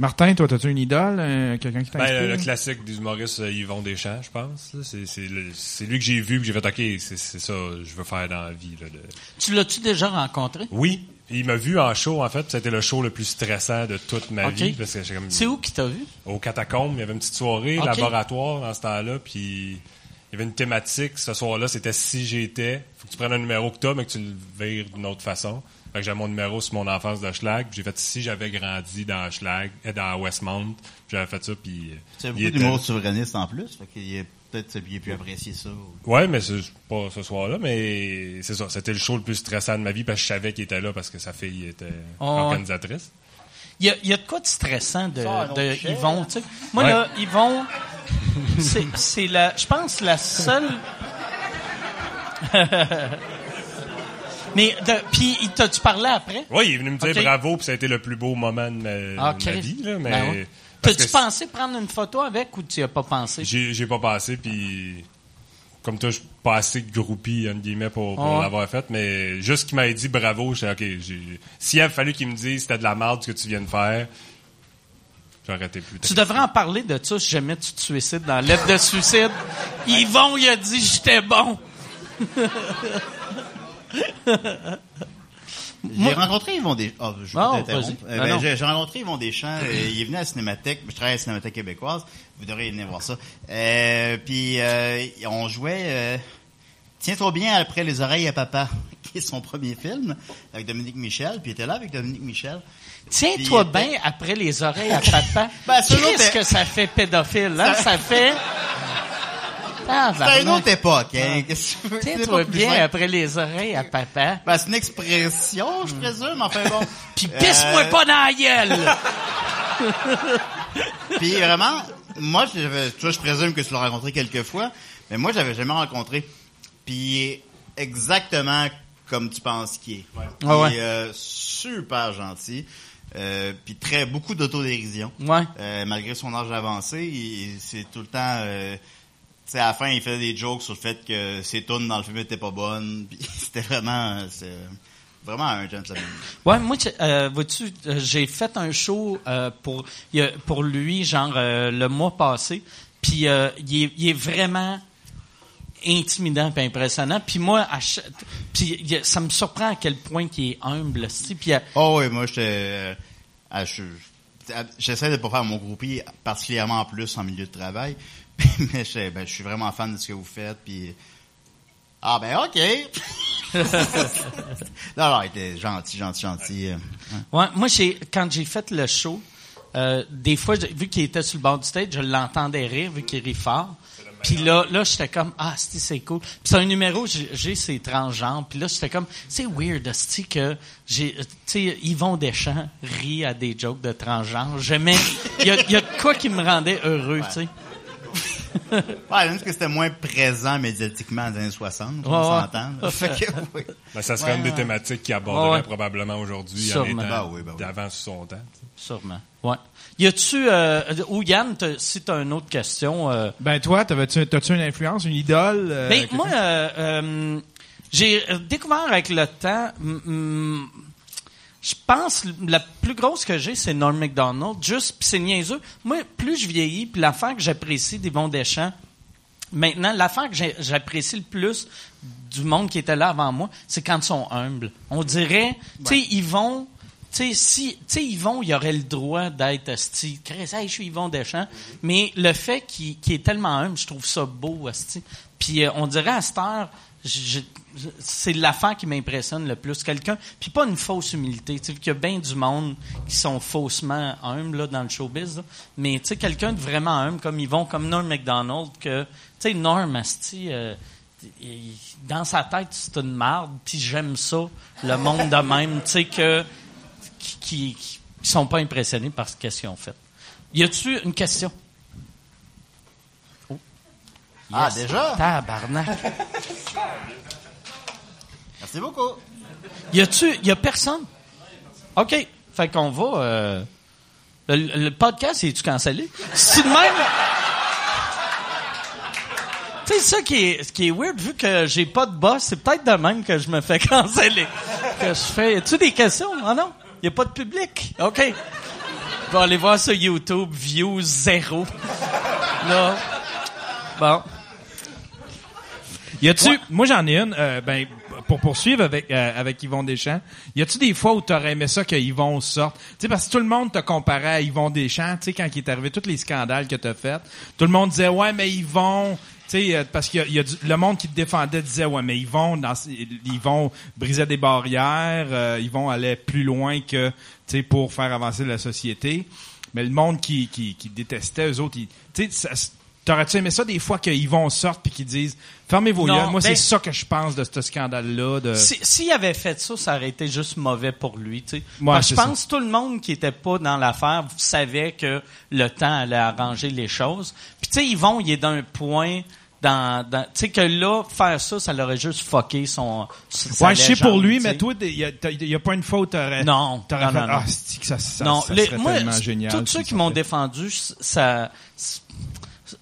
S3: Martin, toi, t'as-tu une idole? euh, Quelqu'un qui
S5: Ben,
S3: t'inspire?
S5: le, le classique des humoristes euh, Yvon Deschamps, je pense. là. C'est c'est le- c'est lui que j'ai vu, que j'ai fait, OK, c'est c'est ça, je veux faire dans la vie. Là, le-
S2: Tu l'as-tu déjà rencontré?
S5: Oui, il m'a vu en show, en fait. C'était le show le plus stressant de toute ma
S2: Ok.
S5: vie. Parce que j'ai comme,
S2: C'est où qui t'a vu?
S5: Au catacombe, il y avait une petite soirée,
S2: Ok.
S5: laboratoire dans ce temps-là, puis il y avait une thématique. Ce soir-là, c'était si j'étais. Faut que tu prennes un numéro que t'as, mais que tu le vires d'une autre façon. Fait que j'avais mon numéro sur mon enfance de Schlag, puis j'ai fait si j'avais grandi dans Schlag, euh, dans Westmount, puis j'avais fait ça, puis. euh,
S4: C'est
S5: il
S4: beaucoup
S5: était-
S4: d'humour souverainiste en plus, fait qu'il est peut-être celui qui a pu apprécier ça.
S5: Ouais, mais c'est pas ce soir-là, mais c'est ça. C'était le show le plus stressant de ma vie parce que je savais qu'il était là parce que sa fille était
S2: Oh,
S5: organisatrice.
S2: Il y a, il y a de quoi de stressant de,
S4: Ça, un autre
S2: de
S4: chien, hein?
S2: Yvon, tu sais. Moi,
S5: Ouais.
S2: là, Yvon, c'est, c'est la, je pense, la seule... <laughs> Mais, de- puis, il t'as-tu parlé après?
S5: Oui, il est venu me dire
S2: Ok.
S5: bravo, puis ça a été le plus beau moment de ma,
S2: Ah,
S5: de ma
S2: Christ.
S5: vie. Là, mais
S2: Ben ouais.
S5: parce
S2: T'as-tu
S5: que
S2: pensé prendre une photo avec ou tu y as pas pensé?
S5: J'ai j'ai pas passé, puis comme toi, je suis pas assez groupie, entre guillemets, pour, pour
S2: Ah.
S5: l'avoir fait, mais juste qu'il m'ait dit bravo, j'ai OK, j'ai- s'il avait fallu qu'il me dise c'était de la merde ce que tu viens de faire, j'aurais été plus
S2: Tu
S5: triste.
S2: devrais en parler de ça si jamais tu te suicides dans l'œuvre de suicide. Yvon, il a dit j'étais bon.
S4: J'ai rencontré Yvon Deschamps. Oh, je vais
S2: Ah,
S4: pas t'interrompre.
S2: vas-y.
S4: Euh,
S2: Ah,
S4: ben,
S2: non.
S4: j'ai j'ai rencontré Yvon Deschamps. euh, il est venu à la Cinémathèque. Je travaille à la Cinémathèque québécoise. Vous devriez venir voir ça. Euh, puis euh, on jouait euh, Tiens trop bien après les oreilles à papa, <laughs> qui est son premier film avec Dominique Michel. Puis il était là avec Dominique Michel.
S2: Tiens-toi
S4: Puis il
S2: bien après les oreilles à papa.
S4: <laughs> Ben, c'est une
S2: Qu'est-ce
S4: autre-
S2: que ça fait pédophile, hein? Ça fait... Ah,
S4: C'était une
S2: Varnac.
S4: autre époque. Hein? Qu'est-ce que tu veux? C'était
S2: Ah. Tiens-toi
S4: pas plus
S2: bien
S4: simple.
S2: après les oreilles à papa.
S4: Ben, c'est une expression, je présume. Enfin bon.
S2: Hmm. <laughs> Puis pisse-moi
S4: Euh,
S2: pas dans la
S4: <laughs>
S2: gueule!
S4: Puis vraiment, moi, j'avais- tu vois, je présume que tu l'as rencontré quelques fois, mais moi, j'avais jamais rencontré. Puis il est exactement comme tu penses qu'il est. Il
S2: Ah ouais.
S4: est euh, super gentil, euh, puis très beaucoup d'autodérision.
S2: Ouais.
S4: Euh, malgré son âge avancé, il- il- c'est tout le temps. euh, tu sais, à la fin, il faisait des jokes sur le fait que ses tunes dans le film n'étaient pas bonnes. <laughs> Puis c'était vraiment, euh, c'est vraiment un gentleman.
S2: Ouais, moi, tu- euh, vois-tu, euh, j'ai fait un show euh, pour il y a- pour lui, genre euh, le mois passé. Puis euh, il, est, il est vraiment intimidant et impressionnant. Puis moi, à cha- puis il y a- ça me surprend à quel point qu'il est humble. esti. Puis euh,
S4: Oh oui, moi j'étais, euh, ah, je- je- j'essaie de pas faire mon groupie particulièrement en plus en milieu de travail, <laughs> mais je, ben, je suis vraiment fan de ce que vous faites puis ah ben
S2: <laughs>
S4: ok. non non, il était gentil, gentil, gentil. euh, hein.
S2: Ouais, moi, j'ai quand j'ai fait le show, euh, des fois, j'ai- vu qu'il était sur le bord du stage, je l'entendais rire, vu qu'il rit fort. Puis là, là j'étais comme, ah, c'est c'est cool. Puis c'est un numéro, j'ai j'ai ses transgenres. Puis là, j'étais comme, c'est weird, cest que j'ai, tu sais, Yvon Deschamps rit à des jokes de transgenres. J'aimais, il y a, il y a de quoi qui me rendait heureux, tu sais.
S4: Ouais, même que c'était moins présent médiatiquement dans les années 60, on
S2: Ouais, ouais.
S4: s'entend.
S2: <laughs>
S4: là. Fait que, oui.
S5: Ben, ça serait
S4: Ouais,
S5: une des
S4: ouais.
S5: thématiques qui aborderaient
S2: Ouais, ouais.
S5: probablement aujourd'hui en
S2: Sûrement.
S5: étant
S4: Ben oui, ben oui.
S5: d'avant sous son temps. tu sais.
S2: Sûrement. Ouais. Y a-tu, euh, ou Yann, t'as- si t'as une autre question. euh,
S3: Ben toi, t'avais-tu, t'as-tu une influence, une idole? euh,
S2: Ben,
S3: quelqu'un?
S2: moi, euh, euh, j'ai euh, découvert avec le temps. mm, mm, je pense l- la plus grosse que j'ai, c'est Norm MacDonald. Juste, puis c'est niaiseux. Moi, plus je vieillis, puis l'affaire que j'apprécie des bons Deschamps, maintenant, l'affaire que j'ai- j'apprécie le plus du monde qui était là avant moi, c'est quand ils sont humbles. On dirait, tu sais, ils vont. Tu sais, si, tu sais, Yvon, il aurait le droit d'être asti. Chris, hey, je suis Yvon Deschamps. Mais le fait qu'il qu'il est tellement humble, je trouve ça beau, asti. Puis euh, on dirait à cette heure, je- je- c'est l'affaire qui m'impressionne le plus. Quelqu'un, puis pas une fausse humilité. Tu sais, vu qu'il y a bien du monde qui sont faussement humbles là, dans le showbiz. là. Mais tu sais, quelqu'un de vraiment humble, comme Yvon, comme Norm MacDonald, que, tu sais, Norm, asti... euh, il- dans sa tête, c'est une marde, puis j'aime ça, le monde de même, tu sais, que, qui, qui, qui sont pas impressionnés par ce qu'est-ce qu'ils ont fait. Y a-tu une question?
S4: Ah, déjà?
S2: Tabarnak.
S4: Merci beaucoup.
S2: Y a-tu, y a personne? OK. Fait qu'on va, euh, le, le podcast, est-tu cancellé? Si de même. Tu sais, ça qui est, qui est weird, vu que j'ai pas de boss, c'est peut-être de même que je me fais <laughs> canceller. Que je fais. Y a-tu des questions? Ah non? Y a pas de public? OK. Je vais aller voir sur YouTube, view zéro. Là. Bon.
S3: Y a-tu, moi j'en ai une, euh, ben, pour poursuivre avec, euh, avec Yvon Deschamps, y a-tu des fois où t'aurais aimé ça que Yvon sorte? Tu sais, parce que tout le monde te comparait à Yvon Deschamps, tu sais, quand il est arrivé, tous les scandales que t'as fait, tout le monde disait, ouais, mais Yvon, tu sais, euh, parce qu'il y a, il y a du- le monde qui te défendait disait, ouais, mais Yvon, dans, Yvon brisait des barrières, euh, Yvon allait plus loin que, tu sais, pour faire avancer la société. Mais le monde qui, qui, qui détestait, eux autres, ils- tu sais, ça- t'aurais-tu aimé ça des fois que Yvon sorte puis qu'ils disent, fermez vos
S2: Non,
S3: yeux, moi
S2: ben-
S3: c'est ça que je pense de ce scandale-là. De...
S2: Si- S'il avait fait ça, ça aurait été juste mauvais pour lui. tu sais.
S3: Ouais,
S2: Parce que je
S3: c'est
S2: pense que tout le monde qui était pas dans l'affaire savait que le temps allait arranger les choses. Puis tu sais, Yvon, il est d'un point dans, dans- tu sais que là, faire ça, ça l'aurait juste fucké son. sa
S3: ouais, je sais
S2: légende,
S3: pour lui,
S2: tu sais.
S3: mais toi, il y, a- t'as- y a pas une faute. T'aurais,
S2: Non,
S3: t'aurais
S2: non,
S3: fait,
S2: non, non.
S3: ah, c'est que ça, ça,
S2: non,
S3: ça
S2: les-
S3: serait
S2: moi,
S3: tellement
S2: c-
S3: génial.
S2: Tous ceux
S3: s'ils
S2: qui
S3: ont
S2: m'ont
S3: fait.
S2: défendu, c- ça, c-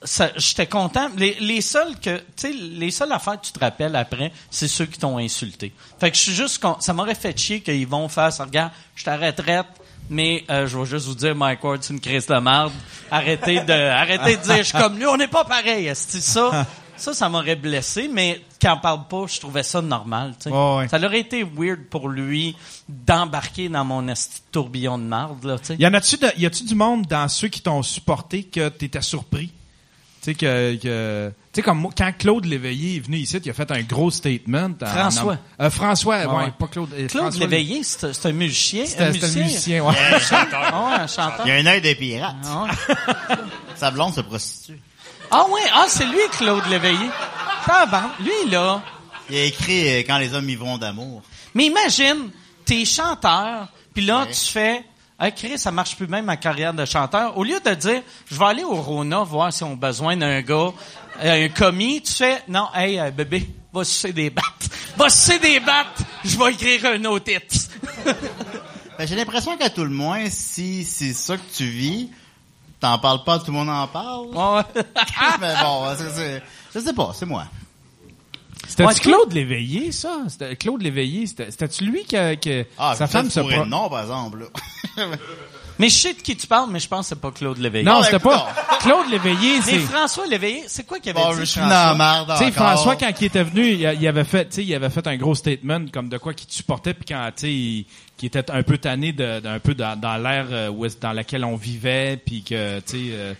S2: ça- j'étais content. Les, les seuls que, tu sais, les seules affaires que tu te rappelles après, c'est ceux qui t'ont insulté. Fait que je suis juste, con- ça m'aurait fait chier qu'ils vont faire ça. Regarde, je t'arrête, retraite, mais euh, je vais juste vous dire, Mike Ward, c'est une crise de merde. Arrêtez
S3: <laughs>
S2: de, arrêtez de dire, je suis comme lui, on n'est pas pareil. C'est ça. Ça, ça m'aurait blessé, mais quand parle pas, je trouvais ça normal. tu sais.
S3: Ouais, ouais.
S2: Ça aurait été weird pour lui d'embarquer dans mon esti de tourbillon de marde, là, tu sais.
S3: Y en a-tu, de- y a-tu du monde dans ceux qui t'ont supporté que t'étais surpris? Tu sais, que, que- tu sais, comme moi, quand Claude Léveillé est venu ici, il a fait un gros statement. en-
S2: François.
S3: en- euh, François,
S2: Ah
S3: ouais,
S2: ouais.
S3: pas Claude. euh,
S2: Claude
S3: François,
S2: Léveillé, c'est c'est un musicien.
S3: C'était, c'était le musicien, ouais.
S2: Un chanteur. Ah ouais, un chanteur.
S4: Il y a un œil des pirates.
S2: Ah ouais.
S4: <laughs> Sa blonde se prostitue.
S2: Ah ouais, ah, c'est lui, Claude Léveillé. Tabarnak. Lui, là.
S4: Il a écrit euh, Quand les hommes y vont d'amour.
S2: Mais imagine, t'es chanteur, puis là,
S4: Ouais.
S2: tu fais... Hey, Chris, ça marche plus même ma carrière de chanteur. Au lieu de dire, je vais aller au Rona voir si on a besoin d'un gars, euh, un commis, tu fais, non, hey, euh, bébé, va sucer des battes. Va sucer des battes, je vais écrire un autre hit.
S4: Ben, j'ai l'impression qu'à tout le moins, si c'est ça que tu vis, t'en parles pas, tout le monde en parle. <laughs>
S2: Ah Ouais. <laughs>
S4: Mais bon, c'est, c'est- je sais pas, c'est moi.
S3: C'était
S2: Ouais,
S3: Claude Léveillé, ça? C'était Claude Léveillé, c'était, c'était-tu lui que, que sa
S4: vous
S3: femme
S4: faites
S3: se
S4: fourrer
S3: pro-
S4: le nom, par exemple. là. <laughs>
S2: mais je sais de qui tu parles, mais je pense que c'est pas Claude Léveillé.
S3: Non,
S4: ben,
S3: c'était pas.
S4: écoute-donc.
S3: Claude Léveillé,
S2: Mais
S3: c'est.
S2: François Léveillé, c'est quoi qu'il avait
S4: bon,
S2: dit,
S4: je suis dans
S2: François?
S4: la merde
S3: Tu sais,
S4: encore.
S3: François, quand il était venu, il, a- il avait fait, tu sais, il avait fait un gros statement comme de quoi qu'il te supportait, puis quand, tu sais, il- qu'il était un peu tanné de- d'un peu dans, dans l'ère euh, où est- dans laquelle on vivait, puis que, tu sais, euh,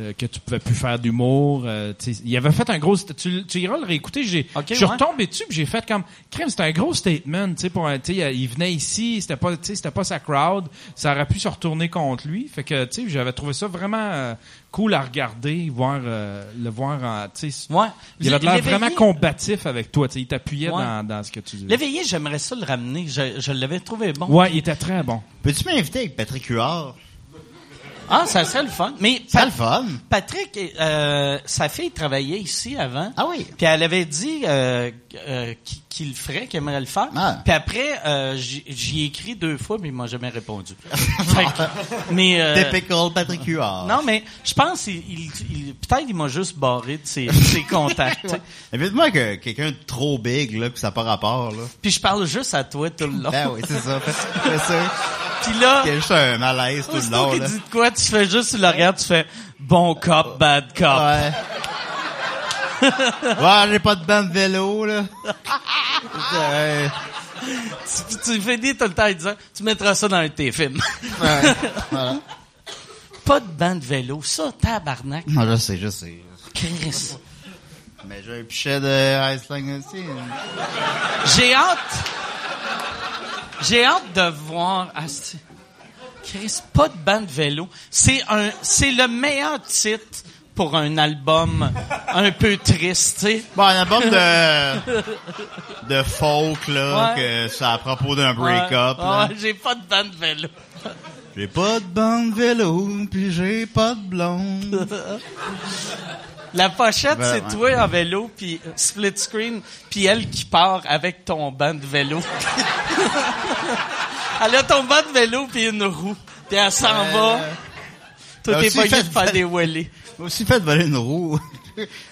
S3: euh, que tu pouvais plus faire d'humour. euh, tu sais. il avait fait un gros, sta- tu, tu iras le réécouter. J'ai,
S2: Ok,
S3: je suis
S2: ouais.
S3: retombé dessus, puis j'ai fait comme, crème, c'était un gros statement, tu sais, pour, un- tu sais, il venait ici, c'était pas, tu sais, c'était pas sa crowd, ça aurait pu se retourner contre lui. Fait que, tu sais, j'avais trouvé ça vraiment euh, cool à regarder, voir, euh, le voir, en, tu sais,
S2: Ouais.
S3: il avait l'air
S2: Léveillé-
S3: vraiment combatif avec toi. tu sais, il t'appuyait
S2: Ouais.
S3: dans, dans ce que tu disais.
S2: Léveillé, j'aimerais ça le ramener. Je, je l'avais trouvé bon.
S3: Ouais, il était très bon.
S4: Peux-tu m'inviter avec Patrick Huard?
S2: Ah, ça serait le fun. Mais
S4: C'est
S2: Pat-
S4: le fun.
S2: Patrick, euh, sa fille travaillait ici avant.
S4: Ah oui?
S2: Puis elle avait dit euh, euh, qu'il- qu'il le ferait, qu'il aimerait le faire.
S4: Ah.
S2: Puis après, euh, j'y j'y ai écrit deux fois, mais il m'a jamais répondu. <laughs> Fait que- mais euh,
S4: Typical Patrick Huard.
S2: non, mais je pense il, il- il- peut-être il m'a juste barré de ses, ses contacts. tu sais.
S4: Évidemment que quelqu'un de trop big, là, que ça n'a pas rapport, là.
S2: Puis je parle juste à toi tout le long.
S4: Ben oui, c'est ça. Fais fais ça.
S2: <laughs> Puis là,
S4: Il y a juste un malaise tout le
S2: aussitôt
S4: long,
S2: qu'il
S4: là.
S2: dit de quoi, tu fais juste, tu le regardes, tu fais bon cop, bad cop.
S4: Ouais. Ah. ouais, j'ai pas de banc de vélo, là. Ouais.
S2: Tu, tu finis tout le temps en disant, tu mettras ça dans un de tes films. <laughs>
S4: Ouais. Voilà.
S2: Pas de banc de vélo, ça, tabarnak,
S4: Non, je sais, je sais.
S2: Chris.
S4: Mais j'ai un pichet de Iceland aussi. hein.
S2: J'ai hâte. J'ai hâte de voir. Asti. Chris, pas de banc de vélo. C'est un, c'est le meilleur titre pour un album un peu triste, tu sais.
S4: Bon, un album de,
S2: <laughs>
S4: de folk, là,
S2: Ouais.
S4: que c'est à propos d'un break-up,
S2: Ouais,
S4: là.
S2: ouais, j'ai pas de banc de vélo.
S4: J'ai pas de banc de vélo, puis j'ai pas de blonde.
S2: <laughs> La pochette,
S4: Ben,
S2: c'est
S4: ouais.
S2: toi en vélo, puis euh, split screen, puis elle qui part avec ton banc de
S4: <laughs>
S2: vélo. elle a ton banc de vélo, puis une roue, puis elle s'en va. Toi, t'es
S4: t'as Ben, euh, aussi
S2: pas
S4: fait-
S2: capable de faire des wheelies.
S4: J'ai aussi fait voler
S2: <laughs>
S4: une roue.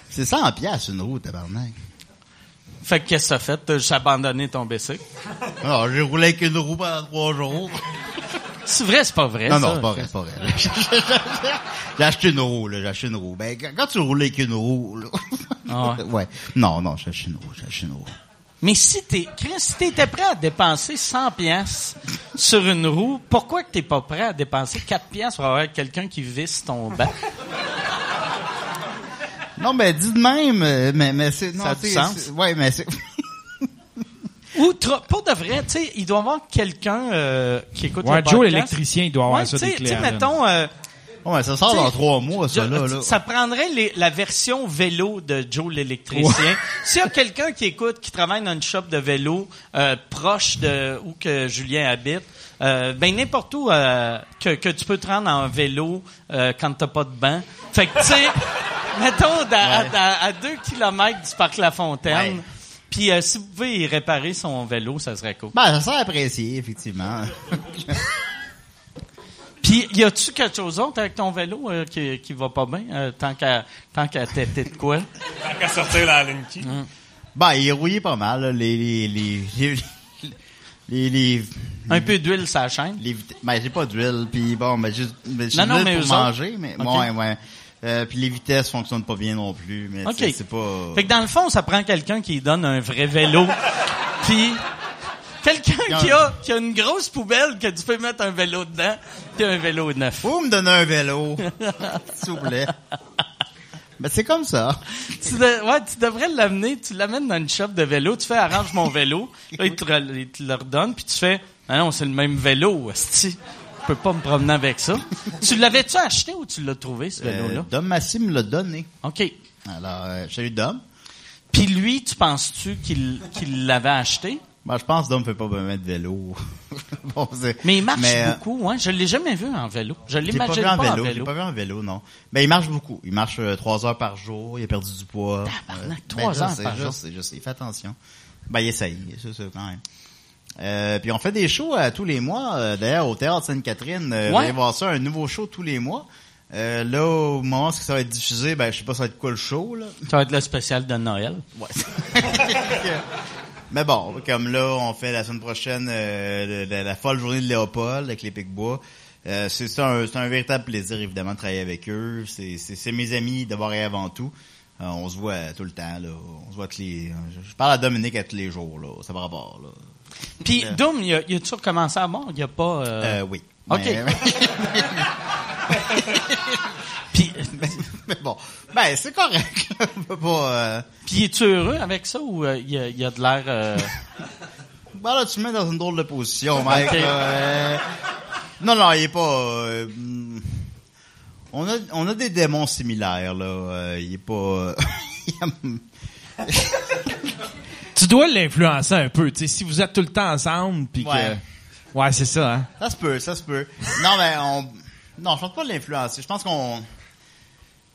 S4: C'est 100 piastres, une roue, tabarnak.
S2: Fait que qu'est-ce que t'as fait? T'as juste abandonné ton bicycle.
S4: Alors, j'ai roulé avec une roue pendant trois jours.
S2: C'est vrai, c'est pas vrai,
S4: Non,
S2: ça?
S4: non, c'est pas vrai, c'est pas vrai. <laughs> j'ai acheté une roue, là, j'ai acheté une roue. Ben, quand quand tu roules avec une roue, là.
S2: Ah
S4: <laughs>
S2: ouais.
S4: Non, non, j'ai acheté une roue, j'ai acheté une roue.
S2: Mais si t'es, Chris, si t'étais prêt à dépenser 100 piastres sur une roue, pourquoi que t'es pas prêt à dépenser 4 piastres pour avoir quelqu'un qui visse ton banc?
S4: Non, mais dis de même, euh, mais, mais c'est, non,
S2: Ça a du
S4: c'est-
S2: sens.
S4: c'est- Ouais, mais c'est,
S2: Ou trop- pour de vrai, tu sais, il doit y avoir quelqu'un euh, qui écoute
S3: Ouais,
S2: le podcast.
S3: Joe l'électricien, il doit avoir
S2: Ouais,
S3: ça
S2: tu sais-
S3: des clés
S2: Tu sais,
S3: à donner.
S2: mettons, euh,
S4: <laughs> ouais, mais ça sort dans
S2: T'sais,
S4: trois mois, ça, là,
S2: Jo-
S4: là.
S2: ça prendrait les- la version vélo de Joe l'électricien. S'il y a quelqu'un qui écoute, qui travaille dans une shop de vélo euh, proche de où que Julien habite, euh, ben n'importe où euh, que, que tu peux te rendre en vélo euh, quand t'as pas de banc. Fait que tu sais, <laughs> mettons dans- à, à- à deux kilomètres du parc La Fontaine.
S4: Ouais.
S2: Puis euh, si vous pouvez y réparer son vélo, ça serait cool.
S4: Ben, ça sert apprécié, <laughs> effectivement.
S2: Puis, y a-tu quelque chose d'autre avec ton vélo euh, qui, qui va pas bien, euh, tant qu'à tant qu'à têter de quoi?
S5: Tant qu'à sortir dans la ligne qui.
S2: Mmh.
S4: ben, il est rouillé pas mal, là, les, les, les, les, les, les,
S2: Un peu d'huile ça chaîne.
S4: les vit- ben, j'ai pas d'huile, puis bon, ben, juste, ben, j'ai
S2: Non, non,
S4: de l'huile
S2: mais
S4: pour
S2: eux autres-
S4: manger, mais,
S2: Ok.
S4: ouais, ouais. Euh, puis les vitesses fonctionnent pas bien non plus, mais
S2: OK.
S4: t'sais, c'est pas...
S2: Fait que dans le fond, ça prend quelqu'un qui donne un vrai
S4: <laughs>
S2: vélo. Puis, quelqu'un qui a, qui a une grosse poubelle que tu peux mettre un vélo dedans, puis un vélo neuf.
S4: Faut me donner un <laughs> vélo, s'il vous plaît. Ben, c'est comme ça.
S2: Tu de- ouais, tu devrais l'amener, tu l'amènes dans une shop de vélo, tu fais arrange mon vélo, là, il te, re- il te le redonne, puis tu fais ah non, c'est le même vélo, esti. Je peux pas me promener avec ça. tu l'avais-tu acheté ou tu l'as trouvé, ce
S4: Euh,
S2: vélo-là?
S4: Dom Massim l'a donné.
S2: OK.
S4: Alors, euh, salut Dom.
S2: Puis lui, tu penses-tu qu'il qu'il l'avait acheté?
S4: Ben, je pense que Dom fait pas bien mettre de vélo. <laughs> Bon, c'est-
S2: Mais il marche
S4: euh,
S2: beaucoup, hein? Je l'ai jamais vu en vélo. Je
S4: J'ai pas
S2: l'imagine
S4: vu
S2: pas,
S4: en
S2: en
S4: vélo, j'ai
S2: vélo.
S4: pas vu en vélo, non. Mais il marche beaucoup. Il marche euh, trois heures par jour, il a perdu du poids.
S2: Tabarnak,
S4: Euh,
S2: trois
S4: ben, je
S2: heures
S4: sais,
S2: par
S4: je
S2: jour.
S4: sais, je sais. Fais attention. Ben, il essaye, c'est ça, quand même. Euh, puis on fait des shows euh, tous les mois. euh, D'ailleurs, au Théâtre Sainte-Catherine, euh,
S2: Ouais.
S4: vous allez voir ça, un nouveau show tous les mois. Euh, là, au moment où ça va être diffusé, ben, je sais pas ça va être quoi le show, là.
S2: Ça va être le spécial de Noël.
S4: Ouais. Mais bon, comme là, on fait la semaine prochaine euh, la, la folle journée de Léopold avec les Picbois. Euh, c'est c'est un, c'est un véritable plaisir, évidemment, de travailler avec eux. C'est- C'est c'est mes amis d'abord et avant tout. Euh, on se voit tout le temps. Là. On se voit tous les... euh, Je, je parle à Dominique à tous les jours. Là. Ça va rapport. Là.
S2: <laughs> Puis,
S4: Euh.
S2: Doom, il a, il a-tu recommencé à mort? Il y a pas... euh,
S4: Euh, oui.
S2: OK.
S4: Mais, <laughs>
S2: Puis,
S4: mais- mais bon, ben c'est correct. <laughs> On peut pas, euh,
S2: puis es-tu heureux avec ça ou euh, il y a, il y a de l'air...
S4: <laughs>
S2: euh,
S4: Ben là, tu me mets dans une drôle de position, mec.
S2: Ok.
S4: là, euh. Non, non, il est pas. euh, hmm. On a, on a des démons similaires, là. euh, Il est pas. <laughs> il aime-
S3: Tu dois l'influencer un peu, tu sais, si vous êtes tout le temps ensemble, puis
S4: Ouais.
S3: que... Ouais, c'est ça, hein.
S4: ça se peut, ça se peut. Non, mais on. Non, je pense pas de l'influencer. Je pense qu'on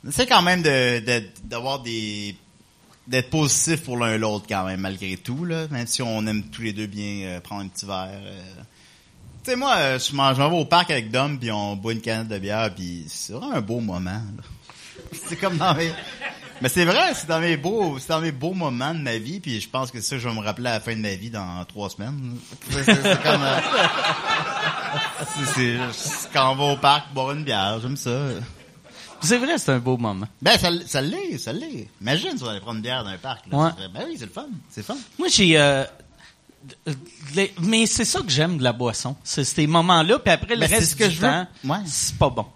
S4: on essaie quand même de de- d'avoir des d'être positif pour l'un l'autre quand même malgré tout là, même si on aime tous les deux bien euh, prendre un petit verre. euh. Tu sais moi, euh, je m'en je m'en vais au parc avec Dom puis on boit une canette de bière puis c'est vraiment un beau moment. là. <laughs> C'est comme dans mes mais c'est vrai, c'est dans mes beaux, c'est dans mes beaux moments de ma vie, puis je pense que ça, je vais me rappeler à la fin de ma vie dans trois semaines. C'est c'est- c'est comme, euh, c'est- c'est- c'est quand on va au parc boire une bière, j'aime ça.
S2: C'est vrai, c'est un beau moment.
S4: Ben, ça, l- ça l'est, ça l'est. Imagine si on allait prendre une bière dans un parc. Là,
S2: Ouais.
S4: Ça serait- Ben oui, c'est le fun, c'est le
S2: <laughs>
S4: fun.
S2: Moi, j'ai. euh, de- de- les- mais c'est ça que j'aime de la boisson. C'est ces moments-là, puis après le
S4: Mais Ben, c'est
S2: reste
S4: ce que
S2: du
S4: je veux.
S2: temps,
S4: Ouais.
S2: c'est pas bon.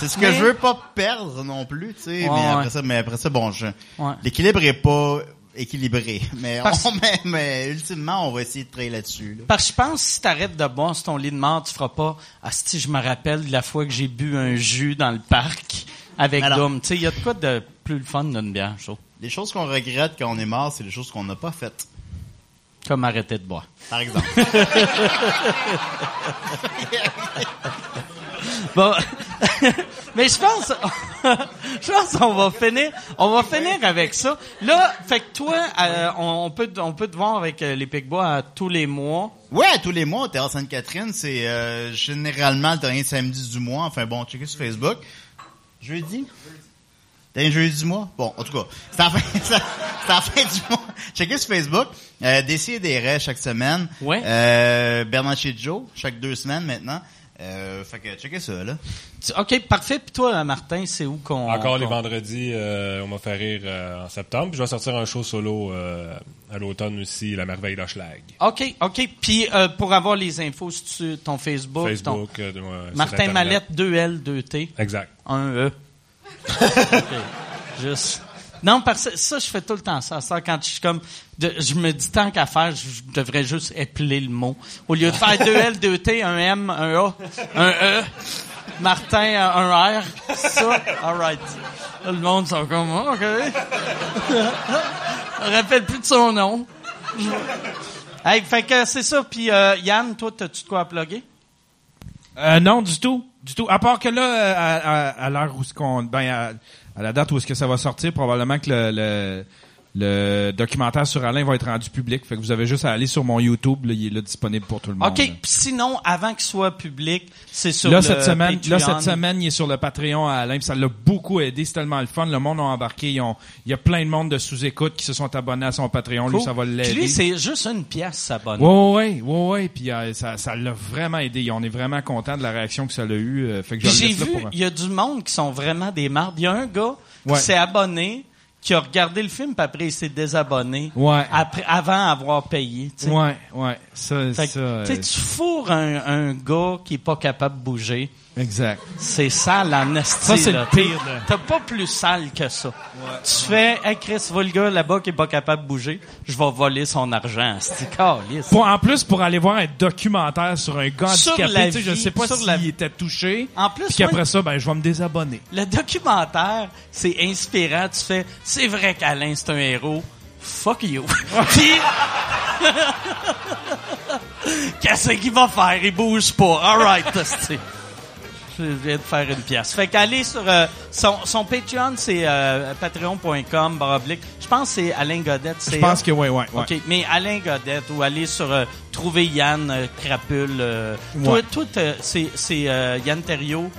S4: C'est ce que
S2: Mais-
S4: je veux pas perdre non plus, tu sais.
S2: Ouais,
S4: mais,
S2: ouais.
S4: après ça, mais après ça, bon, je...
S2: Ouais.
S4: l'équilibre est pas équilibré. <laughs> Mais,
S2: Parce-
S4: on, mais, mais ultimement, on va essayer de travailler là-dessus. là.
S2: Parce que je pense que si t'arrêtes de boire sur ton lit de mort, tu feras pas. Ah, si je me rappelle de la fois que j'ai bu un jus dans le parc avec
S4: Alors.
S2: Dom. Tu sais, il y a de quoi de plus le fun d'une bière, je trouve.
S4: Les choses qu'on regrette quand on est mort, c'est les choses qu'on n'a pas faites.
S2: Comme arrêter de boire.
S4: Par exemple.
S2: Bon. <laughs> Mais je pense, <laughs> je pense qu'on va finir, on va finir avec ça. Là, fait que toi, euh, on, on peut, te- on peut te voir avec euh, les Picbois à tous les mois.
S4: Ouais, tous les mois, au Théâtre Sainte-Catherine, c'est euh, généralement le dernier samedi du mois. Enfin bon, checkez sur Facebook. Jeudi? Dernier jeudi du mois? Bon, en tout cas, c'est à la fin, <laughs> c'est à- c'est à la fin du mois. Checkez sur Facebook. Euh, Décis et des rêves chaque semaine.
S2: Ouais.
S4: Euh, Bernard chez Joe, chaque deux semaines maintenant. Euh, fait que checkez ça, là.
S2: Tu- Ok, parfait. Puis toi, euh, Martin, c'est où qu'on
S5: Encore les
S2: qu'on-
S5: vendredis, euh, on m'a fait rire euh, en septembre. Puis je vais sortir un show solo euh, à l'automne aussi, La Merveille d'Hochelag.
S2: Ok, ok. Puis euh, pour avoir les infos, sur ton Facebook, ton
S5: Facebook, euh, de- ouais, sur
S2: Martin
S5: Internet.
S2: Mallette 2L 2T
S5: Exact.
S2: 1E. E. Ok, Juste. Non, parce que ça, je fais tout le temps ça. Ça, quand je suis comme, de- je me dis tant qu'à faire, je je devrais juste épeler le mot. Au lieu de faire 2L, 2T, un M, un A, un E, Martin, euh, un R, ça, alright. Le monde sont comme, Ah, OK. Je me rappelle plus de son nom. Hey, fait que c'est ça. Puis euh, Yann, toi, t'as-tu de quoi à plugger?
S3: Euh, non, du tout. Du tout. À part que là, euh, à, à- à l'heure où ce qu'on, ben, à, à la date où est-ce que ça va sortir, probablement que le, le, le documentaire sur Alain va être rendu public. Fait que vous avez juste à aller sur mon YouTube. Là, il est là disponible pour tout le monde.
S2: OK. Puis sinon, avant qu'il soit public, c'est sur
S3: Là
S2: le
S3: cette semaine, là
S2: Patreon.
S3: cette semaine, il est sur le Patreon à Alain, puis ça l'a beaucoup aidé, c'est tellement le fun, le monde a embarqué, ils ont- il y a plein de monde de sous-écoute qui se sont abonnés à son Patreon,
S2: Cool.
S3: lui ça va l'aider.
S2: Puis lui, c'est juste une pièce, ça bonne.
S3: Ouais, ouais, ouais, ouais, puis euh, ça, ça l'a vraiment aidé. On est vraiment content de la réaction que ça l'a eu. euh, fait
S2: Puis
S3: que je le
S2: j'ai
S3: laisse là
S2: vu,
S3: pour-
S2: il y a du monde qui sont vraiment des mardes. Il y a un gars
S3: Ouais.
S2: qui s'est abonné, qui a regardé le film, puis après il s'est désabonné
S3: Ouais.
S2: après, avant avoir payé. tu sais.
S3: Ouais, ouais, ça,
S2: Fait que,
S3: ça. euh,
S2: tu sais, tu fourres un, un gars qui est pas capable de bouger.
S3: Exact.
S2: C'est sale en esti,
S3: Ça, c'est
S2: là.
S3: le pire,
S2: T'as-
S3: là.
S2: T'as pas plus sale que ça. Tu fais, hey Chris, va le gars là-bas qui est pas capable de bouger, je vais voler son argent. C'est caliste.
S3: Pour, en plus, pour aller voir un documentaire sur un gars
S2: Sur
S3: handicapé,
S2: la
S3: tu sais, je
S2: vie,
S3: sais pas
S2: sur
S3: s'il
S2: la-
S3: était touché.
S2: En plus,
S3: puis qu'après
S2: moi-
S3: ça, ben, je vais me désabonner.
S2: Le documentaire, c'est inspirant. Tu fais, c'est vrai qu'Alain, c'est un héros. Fuck
S3: <laughs>
S2: you. Puis, qu'est-ce qu'il va faire? Il bouge pas. All right, <laughs> hostie. Je viens de faire une pièce. Fait qu'aller sur euh, son, son Patreon, c'est euh, patreon.com, barre oblique. Je pense que c'est Alain Godette.
S3: Je pense que, ouais, ouais, ouais.
S2: OK, mais Alain Godette, ou aller sur euh, Trouver Yann euh, Crapule. euh,
S3: Ouais.
S2: Toi, toi, t'as- c'est c'est, euh, Yann Terriot,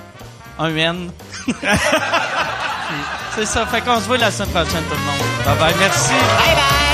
S2: un N. C'est ça, fait qu'on se voit la semaine prochaine, tout le monde. Bye bye, merci.
S4: Bye bye!